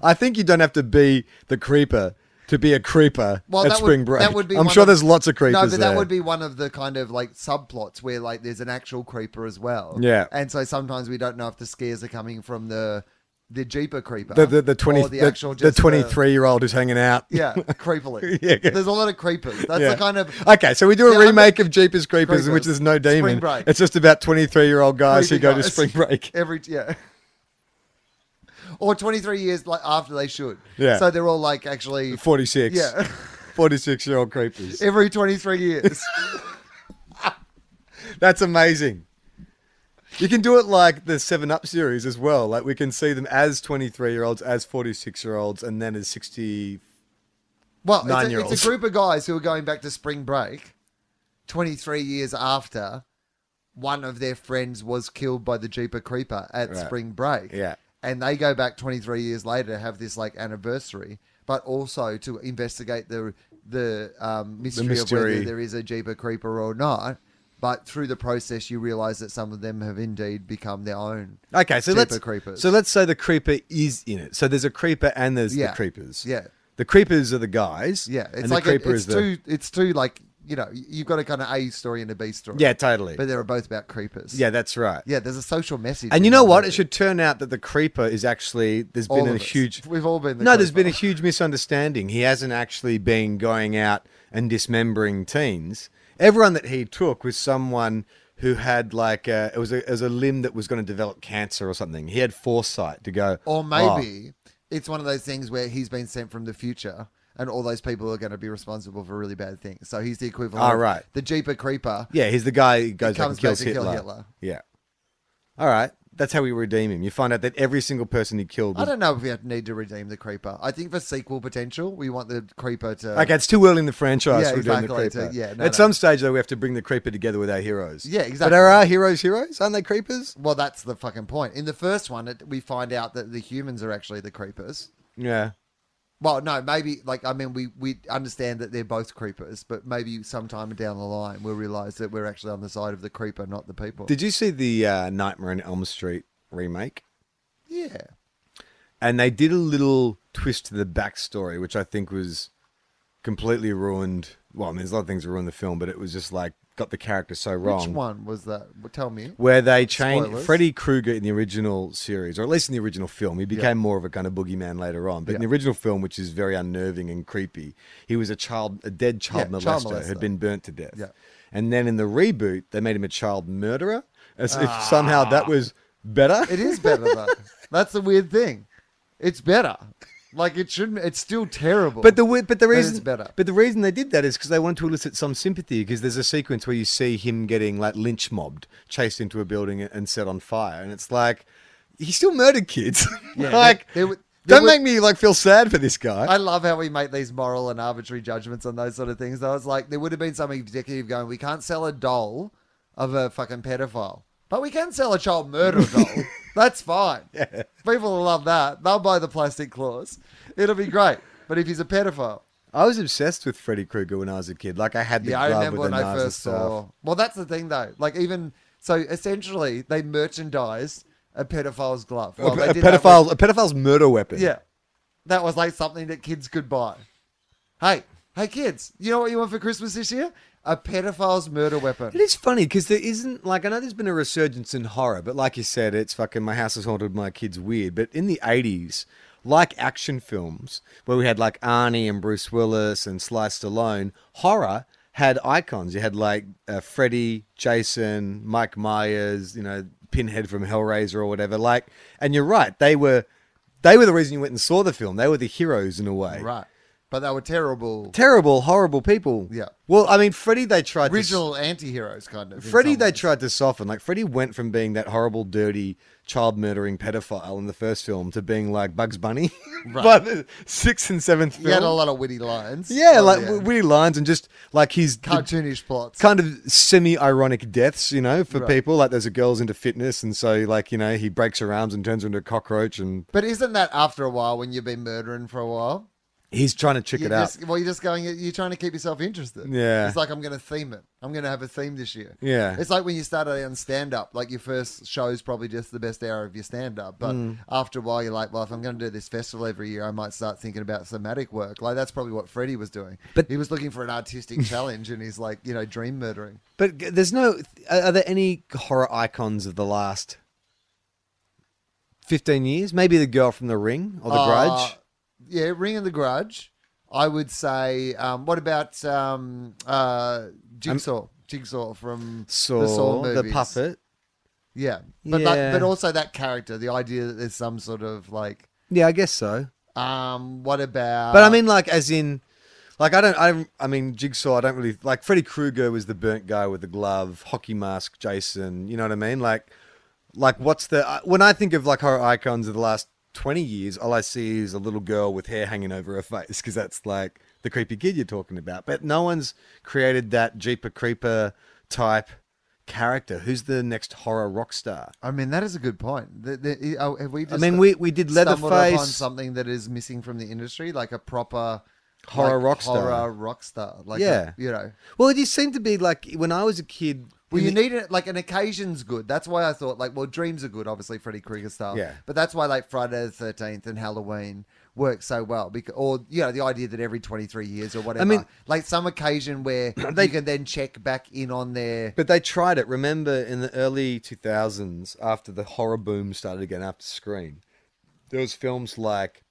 S2: I think you don't have to be the creeper to be a creeper
S3: Well,
S2: at
S3: that
S2: spring
S3: would,
S2: break.
S3: That would be
S2: I'm
S3: one
S2: sure
S3: of-
S2: there's lots of creepers
S3: No, but
S2: there.
S3: that would be one of the kind of like subplots where like there's an actual creeper as well.
S2: Yeah.
S3: And so sometimes we don't know if the scares are coming from the the Jeeper creeper.
S2: the the the twenty
S3: or
S2: the, the
S3: just
S2: twenty three year old who's hanging out. (laughs)
S3: (laughs) Yeah, creepily.
S2: Yeah.
S3: There's a lot of creepers. That's
S2: Yeah.
S3: the kind of
S2: Okay, so we do a
S3: Yeah, I'm-
S2: remake of Jeepers Creepers, in which
S3: Creepers.
S2: there's no
S3: Spring
S2: demon.
S3: break.
S2: It's just about twenty three year old guys who
S3: Creepy
S2: go to
S3: guys.
S2: spring break.
S3: every yeah. (laughs) Or 23 years like after they should.
S2: Yeah.
S3: So they're all like actually
S2: Forty six. (laughs)
S3: Yeah.
S2: Forty six year old creepers.
S3: every 23 years.
S2: That's amazing. You can do it like the Seven Up series as well. Like we can see them as twenty three year olds, as forty six year olds, and then as sixty
S3: Well, it's a,
S2: Nine-year-olds.
S3: it's a group of guys who are going back to spring break 23 years after one of their friends was killed by the Jeeper Creeper at
S2: Right.
S3: spring break.
S2: Yeah.
S3: And they go back 23 years later to have this like anniversary, but also to investigate the the, um, mystery, of
S2: mystery.
S3: whether there is a Jeeper Creeper or not. But through the process, you realize that some of them have indeed become their own.
S2: Okay, so
S3: Jeeper
S2: let's
S3: Creepers.
S2: so let's say the creeper is in it. So there's a creeper and there's
S3: Yeah.
S2: the creepers.
S3: Yeah.
S2: the creepers are the guys.
S3: Yeah, it's
S2: and
S3: like
S2: the
S3: a,
S2: creeper is
S3: it's
S2: the
S3: too it's too like you know you've got a kind of A story and a B story.
S2: yeah, totally.
S3: but they're both about creepers.
S2: yeah, that's right.
S3: yeah. There's a social message,
S2: And
S3: in
S2: you know
S3: that
S2: what?
S3: movie.
S2: It should turn out that the creeper is actually there's
S3: All
S2: been a
S3: of us.
S2: huge
S3: We've all been. The
S2: no, there's
S3: creeper.
S2: been a huge misunderstanding. He hasn't actually been going out and dismembering teens. Everyone that he took was someone who had like a, it was a it was a limb that was going to develop cancer or something. He had foresight to go.
S3: Or
S2: "Oh,
S3: maybe it's one of those things where he's been sent from the future, and all those people are going to be responsible for really bad things. So he's the equivalent.
S2: Ah,
S3: of
S2: right.
S3: The Jeeper Creeper.
S2: yeah, he's the guy who goes back and
S3: comes back
S2: kills
S3: to kill
S2: Hitler.
S3: Hitler.
S2: Yeah. All right, that's how we redeem him. You find out that every single person he killed.
S3: I
S2: Was,
S3: don't know if we have- need to redeem the Creeper. I think for sequel potential, we want the Creeper to.
S2: okay, it's too early in the franchise
S3: Yeah,
S2: to redeem
S3: exactly,
S2: the creeper.
S3: to- yeah, no,
S2: At
S3: no.
S2: some stage though, we have to bring the creeper together with our heroes.
S3: Yeah,
S2: But
S3: exactly.
S2: are our heroes heroes? Aren't they creepers?
S3: Well, that's the fucking point. In the first one, it, we find out that the humans are actually the Creepers.
S2: Yeah.
S3: Well, no, maybe like I mean, we we understand that they're both creepers, but maybe sometime down the line we'll realize that we're actually on the side of the creeper, not the people.
S2: Did you see the uh, Nightmare on Elm Street remake?
S3: yeah,
S2: And they did a little twist to the backstory, which I think was completely ruined. Well, I mean, there's a lot of things that ruined the film, but it was just like got the character so wrong.
S3: which one was that? Well, Tell me.
S2: Where they changed
S3: Spoilers.
S2: Freddy Krueger in the original series, or at least in the original film, he became more of a kind of boogeyman later on. But in
S3: Yeah.
S2: the original film, which is very unnerving and creepy, he was a child, a dead child,
S3: Yeah,
S2: molester,
S3: child
S2: had
S3: molester.
S2: been burnt to death.
S3: Yeah.
S2: And then in the reboot, they made him a child murderer, as if somehow that was better.
S3: Ah. It is better
S2: (laughs)
S3: though. That's the weird thing. It's better. Like it shouldn't. It's still terrible.
S2: But the wi- but the
S3: But it's
S2: reason
S3: better.
S2: but the reason they did that is because they wanted to elicit some sympathy. Because there's a sequence where you see him getting like lynch mobbed, chased into a building, and set on fire, and it's like he still murdered kids. (laughs)
S3: Yeah,
S2: like
S3: there- there were-
S2: don't
S3: there
S2: make me like feel sad for this guy.
S3: (laughs) I love how we make these moral and arbitrary judgments on those sort of things. Though it's like there would have been some executive going, "We can't sell a doll of a fucking pedophile, but we can sell a child murderer
S2: (laughs)
S3: doll. That's fine. People will love that. They'll buy the plastic claws. It'll be great. But if he's a pedophile,
S2: I was obsessed with Freddy Krueger when I was a kid. Like I had the
S3: yeah, I
S2: glove
S3: remember
S2: with
S3: when
S2: the
S3: I
S2: Nazi
S3: first
S2: stuff.
S3: saw. Well, that's the thing though. Like even so, essentially, they merchandised a pedophile's glove. Well,
S2: a,
S3: they
S2: a
S3: did that with-
S2: pedophile, a pedophile's murder weapon.
S3: Yeah. That was like something that kids could buy. Hey, hey kids, you know what you want for Christmas this year? A pedophile's murder weapon.
S2: It is funny because there isn't like I know there's been a resurgence in horror, but like you said, it's fucking my house is haunted, my kids weird. But in the '80s, like action films where we had like Arnie and Bruce Willis and Sly Stallone, horror had icons. You had like uh, Freddy, Jason, Mike Myers, you know, Pinhead from Hellraiser or whatever. Like, and you're right, they were they were the reason you went and saw the film. They were the heroes in a way.
S3: Right. But they were terrible
S2: Terrible, horrible people.
S3: Yeah.
S2: Well, I mean, Freddy, they tried to
S3: original anti heroes kind of. in
S2: Freddie,
S3: some
S2: they
S3: ways.
S2: tried to soften. Like Freddie went from being that horrible, dirty, child murdering pedophile in the first film to being like Bugs Bunny (laughs) by the sixth and seventh
S3: He had
S2: film.
S3: a lot of witty lines.
S2: yeah,
S3: Oh,
S2: like w witty lines and just like his
S3: cartoonish plots.
S2: kind of semi-ironic deaths, you know, for
S3: Right.
S2: people. Like there's a girl's into fitness, and so like you know he breaks her arms and turns her into a cockroach, and
S3: But isn't that after a while when you've been murdering for a while?
S2: he's trying to trick
S3: You're
S2: it out.
S3: just, well, you're just going. You're trying to keep yourself interested.
S2: Yeah.
S3: it's like I'm going to theme it. I'm going to have a theme this year.
S2: Yeah.
S3: it's like when you start out on stand up. Like your first show is probably just the best hour of your stand up, but
S2: Mm.
S3: after a while, you're like, well, if I'm going to do this festival every year, I might start thinking about thematic work. Like that's probably what Freddie was doing.
S2: But-
S3: he was looking for
S2: (laughs)
S3: an artistic challenge, and he's like, you know, dream murdering.
S2: But g- there's no. Are are there any horror icons of the last fifteen years? Maybe the girl from The Ring or The
S3: Uh,
S2: Grudge.
S3: Yeah, Ring and the Grudge. I would say. Um, what about um, uh, Jigsaw? Jigsaw from
S2: Um, Saw
S3: the Saw
S2: the,
S3: movies.
S2: puppet.
S3: Yeah, but
S2: Yeah.
S3: Like, but also that character, the idea that there's some sort of like,
S2: Yeah, I guess so.
S3: um, what about?
S2: But I mean, like, as in, like, I don't, I, don't- I mean, Jigsaw. I don't really like. Freddy Krueger was the burnt guy with the glove, hockey mask, Jason. You know what I mean? Like, like, what's the? I- When I think of like horror icons of the last 20 years, all I see is a little girl with hair hanging over her face because that's like the creepy kid you're talking about. But no one's created that Jeeper Creeper type character. Who's the next horror rock star?
S3: I mean, that is a good point. The, the, oh, have we?
S2: I
S3: Just
S2: mean, we, we did
S3: stumbled upon
S2: Leatherface,
S3: something that is missing from the industry, like a proper
S2: horror
S3: like,
S2: rock star.
S3: horror rock star. Like,
S2: Yeah.
S3: a- you know.
S2: Well, it just seemed to be like when I was a kid.
S3: Well,
S2: in
S3: you
S2: the-
S3: need it like an occasion's good. That's why I thought like, well, dreams are good, obviously Freddy Krueger style.
S2: Yeah.
S3: But that's why like Friday the Thirteenth and Halloween work so well, because or you know the idea that every twenty three years or whatever,
S2: mean-
S3: like some
S2: (clears throat)
S3: occasion where they can then check back in on their.
S2: But they tried it. Remember in the early 2000s, after the horror boom started again after Scream, there was films like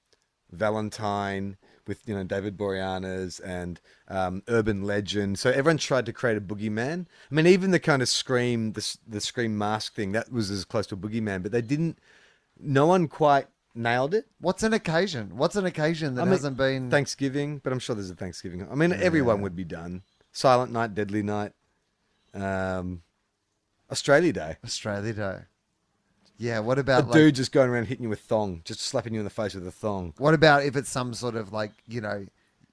S2: Valentine with you know David Boreanaz and um, Urban Legend. So everyone tried to create a boogeyman. I mean, even the kind of Scream, the, s- the Scream mask thing, that was as close to a boogeyman, but they didn't. No one quite nailed it.
S3: What's an occasion? What's an occasion that
S2: I mean,
S3: hasn't been?
S2: Thanksgiving, but I'm sure there's a Thanksgiving. I mean, everyone would be done. Silent Night, Deadly Night, um, Australia Day.
S3: Australia Day. Yeah. What
S2: A
S3: about like,
S2: dude just going around hitting you with thong, just slapping you in the face with a thong.
S3: What about if it's some sort of like you know,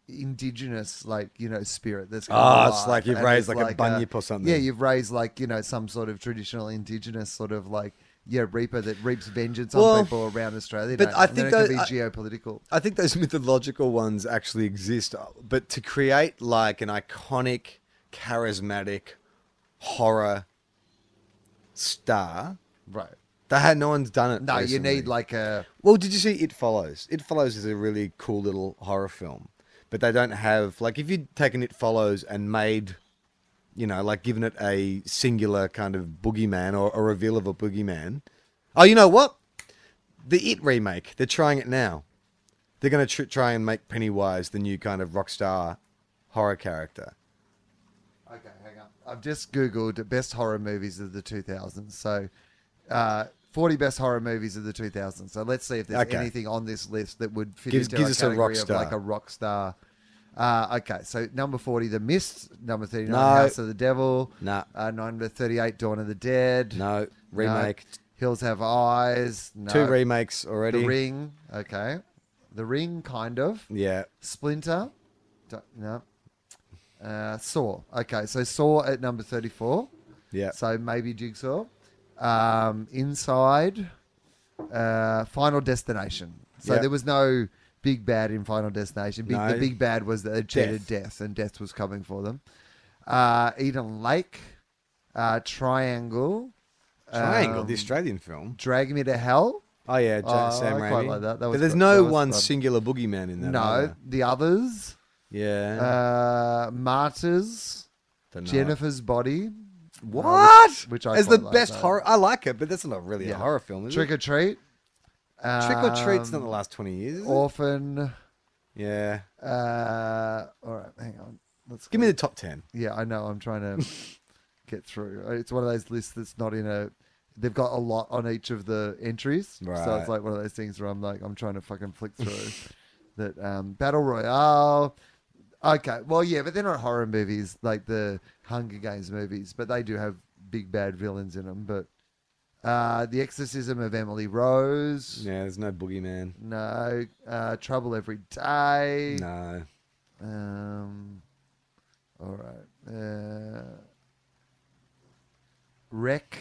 S3: indigenous like you know spirit that's come
S2: Ah, it's
S3: alive
S2: like you've
S3: and
S2: raised
S3: it's
S2: like a bunyip or something.
S3: Yeah, you've raised like you know some sort of traditional indigenous sort of like yeah reaper that reaps vengeance
S2: Well,
S3: on people around Australia.
S2: but
S3: don't
S2: I
S3: you? And
S2: think
S3: then it could be
S2: those-
S3: geopolitical.
S2: I think those (laughs) mythological ones actually exist, uh, but to create like an iconic, charismatic horror star,
S3: Right.
S2: they had no one's done it.
S3: No,
S2: recently.
S3: you need like a
S2: Well, did you see It Follows? It Follows is a really cool little horror film, but they don't have like if you'd taken It Follows and made, you know, like given it a singular kind of boogeyman or a reveal of a boogeyman. Oh, you know what? The It remake. They're trying it now. They're going to tr- try and make Pennywise the new kind of rock star horror character.
S3: Okay, hang on. I've just googled best horror movies of the 2000s. So, uh, 40 best horror movies of the 2000s. So let's see if there's
S2: Okay.
S3: anything on this list that would fit
S2: Gives-
S3: into
S2: gives
S3: a
S2: us a rock
S3: category of
S2: star.
S3: like a rock star. Uh, okay, so number 40, The Mist. Number 39,
S2: No.
S3: House of the Devil.
S2: No.
S3: Uh, number 38, Dawn of the Dead.
S2: No remake.
S3: Hills Have Eyes. No.
S2: Two remakes already.
S3: The Ring. Okay. The Ring, kind of.
S2: Yeah.
S3: Splinter. Don't- No. Uh, Saw. Okay, so Saw at number 34.
S2: Yeah.
S3: So maybe Jigsaw. Um, inside. Uh, Final Destination. So
S2: Yeah.
S3: there was no big bad in Final Destination. Big,
S2: No.
S3: The big bad was that they cheated death. and death was coming for them. Uh, Eden Lake. Uh, Triangle.
S2: Triangle,
S3: um,
S2: the Australian film.
S3: Drag Me to Hell.
S2: Oh yeah, Jack,
S3: Oh,
S2: Sam
S3: I quite
S2: Raimi.
S3: like that. That
S2: but
S3: was
S2: there's
S3: good.
S2: no
S3: That was
S2: one
S3: fun.
S2: singular boogeyman in that.
S3: No.
S2: either.
S3: The Others.
S2: Yeah.
S3: Uh, Martyrs.
S2: Dunno.
S3: Jennifer's Body.
S2: What?
S3: Um, which I
S2: As the
S3: quite like
S2: best
S3: that.
S2: horror. I like it, but that's not really a
S3: Yeah.
S2: horror film. Is
S3: Trick
S2: it?
S3: or Treat.
S2: Trick or treat's not
S3: Um,
S2: the last twenty years. Is it?
S3: Orphan.
S2: Yeah.
S3: Uh, all right, hang on. Let's
S2: Give me
S3: go-
S2: the top ten.
S3: Yeah, I know. I'm trying
S2: (laughs)
S3: to get through. Uh, It's one of those lists that's not in a. They've got a lot on each of the entries, so
S2: Right.
S3: it's like one of those things where I'm like, I'm trying to fucking flick through. (laughs) that um, battle royale. Okay, well, yeah, but they're not horror movies like the Hunger Games movies, but they do have big bad villains in them. But uh, the Exorcism of Emily Rose.
S2: Yeah, there's no boogeyman.
S3: No, uh, trouble every day.
S2: No.
S3: Um, all right. Uh, wreck.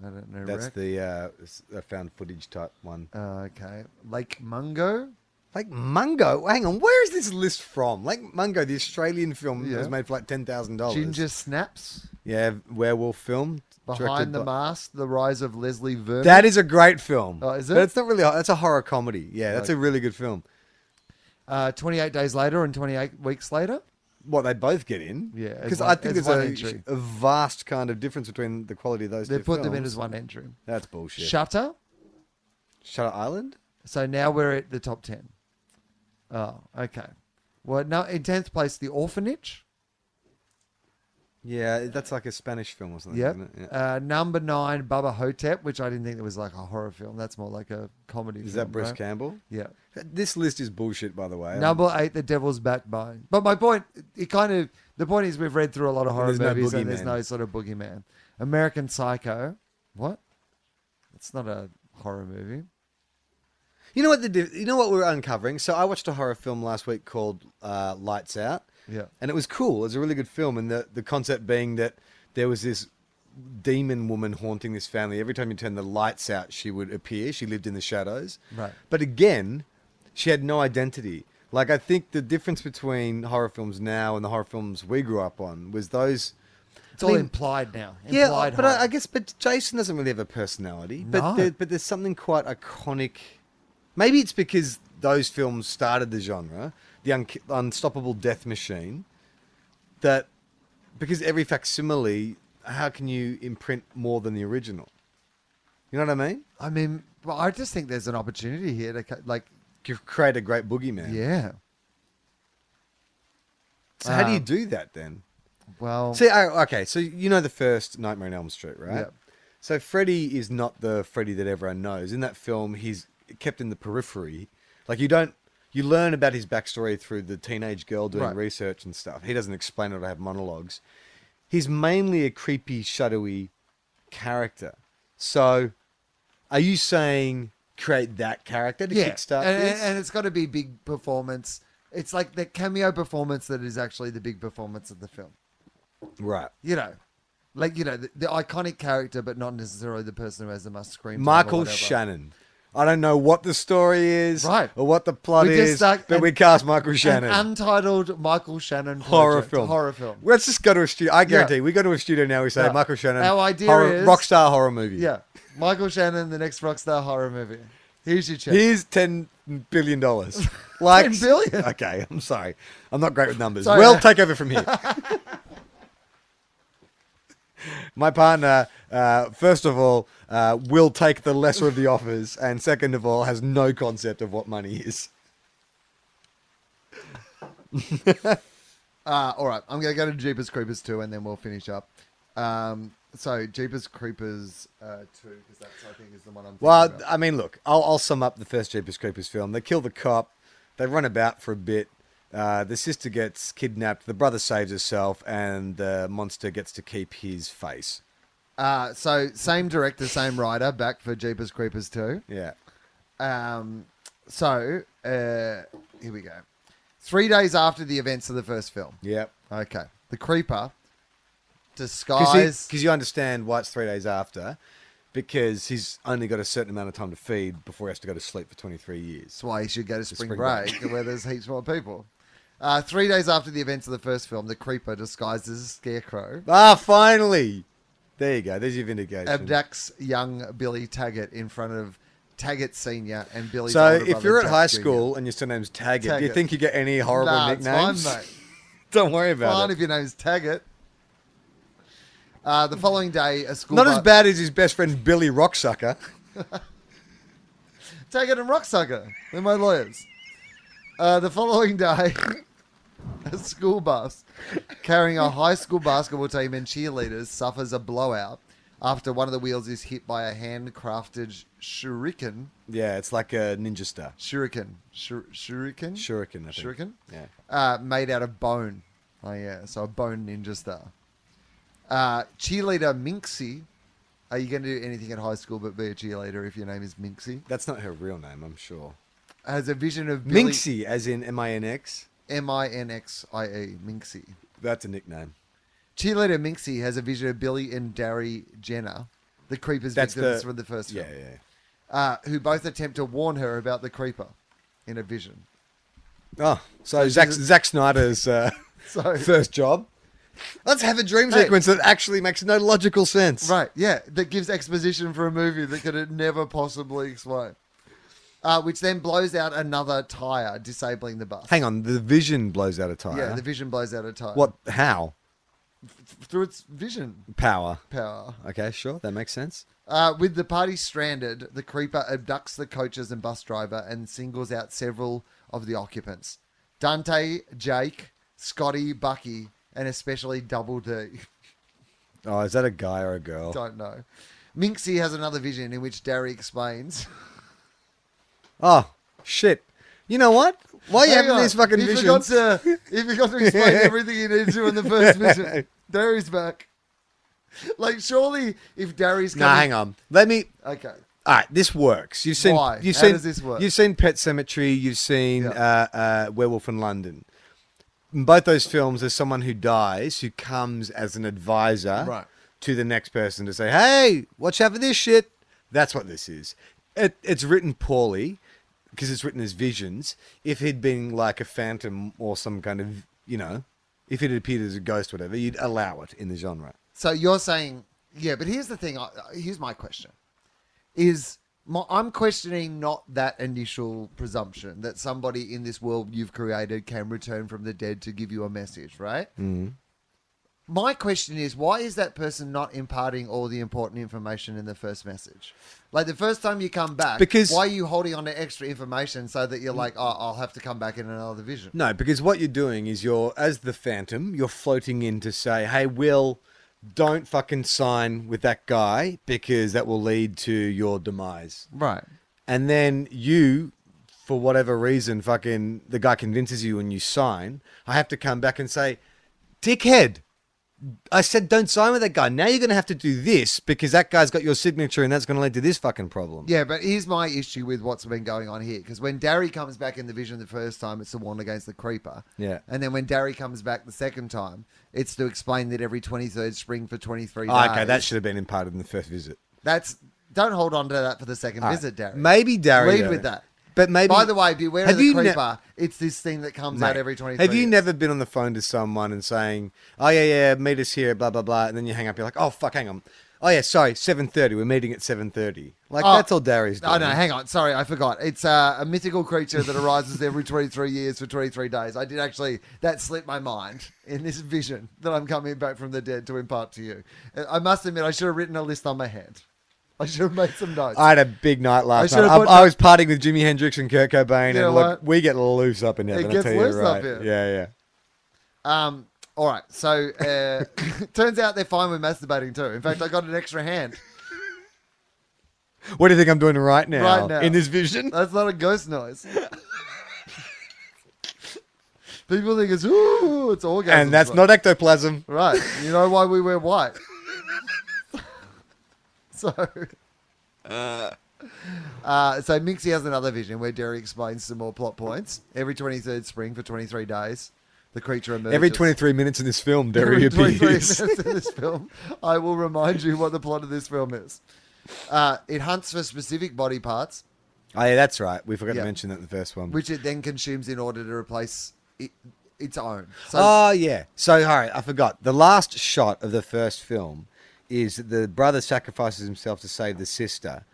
S3: I don't know.
S2: That's
S3: wreck.
S2: the uh, s- uh, found footage type one.
S3: Uh, okay. Lake Mungo.
S2: Like Mungo. Hang on, where is this list from? Like Mungo, the Australian film that was
S3: Yeah.
S2: made for like ten thousand dollars.
S3: Ginger snaps.
S2: Yeah, werewolf film. directed
S3: Behind the
S2: by-
S3: mask. The rise of Leslie Vernon.
S2: That is a great film.
S3: Oh, is
S2: But
S3: it?
S2: it's not really. That's a horror comedy. Yeah, that's a really good film.
S3: uh, 28 days later and 28 weeks later.
S2: What they both get in.
S3: Yeah, as
S2: because
S3: one-
S2: I think
S3: as
S2: there's
S3: one
S2: a,
S3: entry.
S2: a vast kind of difference between the quality of those.
S3: They
S2: two
S3: put them in
S2: films.
S3: as one entry.
S2: That's bullshit.
S3: Shutter.
S2: Shutter Island.
S3: So now we're at the top 10. Oh, okay. Well, now in 10th place, The Orphanage.
S2: Yeah, that's like a Spanish film or something.
S3: Yep.
S2: Isn't it? Yeah.
S3: Uh, number nine, Bubba Hotep, which I didn't think that was like a horror film. That's more like a comedy.
S2: is
S3: film,
S2: that Bruce
S3: right?
S2: Campbell? Um,
S3: Yeah.
S2: This list is bullshit, by the way.
S3: Number eight, The Devil's Backbone. But my point, it kind of the point is we've read through a lot of horror
S2: There's no
S3: movies and there's
S2: boogeyman.
S3: no sort of boogeyman. American Psycho. What? It's not a horror movie.
S2: You know what the diff- you know what we're uncovering. So I watched a horror film last week called uh, Lights Out.
S3: Yeah.
S2: and it was cool. It was a really good film, and the the concept being that there was this demon woman haunting this family. Every time you turn the lights out, she would appear. She lived in the shadows.
S3: Right.
S2: But again, she had no identity. Like I think the difference between horror films now and the horror films we grew up on was those.
S4: It's
S2: I
S4: all
S2: mean,
S4: implied now.
S2: yeah,
S4: Implied
S2: but I, I
S4: horror.
S2: guess but Jason doesn't really have a personality.
S3: No.
S2: But there, but there's something quite iconic. Maybe it's because those films started the genre, the un- unstoppable death machine. That because every facsimile, how can you imprint more than the original? You know what I mean?
S3: I mean, well, I just think there's an opportunity here to ca- like,
S2: You create a great boogeyman.
S3: yeah.
S2: So how do you
S3: Um,
S2: do that then?
S3: Well,
S2: See, I, okay, so you know the first Nightmare on Elm Street, right?
S3: Yep.
S2: So Freddy is not the Freddy that everyone knows. In that film, he's kept in the periphery. Like you don't, you learn about his backstory through the teenage girl doing
S3: Right.
S2: research and stuff. He doesn't explain it or have monologues. He's mainly a creepy, shadowy character. So, are you saying create that character to
S3: yeah,
S2: kickstart
S3: and,
S2: this?
S3: and it's got to be big performance. It's like the cameo performance that is actually the big performance of the film.
S2: right.
S3: You know, like you know the, the iconic character, but not necessarily the person who has the most screen. time or
S2: Michael
S3: whatever.
S2: Shannon. I don't know what the story is,
S3: Right.
S2: or what the plot
S3: We just
S2: is,
S3: like
S2: but
S3: an-
S2: we cast Michael
S3: An
S2: Shannon.
S3: untitled Michael Shannon
S2: horror
S3: project,
S2: film.
S3: Horror film.
S2: Let's just go to a studio. I guarantee we go to a studio now. We say
S3: Yeah.
S2: Michael Shannon.
S3: Our idea
S2: horror,
S3: is-
S2: rock star horror movie.
S3: Yeah, Michael Shannon, the next rockstar horror movie. Here's your check.
S2: Here's ten billion
S3: (laughs)
S2: dollars. Like
S3: billion?
S2: Okay, I'm sorry. I'm not great with numbers.
S3: Sorry.
S2: Well, take over from here. (laughs) My partner, uh, first of all, uh, will take the lesser of the offers, and second of all, has no concept of what money is.
S3: Uh, all right, I'm going to go to Jeepers Creepers 2 and then we'll finish up. Um, so, Jeepers Creepers uh, 2, because that's, I think, is the one I'm thinking
S2: Well,
S3: about.
S2: I mean, look, I'll, I'll sum up the first Jeepers Creepers film. They kill the cop. They run about for a bit. Uh, the sister gets kidnapped. The brother saves herself, and the monster gets to keep his face.
S3: Uh, so, same director, same writer, back for Jeepers Creepers 2.
S2: Yeah.
S3: Um, so, uh, here we go. Three days after the events of the first film.
S2: Yep.
S3: Okay. The Creeper, disguised.
S2: Because you understand why it's three days after, because he's only got a certain amount of time to feed before he has to go to sleep for 23 years.
S3: That's why you should go to spring,
S2: spring
S3: break,
S2: break.
S3: where there's heaps more people. Uh, three days after the events of the first film, the creeper disguised as a scarecrow
S2: Ah, finally! There you go. There's your vindication.
S3: abducts young Billy Taggart in front of Taggart Senior and Billy.
S2: so if you're at high school and your surname's Taggart, do you
S3: Taggart.
S2: think you get any horrible
S3: nah, it's
S2: nicknames?
S3: Fine, mate.
S2: (laughs) Don't worry about
S3: fine
S2: it.
S3: if your name's Taggart. Uh, the following day, a school
S2: Not
S3: bu-
S2: as bad as his best friend Billy Rocksucker.
S3: Taggart and Rocksucker. They're my lawyers. Uh, the following day, (laughs) a school bus carrying a high school basketball team and cheerleaders suffers a blowout after one of the wheels is hit by a handcrafted shuriken.
S2: Yeah, it's like a ninja star.
S3: Shuriken. Shur- shuriken?
S2: Shuriken, I think.
S3: Shuriken?
S2: Yeah.
S3: Uh, made out of bone. Oh, yeah. So a bone ninja star. Uh, cheerleader Minxie. Are you going to do anything at high school but be a cheerleader if your name is Minxie?
S2: That's not her real name, I'm sure.
S3: Has a vision of Billy-
S2: Minxie, as in M I N X.
S3: M I N X I E, Minxie.
S2: That's a nickname.
S3: Cheerleader Minxie has a vision of Billy and Darry Jenner, the creeper's
S2: That's
S3: victims
S2: the-
S3: from the first
S2: Yeah,
S3: film,
S2: yeah.
S3: Uh, who both attempt to warn her about the creeper in a vision.
S2: Oh, so Zack, Zack Snyder's (laughs) uh,
S3: So-
S2: first job. Let's have a dream
S3: Hey.
S2: sequence that actually makes no logical sense.
S3: Right, yeah, that gives exposition for a movie that could never possibly explain. Uh, which then blows out another tire, disabling the bus.
S2: Hang on, the vision blows out a tire.
S3: Yeah, the vision blows out a tire.
S2: What? How?
S3: Through its vision
S2: Power.
S3: power.
S2: Okay, sure, that makes sense.
S3: Uh, with the party stranded, the creeper abducts the coaches and bus driver and singles out several of the occupants Dante, Jake, Scotty, Bucky, and especially Double D. (laughs)
S2: Oh, is that a guy or a girl?
S3: Don't know. Minxie has another vision in which Derry explains.
S2: Oh, shit. You know what? Why are you
S3: Hang
S2: having
S3: on,
S2: these fucking
S3: he
S2: visions?
S3: Forgot to, he forgot to explain everything he needed to in the first vision. Derry's back. Like, surely if Derry's coming.
S2: Nah, hang on. Let me.
S3: Okay.
S2: All right, this works. You've seen.
S3: Why?
S2: You've
S3: How
S2: seen,
S3: does this work?
S2: You've seen Pet Cemetery. You've seen
S3: Yeah.
S2: uh, uh, Werewolf in London. In both those films, there's someone who dies who comes as an advisor
S3: Right.
S2: to the next person to say, "Hey, watch out for this shit." That's what this is. It, it's written poorly because it's written as visions. If he'd been like a phantom or some kind of, you know, if it had appeared as a ghost, whatever, you'd allow it in the genre.
S3: So you're saying, yeah, but here's the thing. I- I- Here's my question: Is my, I'm questioning not that initial presumption that somebody in this world you've created can return from the dead to give you a message, right?
S2: Mm-hmm.
S3: My question is, why is that person not imparting all the important information in the first message? Like the first time you come back,
S2: Because-
S3: why are you holding on to extra information so that you're like, oh, I'll have to come back in another vision?
S2: No, because what you're doing is you're as the phantom, you're floating in to say, "Hey, Will, don't fucking sign with that guy because that will lead to your demise."
S3: Right.
S2: And then you for whatever reason fucking the guy convinces you and you sign. I have to come back and say, "Dickhead, I said don't sign with that guy. Now you're going to have to do this because that guy's got your signature and that's going to lead to this fucking problem."
S3: Yeah, but here's my issue with what's been going on here. Because when Derry comes back in the vision the first time, it's the one against the creeper.
S2: Yeah.
S3: And then when Derry comes back the second time, it's to explain that every 23rd spring for 23
S2: Oh,
S3: days.
S2: okay, that should have been imparted in the first visit.
S3: That's. Don't hold on to that for the second
S2: All right.
S3: visit, Derry.
S2: Maybe Dario.
S3: Lead with that.
S2: But maybe.
S3: By the way, beware
S2: Have
S3: of the
S2: you ne-
S3: creeper. it's this thing that comes out
S2: Mate,
S3: every 23
S2: Have you
S3: years.
S2: never been on the phone to someone and saying, "Oh yeah, yeah, meet us here," blah blah blah, and then you hang up? You're like, "Oh fuck, hang on." Oh yeah, sorry, seven thirty. We're meeting at seven thirty. Like
S3: Oh.
S2: that's all Darius doing.
S3: Oh no, hang on. Sorry, I forgot. It's uh, a mythical creature that arises every 23 years for 23 days. I did actually, that slipped my mind in this vision that I'm coming back from the dead to impart to you. Uh, I must admit, I should have written a list on my hand. I should have made some notes.
S2: I had a big night last
S3: I
S2: night.
S3: should've
S2: I,
S3: put-
S2: I was partying with Jimi Hendrix and Kurt Cobain,
S3: You know
S2: and look,
S3: what?
S2: we get loose up in heaven. I'll
S3: gets
S2: tell you
S3: loose up
S2: right.
S3: here.
S2: Yeah, yeah.
S3: Um, all right, so uh, (laughs) turns out they're fine with masturbating too. In fact, I got an extra hand.
S2: What do you think I'm doing right now?
S3: Right now.
S2: in this vision?
S3: That's not a
S2: (laughs)
S3: ghost noise. People think it's ooh, it's orgasm.
S2: and that's not ectoplasm.
S3: Right. You know why we
S2: (laughs)
S3: wear white? so. Uh, so Mixie has another vision where Derry explains some more plot points. Every 23rd spring for 23 days, the creature emerges.
S2: Every 23 minutes in this film, Dario
S3: Every 23 minutes
S2: appears.
S3: in this film, I will remind you what the plot of this film is. Uh, it hunts for specific body parts,
S2: oh yeah, that's right. We forgot
S3: Yeah.
S2: to mention that in the first one.
S3: which it then consumes in order to replace it, its own. So
S2: Oh yeah. So all right, I forgot. The last shot of the first film is the brother sacrifices himself to save the sister,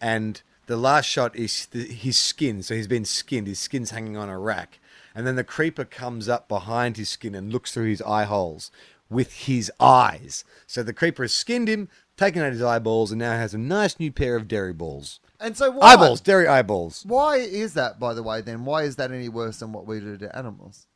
S2: and the last shot is the, his skin. So he's been skinned. His skin's hanging on a rack, and then the creeper comes up behind his skin and looks through his eye holes with his eyes. So the creeper has skinned him, taken out his eyeballs, and now has a nice new pair of dairy balls.
S3: and so why?
S2: Eyeballs, dairy eyeballs.
S3: Why is that, by the way? Then why is that any worse than what we do to animals?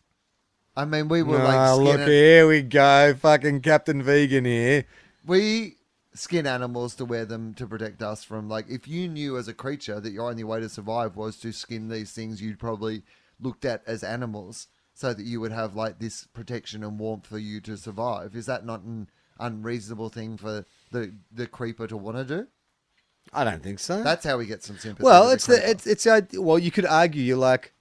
S3: I mean, we were like
S2: Ah, look
S3: skinning,
S2: here we go, fucking Captain Vegan here.
S3: we skin animals to wear them to protect us from like if you knew as a creature that your only way to survive was to skin these things you'd probably looked at as animals so that you would have like this protection and warmth for you to survive. Is that not an unreasonable thing for the the creeper to want to do?
S2: I don't think so.
S3: That's how we get some sympathy.
S2: Well,
S3: with
S2: it's the
S3: creeper.
S2: it's it's the idea- well, you could argue you're like,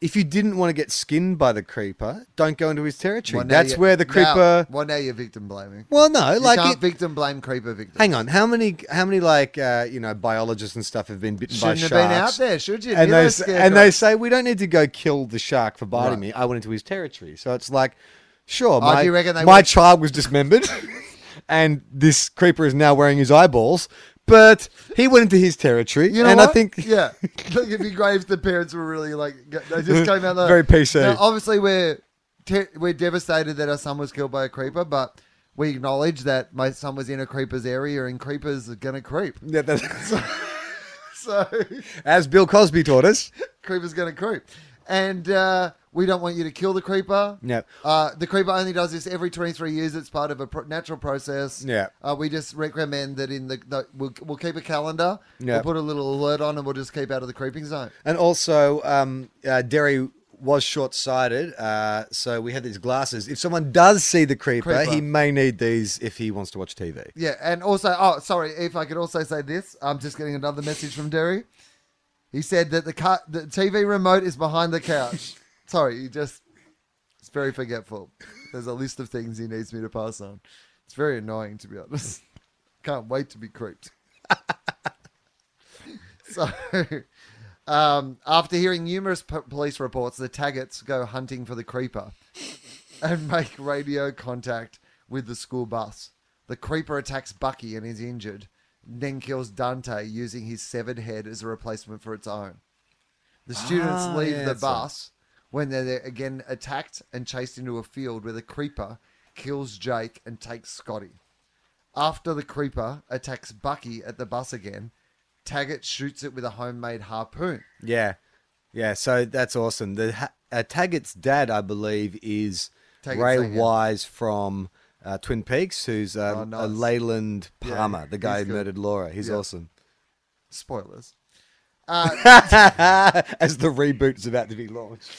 S2: if you didn't want to get skinned by the creeper, don't go into his territory.
S3: Well, now
S2: That's
S3: you-
S2: where the
S3: now-
S2: creeper.
S3: well, now you're victim blaming.
S2: well, no,
S3: You
S2: like
S3: can't
S2: it-
S3: victim blame creeper victims.
S2: hang on, how many how many like uh, you know biologists and stuff have been bitten
S3: Shouldn't
S2: by
S3: have been out
S2: sharks?
S3: there, should you?
S2: And
S3: You're
S2: they
S3: no
S2: s-
S3: scarecrow.
S2: and they say we don't need to go kill the shark for biting
S3: Right.
S2: me. I went into his territory, so it's like, sure,
S3: Oh, do
S2: my
S3: you reckon they
S2: my
S3: would-
S2: child was dismembered, (laughs) and this creeper is now wearing his eyeballs. But he went into his territory,
S3: You know
S2: and I
S3: what?
S2: think (laughs)
S3: yeah, (laughs) like it'd be great if the parents were really like
S2: (laughs)
S3: they just came out like,
S2: Very PC.
S3: Now, obviously, we're te- we're devastated that our son was killed by a creeper, but we acknowledge that my son was in a creeper's area, and creepers are gonna creep. (laughs)
S2: Yeah, that's,
S3: So
S2: (laughs) as Bill Cosby taught us.
S3: creepers gonna creep, and uh, we don't want you to kill the creeper.
S2: Yeah.
S3: Uh, the creeper only does this every 23 years. It's part of a pro- natural process.
S2: Yeah.
S3: Uh, we just recommend that in the, the we'll, we'll keep a calendar.
S2: Yeah.
S3: We'll put a little alert on, and we'll just keep out of the creeping zone.
S2: And also, um, uh, Derry was short sighted. Uh, so we had these glasses. If someone does see the creeper,
S3: Creeper.
S2: he may need these if he wants to watch TV.
S3: Yeah, and also, oh, sorry, if I could also say this, I'm just getting another message from Derry. He said that the car, the TV remote is behind the couch. sorry, you just, it's very forgetful. There's a list of things he needs me to pass on. It's very annoying, to be honest. (laughs) Can't wait to be creeped. (laughs) so, um, after hearing numerous po- police reports, the Taggets go hunting for the creeper and make radio contact with the school bus. The creeper attacks Bucky and is injured, then kills Dante using his severed head as a replacement for its own. The students
S2: Ah,
S3: leave
S2: yeah,
S3: the
S2: that's right.
S3: bus when they're they're again attacked and chased into a field where the creeper kills Jake and takes Scotty. After the creeper attacks Bucky at the bus again, Taggart shoots it with a homemade harpoon.
S2: Yeah, yeah. So that's awesome. The ha- uh, Taggart's dad, I believe, is
S3: Taggart's
S2: Ray
S3: son, yeah.
S2: Wise from uh, Twin Peaks, who's uh,
S3: Oh,
S2: uh,
S3: nice.
S2: Leyland
S3: Yeah,
S2: Palmer, the guy
S3: he's
S2: who
S3: good.
S2: murdered Laura. He's
S3: Yeah.
S2: awesome. (laughs)
S3: Spoilers.
S2: As the reboot's about to be launched,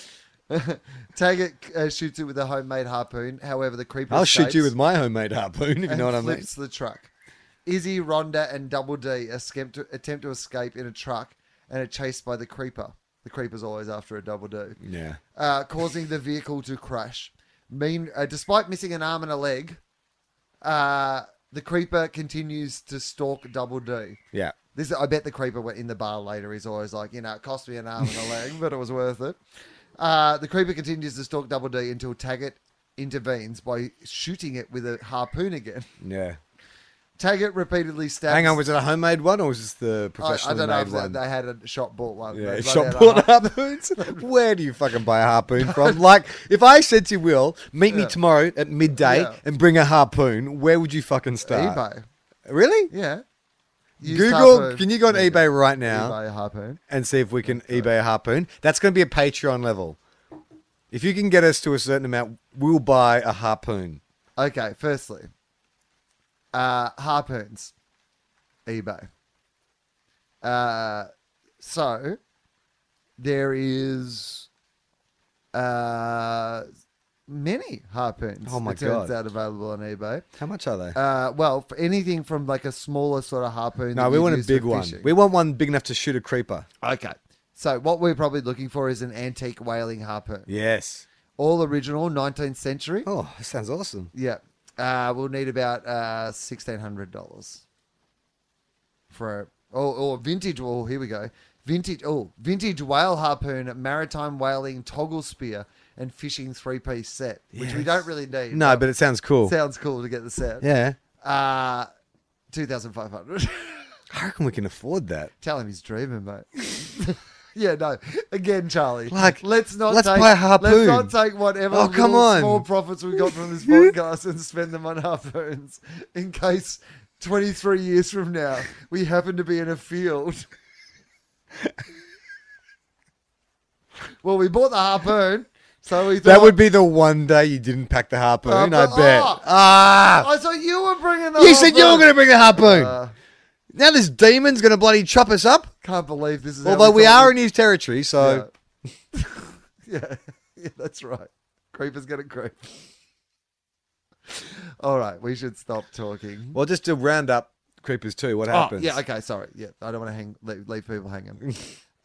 S3: Taggart uh, shoots it with a homemade harpoon. However, the creeper.
S2: I'll shoot you
S3: escapes
S2: with my homemade harpoon if you
S3: and
S2: know what I mean.
S3: flips the truck. Izzy, Rhonda, and Double D escape to, attempt to escape in a truck and are chased by the creeper. The creeper's always after a Double D.
S2: Yeah.
S3: uh, causing the vehicle to crash. Mean, uh, despite missing an arm and a leg, uh, the creeper continues to stalk Double D.
S2: Yeah.
S3: This, I bet the creeper went in the bar later. He's always like, you know, it cost me an arm and a leg, but it was worth it. Uh, the creeper continues to stalk Double D until Taggart intervenes by shooting it with a harpoon again.
S2: Yeah.
S3: Taggart repeatedly stabs.
S2: Hang on, was it a homemade one or was this the
S3: I, I
S2: professional
S3: don't know
S2: made
S3: if they,
S2: one?
S3: they had a shot bought one.
S2: Yeah,
S3: They
S2: shot
S3: bloody had
S2: put (laughs) harpoons. Where do you fucking buy a harpoon
S3: (laughs)
S2: from? Like, if I said to Will, meet me
S3: Yeah.
S2: tomorrow at midday
S3: Yeah.
S2: and bring a harpoon, where would you fucking
S3: a
S2: start?
S3: eBay.
S2: Really?
S3: Yeah. Used
S2: Google,
S3: harpoon.
S2: can you go on
S3: Yeah.
S2: eBay right now
S3: eBay harpoon.
S2: and see if we can eBay a harpoon? That's going to be a Patreon level. If you can get us to a certain amount, we'll buy a harpoon.
S3: Okay, firstly, uh, harpoons, eBay. Uh, so there is uh, many harpoons.
S2: Oh my
S3: it turns
S2: God.
S3: out available on eBay.
S2: How much are they?
S3: Uh, well, for anything from like a smaller sort of harpoon.
S2: no,
S3: that
S2: we
S3: you'd
S2: want a
S3: use for
S2: big one.
S3: fishing.
S2: We want one big enough to shoot a creeper.
S3: okay. So what we're probably looking for is an antique whaling harpoon,
S2: Yes.
S3: all original, 19th century.
S2: Oh, that sounds awesome.
S3: Yeah. Uh, we'll need about uh, $1,600 for. Or, or vintage. Oh, here we go. Vintage. Oh, vintage whale harpoon, maritime whaling toggle spear, and fishing three piece set, which we
S2: Yes.
S3: don't really need.
S2: No, but it sounds cool.
S3: sounds cool to get the set.
S2: yeah.
S3: Uh, 2500 (laughs)
S2: I reckon we can afford that.
S3: Tell him he's dreaming, mate. (laughs) yeah, no. Again, Charlie.
S2: Like,
S3: let's not
S2: let's
S3: take,
S2: buy a
S3: Let's not
S2: harpoon.
S3: take whatever
S2: Oh, come
S3: little
S2: on.
S3: small profits we got from
S2: (laughs)
S3: this podcast and spend them on harpoons in case 23 years from now we happen to be in
S2: (laughs)
S3: a field. well, we bought the harpoon, so we thought,
S2: That would be the one day you didn't pack the harpoon, I
S3: Harpoon-
S2: bet.
S3: Oh.
S2: Ah!
S3: I thought you were bringing the.
S2: You said you were
S3: harpoon.
S2: going to bring the harpoon.
S3: Uh,
S2: now this demon's going to bloody chop us up.
S3: can't believe this is. how
S2: Although we
S3: thought
S2: are in his territory, so
S3: yeah. (laughs) yeah, yeah, that's right. Creeper's gonna creep. All right, we should stop talking.
S2: well, just to round up creepers too. What
S3: Oh,
S2: happens?
S3: yeah, okay, sorry. Yeah, I don't want to hang leave, leave people (laughs) hanging.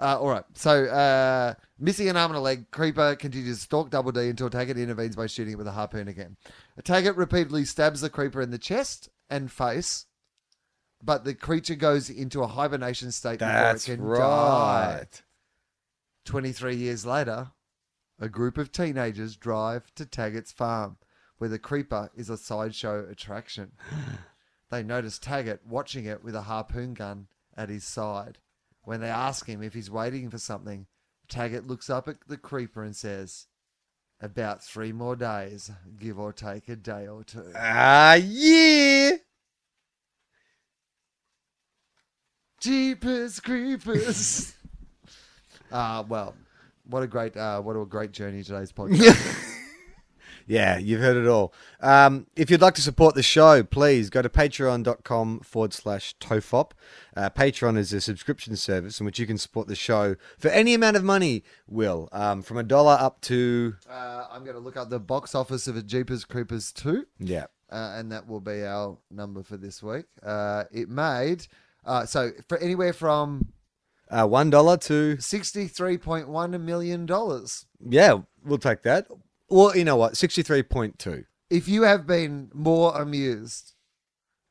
S3: Uh, all right, so uh, missing an arm and a leg, Creeper continues to stalk Double D until Taggart intervenes by shooting it with a harpoon again. Taggart repeatedly stabs the Creeper in the chest and face, but the creature goes into a hibernation state
S2: that's
S3: before it can die.
S2: right.
S3: 23 years later, a group of teenagers drive to Taggart's farm, where the creeper is a sideshow attraction. they notice Taggart watching it with a harpoon gun at his side. When they ask him if he's waiting for something, Taggart looks up at the creeper and says, About three more days, give or take a day or two.
S2: Ah, yeah.
S3: Jeepers creepers. uh, Ah, well, what a great, uh, what a great journey today's podcast.
S2: (laughs) Yeah, you've heard it all. Um, if you'd like to support the show, please go to patreon.com forward slash tofop. Uh, Patreon is a subscription service in which you can support the show for any amount of money, Will, um, from a dollar up to.
S3: Uh, I'm going to look up the box office of a Jeepers Creepers 2,
S2: Yeah.
S3: uh, and that will be our number for this week. Uh, it made, uh, so for anywhere from
S2: Uh, $1 to.
S3: $63.1 million.
S2: Yeah, we'll take that. Well, you know what? 63.2.
S3: If you have been more amused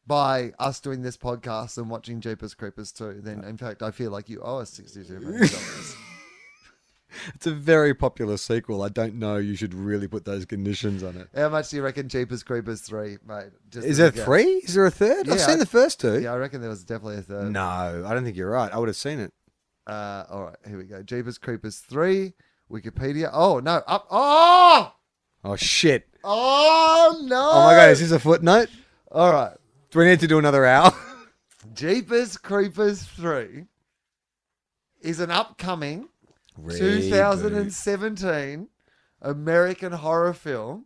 S3: by us doing this podcast than watching Jeepers Creepers 2, then in fact, I feel like you owe us $62
S2: (laughs)
S3: million.
S2: It's a very popular sequel. I don't know. You should really put those conditions on it.
S3: How much do you reckon Jeepers Creepers 3, mate? Just
S2: Is
S3: to
S2: there
S3: go-
S2: three? Is there a third? I've
S3: Yeah,
S2: seen
S3: I-
S2: the first two.
S3: Yeah, uh, I reckon there was definitely a third.
S2: No, I don't think you're right. I would have seen it.
S3: Uh, all right, here we go. Jeepers Creepers 3, Wikipedia. Oh, no. Up. Oh!
S2: Oh, shit.
S3: Oh, no.
S2: Oh my god, is this a footnote?
S3: All right.
S2: Do we need to do another
S3: (laughs)
S2: hour?
S3: Jeepers Creepers 3 is an upcoming 2017 American horror film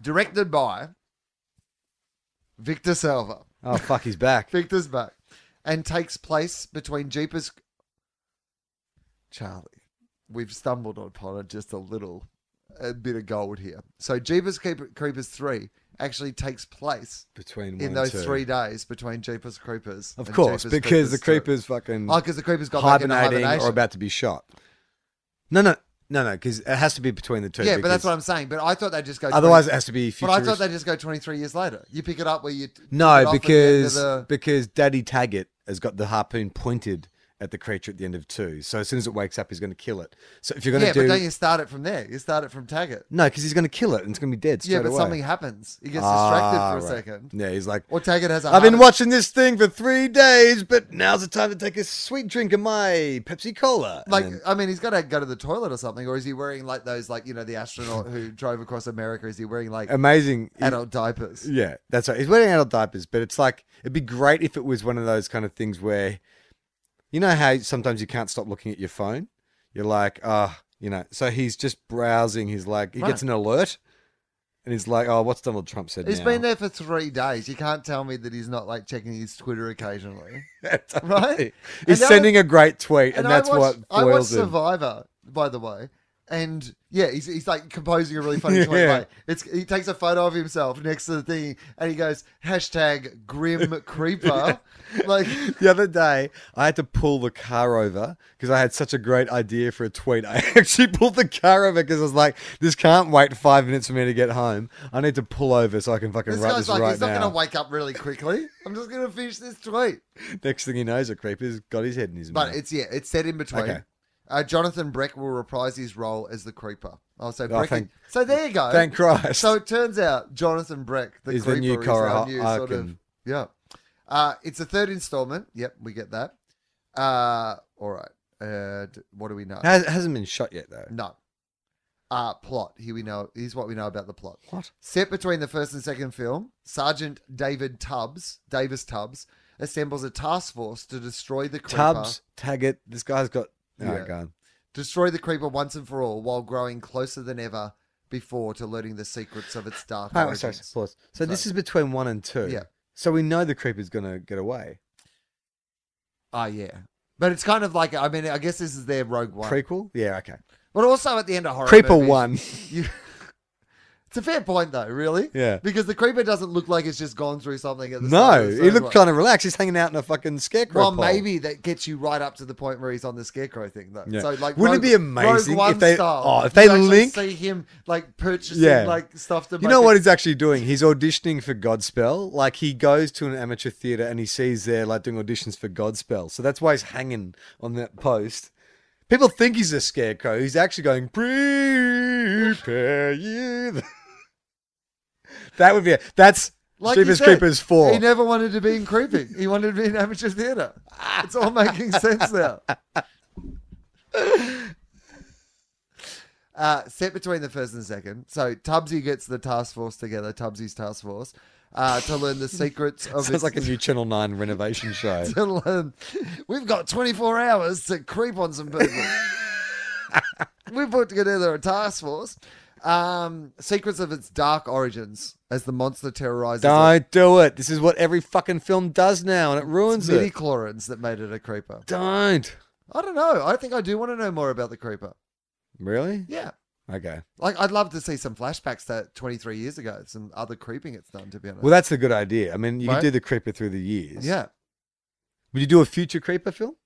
S3: directed by Victor Salva.
S2: (laughs) Oh fuck, he's back.
S3: Victor's back. And takes place between Jeepers. Charlie, we've stumbled upon it just a little a bit of gold here. So Jeepers Creep- Creepers 3 actually takes place
S2: Between one
S3: in
S2: and
S3: those
S2: two.
S3: three days between Jeepers Creepers.
S2: Of
S3: and
S2: course,
S3: Jeepers
S2: because the
S3: 2.
S2: creepers fucking
S3: Oh, because the creepers got back into
S2: hibernating
S3: hibernation.
S2: or about to be shot. No, no, no, no, because it has to be between the two.
S3: yeah, but that's
S2: because
S3: what I'm saying. But I thought they just go.
S2: Otherwise,
S3: 20
S2: it has to be.
S3: but I thought
S2: futuristic.
S3: they just go 23 years later. You pick it up where you. t- pick it
S2: No,
S3: off at the end of
S2: because
S3: the-
S2: because Daddy Taggart has got the harpoon pointed at the creature at the end of two. So as soon as it wakes up, he's going to kill it. So if you're going
S3: yeah,
S2: to do
S3: but don't you start it from there? You start it from Taggart.
S2: no, because he's going to kill it and it's going to be dead straight
S3: Yeah, but
S2: away.
S3: something happens. He gets
S2: Ah,
S3: distracted for a
S2: right.
S3: second,
S2: Yeah, he's like,
S3: or Taggart has a.
S2: I've
S3: heart
S2: been
S3: attack.
S2: watching this thing for three days, but now's the time to take a sweet drink of my Pepsi Cola. And
S3: Like,
S2: then-
S3: I mean, he's got to go to the toilet or something, or is he wearing like those, like you know, the
S2: (laughs)
S3: astronaut who drove across America? Is he wearing like
S2: amazing. Um, He-
S3: uh, adult diapers?
S2: yeah, that's right. He's wearing adult diapers, but it's like it'd be great if it was one of those kind of things where, you know, how sometimes you can't stop looking at your phone. You're like, ah, you know. So he's just browsing. He's like, he gets
S3: Right.
S2: an alert, and he's like, oh, what's Donald Trump said?
S3: He's
S2: now?
S3: been there for three days. You can't tell me that he's not like checking his Twitter occasionally.
S2: (laughs) That's
S3: Right? And
S2: He's
S3: the other-
S2: sending a great tweet, and,
S3: I
S2: that's
S3: watched-
S2: what
S3: I watched
S2: foils him.
S3: Survivor, by the way. And yeah, he's, he's like composing a
S2: (laughs)
S3: really funny tweet.
S2: Yeah.
S3: Like, it's he takes a photo of himself next to the thing, and he goes
S2: (laughs)
S3: hashtag Grim Creeper. Like,
S2: the other day, I had to pull the car over because I had such a great idea for a tweet. (laughs) I actually pulled the car over because I was like, "This can't wait five minutes for me to get home. I need to pull over so I can fucking
S3: this
S2: write
S3: guy's
S2: this
S3: like,
S2: right
S3: he's
S2: now."
S3: not going to wake up really quickly. I'm just going to finish this tweet.
S2: Next thing he knows, a creeper's got his head in his
S3: But
S2: mouth.
S3: it's yeah, it's set in between.
S2: Okay.
S3: Uh, Jonathan Breck will reprise his role as the Creeper. Oh, so Breck.
S2: thank-
S3: so there you go.
S2: Thank Christ.
S3: So it turns out Jonathan Breck, the
S2: Is the
S3: creeper,
S2: new
S3: is
S2: Kara
S3: our new sort of
S2: Arkin.
S3: yeah. Uh, it's the third installment. Yep, we get that. Uh, all right. Uh, d- what do we know?
S2: Has, hasn't been shot yet though.
S3: no. Uh, plot. Here we know. Here's what we know about the plot.
S2: What?
S3: Set between the first and second film, Sergeant David Tubbs, Davis Tubbs, assembles a task force to destroy the creeper.
S2: Tubbs, Taggart. This guy's got. Oh,
S3: Yeah.
S2: gone.
S3: destroy the creeper once and for all while growing closer than ever before to learning the secrets of its dark
S2: Oh, sorry,
S3: origins.
S2: pause. So this is between one and two.
S3: Yeah.
S2: So we know the creeper's gonna get away.
S3: Ah, yeah. But it's kind of like, I mean, I guess this is their Rogue One.
S2: Prequel? Yeah. Okay.
S3: but also at the end of horror
S2: Creeper
S3: movies,
S2: one.
S3: (laughs) you- it's a fair point, though, really.
S2: Yeah.
S3: Because the creeper doesn't look like it's just gone through something at the
S2: No,
S3: start of the
S2: he
S3: third
S2: looked
S3: one.
S2: kind of relaxed. He's hanging out in a fucking scarecrow.
S3: Well,
S2: pole.
S3: maybe that gets you right up to the point where he's on the scarecrow thing, though.
S2: Yeah.
S3: So, like,
S2: Wouldn't it
S3: Rogue-
S2: be amazing
S3: Rogue One
S2: if they-
S3: style,
S2: oh, if they
S3: you actually
S2: link-
S3: see him like purchasing
S2: Yeah.
S3: like stuff to
S2: You know what he's actually doing? He's auditioning for Godspell. Like he goes to an amateur theater and he sees they're like doing auditions for Godspell. So that's why he's hanging on that post. People think he's a scarecrow. He's actually going prepare you. (laughs) that would be a, that's
S3: Like he
S2: Jeepers
S3: said,
S2: Creepers four.
S3: He never wanted to be in creeping. He wanted to be in amateur theatre. It's all
S2: (laughs)
S3: making sense now. Uh, set between the first and second. So Tubbsy gets the task force together, Tubbsy's task force, uh,
S2: (laughs)
S3: to learn the secrets of
S2: Sounds
S3: its-
S2: like a new Channel Nine
S3: (laughs)
S2: renovation show. (laughs)
S3: to learn. We've got 24 hours to creep on some people. we put together a task force. Um, secrets of its dark origins as the monster terrorizes it.
S2: Don't do it. This is what every fucking film does now, and it ruins
S3: Midi
S2: it.
S3: chlorins that made it a creeper.
S2: Don't.
S3: I don't know. I think I do want to know more about the creeper.
S2: Really?
S3: Yeah.
S2: Okay.
S3: Like I'd love to see some flashbacks to 23 years ago, some other creeping it's done to be honest.
S2: Well, that's a good idea. I mean, you
S3: Right?
S2: could do the creeper through the years.
S3: yeah.
S2: Would you do a future creeper film?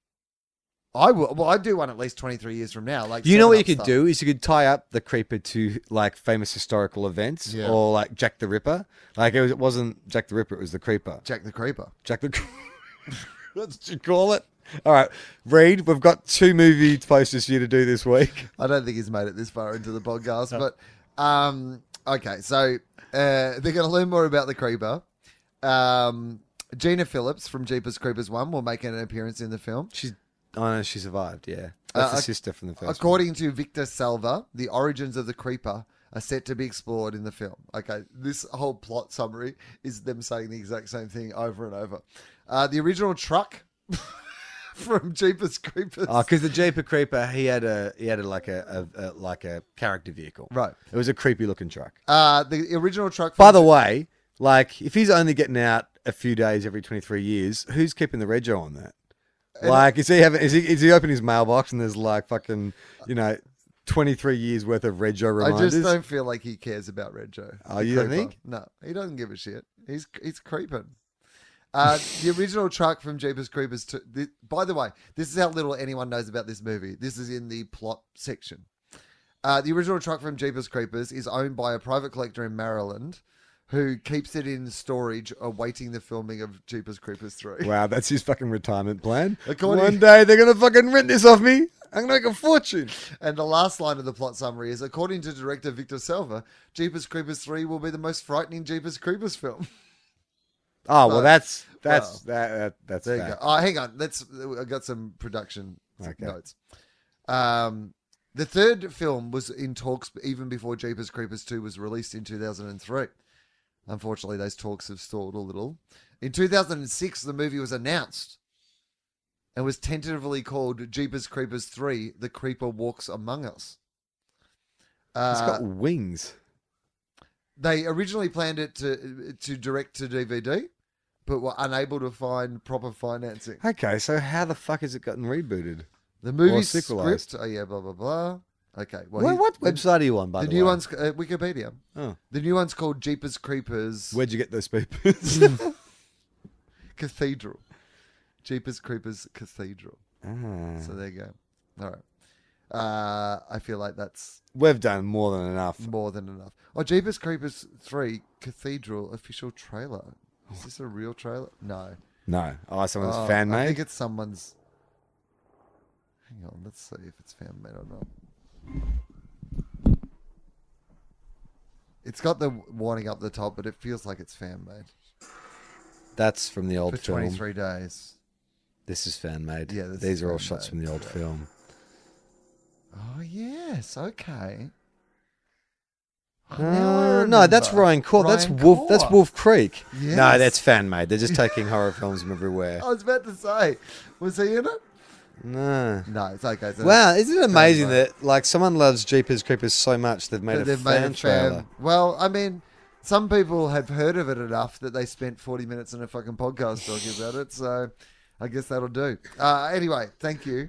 S3: I will. Well, I do one at least 23 years from now. Like
S2: You know what you
S3: 7-Up
S2: could
S3: stuff.
S2: do is you could tie up the creeper to like famous historical events
S3: Yeah.
S2: or like Jack the Ripper. Like it, was, it wasn't Jack the Ripper, it was the creeper.
S3: Jack the Creeper.
S2: Jack the (laughs) That's what you call it. All right, Reed, we've got two movie posters for you to do this
S3: (laughs)
S2: week.
S3: I don't think he's made it this far into the podcast, but um, okay. So uh, they're going to learn more about the creeper. Um, Gina Phillips from Jeepers Creepers One will make an appearance in the film.
S2: She's, I know she survived, yeah. That's
S3: Uh,
S2: the
S3: ac-
S2: sister from the first one.
S3: According to Victor Salva, the origins of the creeper are set to be explored in the film. Okay, this whole plot summary is them saying the exact same thing over and over. Uh, the original truck (laughs) from Jeepers Creepers.
S2: Oh, because the Jeeper Creeper, he had a he had a, like a, a, a like a character vehicle.
S3: Right.
S2: It was a creepy looking truck.
S3: Uh, the original truck.
S2: By
S3: From
S2: the way, like if he's only getting out a few days every twenty three years, who's keeping the rego on that? Like, is he having? Is he? Is he opening his mailbox and there's like fucking, you know, twenty three years worth of rego
S3: I
S2: reminders?
S3: just don't feel like he cares about Red Joe.
S2: Oh,
S3: the
S2: you don't
S3: creeper.
S2: think?
S3: No, he doesn't give a shit. He's he's creeping. Uh, the original truck from Jeepers Creepers. To, th- by the way, this is how little anyone knows about this movie. This is in the plot section. Uh, the original truck from Jeepers Creepers is owned by a private collector in Maryland, who keeps it in storage, awaiting the filming of Jeepers Creepers Three.
S2: Wow, that's his fucking retirement plan.
S3: According-
S2: One day they're gonna fucking rent this off me. I'm gonna make a fortune.
S3: And the last line of the plot summary is according to director Victor Salva, Jeepers Creepers 3 will be the most frightening Jeepers Creepers film.
S2: Oh well,
S3: Right.
S2: that's that's that, that that's
S3: Uh, There you go.
S2: fact.
S3: Oh, hang on. Let's I got some production
S2: Okay.
S3: notes. Um the third film was in talks even before Jeepers Creepers 2 was released in 2003. Unfortunately, those talks have stalled a little. In 2006, the movie was announced and was tentatively called Jeepers Creepers 3 The Creeper Walks Among Us.
S2: It's
S3: Uh,
S2: got wings.
S3: they originally planned it to to direct to DVD, but were unable to find proper financing.
S2: Okay, so how the fuck has it gotten rebooted?
S3: The movie
S2: Or sequelized.
S3: script. Oh yeah, blah blah blah. Okay. Well,
S2: What,
S3: he-
S2: what
S3: the-
S2: website are you on, by
S3: The
S2: the,
S3: new
S2: way?
S3: one's uh, Wikipedia.
S2: Oh.
S3: The new one's called Jeepers Creepers
S2: Where'd you get
S3: (laughs)
S2: those papers?
S3: Cathedral. Jeepers Creepers Cathedral.
S2: (laughs) Ah.
S3: So there you go. All right. Uh, I feel like that's
S2: We've done more than enough.
S3: more than enough. Oh, Jeepers Creepers Three Cathedral official trailer. Is
S2: Oh.
S3: this a real trailer? No.
S2: No. Oh, someone's
S3: Oh,
S2: fan
S3: I
S2: made?
S3: think it's someone's. Hang on, let's see if it's fan made or not. It's got the warning up the top, but it feels like it's fan made
S2: That's from the old
S3: for
S2: film.
S3: 23 days.
S2: This is fan made.
S3: Yeah, this
S2: These
S3: is
S2: are all
S3: fan
S2: shots
S3: made,
S2: from the old
S3: yeah.
S2: film.
S3: Oh yes, okay. Oh, now I
S2: Oh, no, that's
S3: remember.
S2: Ryan Corp. That's
S3: Ryan
S2: Wolf. That's
S3: Corr.
S2: Wolf Creek. No,
S3: Yes. Oh.
S2: that's fan made. They're
S3: (laughs)
S2: just taking horror films from everywhere.
S3: I was about to say, was he in it?
S2: No.
S3: No, it's okay. So
S2: Wow, isn't it amazing
S3: made.
S2: that like someone loves Jeepers Creepers so much they've made
S3: that
S2: a
S3: they've
S2: fan
S3: made a
S2: trailer?
S3: fan. Well, I mean, some people have heard of it enough that they spent 40 minutes in a fucking podcast talking about it. So I guess that'll do. Uh, anyway, thank you.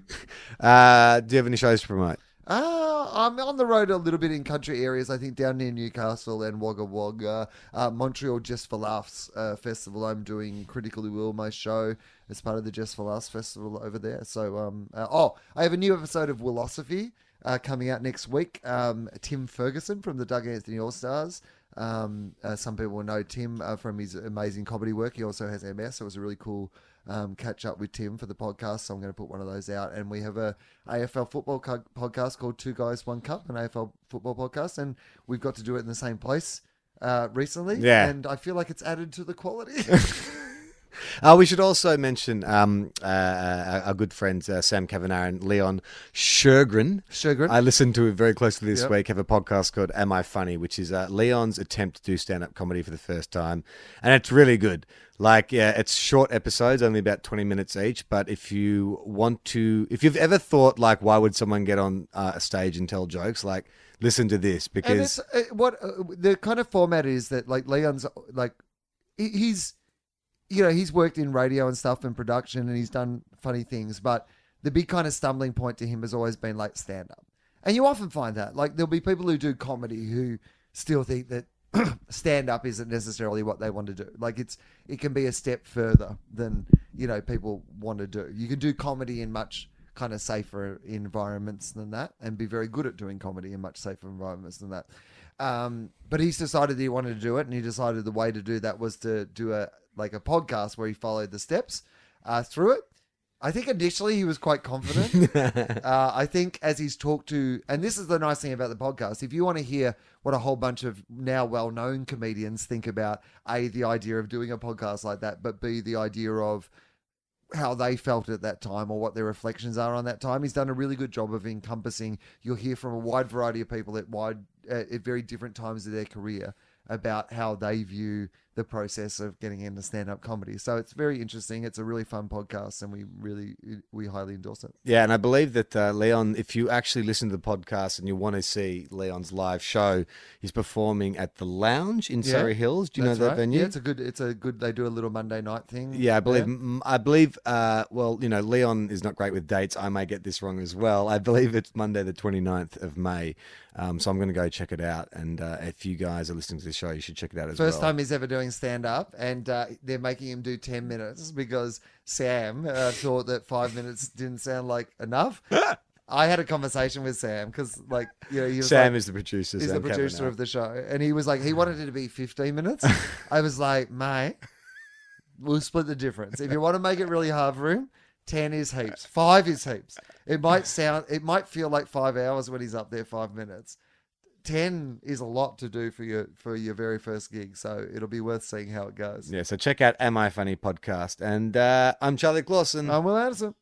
S2: Uh, do you have any shows to promote?
S3: Uh, I'm on the road a little bit in country areas, I think down near Newcastle and Wagga Wagga. Uh, Montreal Just for Laughs uh, Festival. I'm doing Critically Will, my show, as part of the Just for Laughs Festival over there. So, um, uh, oh, I have a new episode of Willosophy uh, coming out next week. Um, Tim Ferguson from the Doug Anthony All Stars. Um, uh, some people will know Tim uh, from his amazing comedy work. He also has MS, so it was a really cool um, catch up with Tim for the podcast. So I'm going to put one of those out. And we have a AFL football co- podcast called Two Guys One Cup, an AFL football podcast, and we've got to do it in the same place uh, recently.
S2: Yeah.
S3: and I feel like it's added to the quality.
S2: Uh, we should also mention um, uh, uh, our good friends uh, Sam Kavanagh and Leon Shergren.
S3: Shergren.
S2: I listened to it very closely this
S3: Yep.
S2: week. Have a podcast called "Am I Funny," which is uh, Leon's attempt to do stand-up comedy for the first time, and it's really good. Like, yeah, it's short episodes, only about twenty minutes each. But if you want to, if you've ever thought like, why would someone get on uh, a stage and tell jokes, like, listen to this
S3: And
S2: because
S3: it's uh, what uh, the kind of format is that like Leon's like he- he's you know he's worked in radio and stuff and production and he's done funny things, but the big kind of stumbling point to him has always been like stand up, and you often find that like there'll be people who do comedy who still think that (clears throat) stand up isn't necessarily what they want to do. Like it's it can be a step further than you know people want to do. You can do comedy in much kind of safer environments than that, and be very good at doing comedy in much safer environments than that. Um, but he's decided that he wanted to do it, and he decided the way to do that was to do a like a podcast where he followed the steps uh, through it. I think initially he was quite confident. Uh, I think as he's talked to, and this is the nice thing about the podcast. If you want to hear what a whole bunch of now well-known comedians think about a the idea of doing a podcast like that, but b the idea of how they felt at that time or what their reflections are on that time. He's done a really good job of encompassing. You'll hear from a wide variety of people at wide at at very different times of their career about how they view the process of getting into stand-up comedy. So it's very interesting. It's a really fun podcast and we really we highly endorse it.
S2: Yeah, and I believe that uh, Leon, if you actually listen to the podcast and you want to see Leon's live show, he's performing at the Lounge in
S3: Yeah,
S2: Surrey Hills. Do you know
S3: That's
S2: that
S3: right.
S2: venue?
S3: Yeah, it's a good it's a good they do a little Monday night thing.
S2: Yeah, I believe. mm, I believe. Uh, well, you know, Leon is not great with dates. I may get this wrong as well. I believe it's Monday, the 29th of May. Um, so I'm going to go check it out. And uh, if you guys are listening to this show, you should check it out as
S3: First
S2: well.
S3: time he's ever doing stand up, and uh, they're making him do 10 minutes because Sam uh, thought that five minutes didn't sound like
S2: (laughs)
S3: enough. I had a conversation with Sam because, like, you know, he was
S2: Sam
S3: like,
S2: is the producer.
S3: he's the
S2: Sam
S3: producer
S2: Kavanagh.
S3: of the show, and he was like, he wanted it to be 15 minutes. I was like, mate, we'll split the difference. If you want to make it really hard for him, 10 is heaps, five is heaps. It might sound, it might feel like five hours when he's up there, five minutes. 10 is a lot to do for your for your very first gig so it'll be worth seeing how it goes
S2: Yeah, so check out Am I Funny podcast. And uh, I'm Charlie Clausen.
S3: i'm will anderson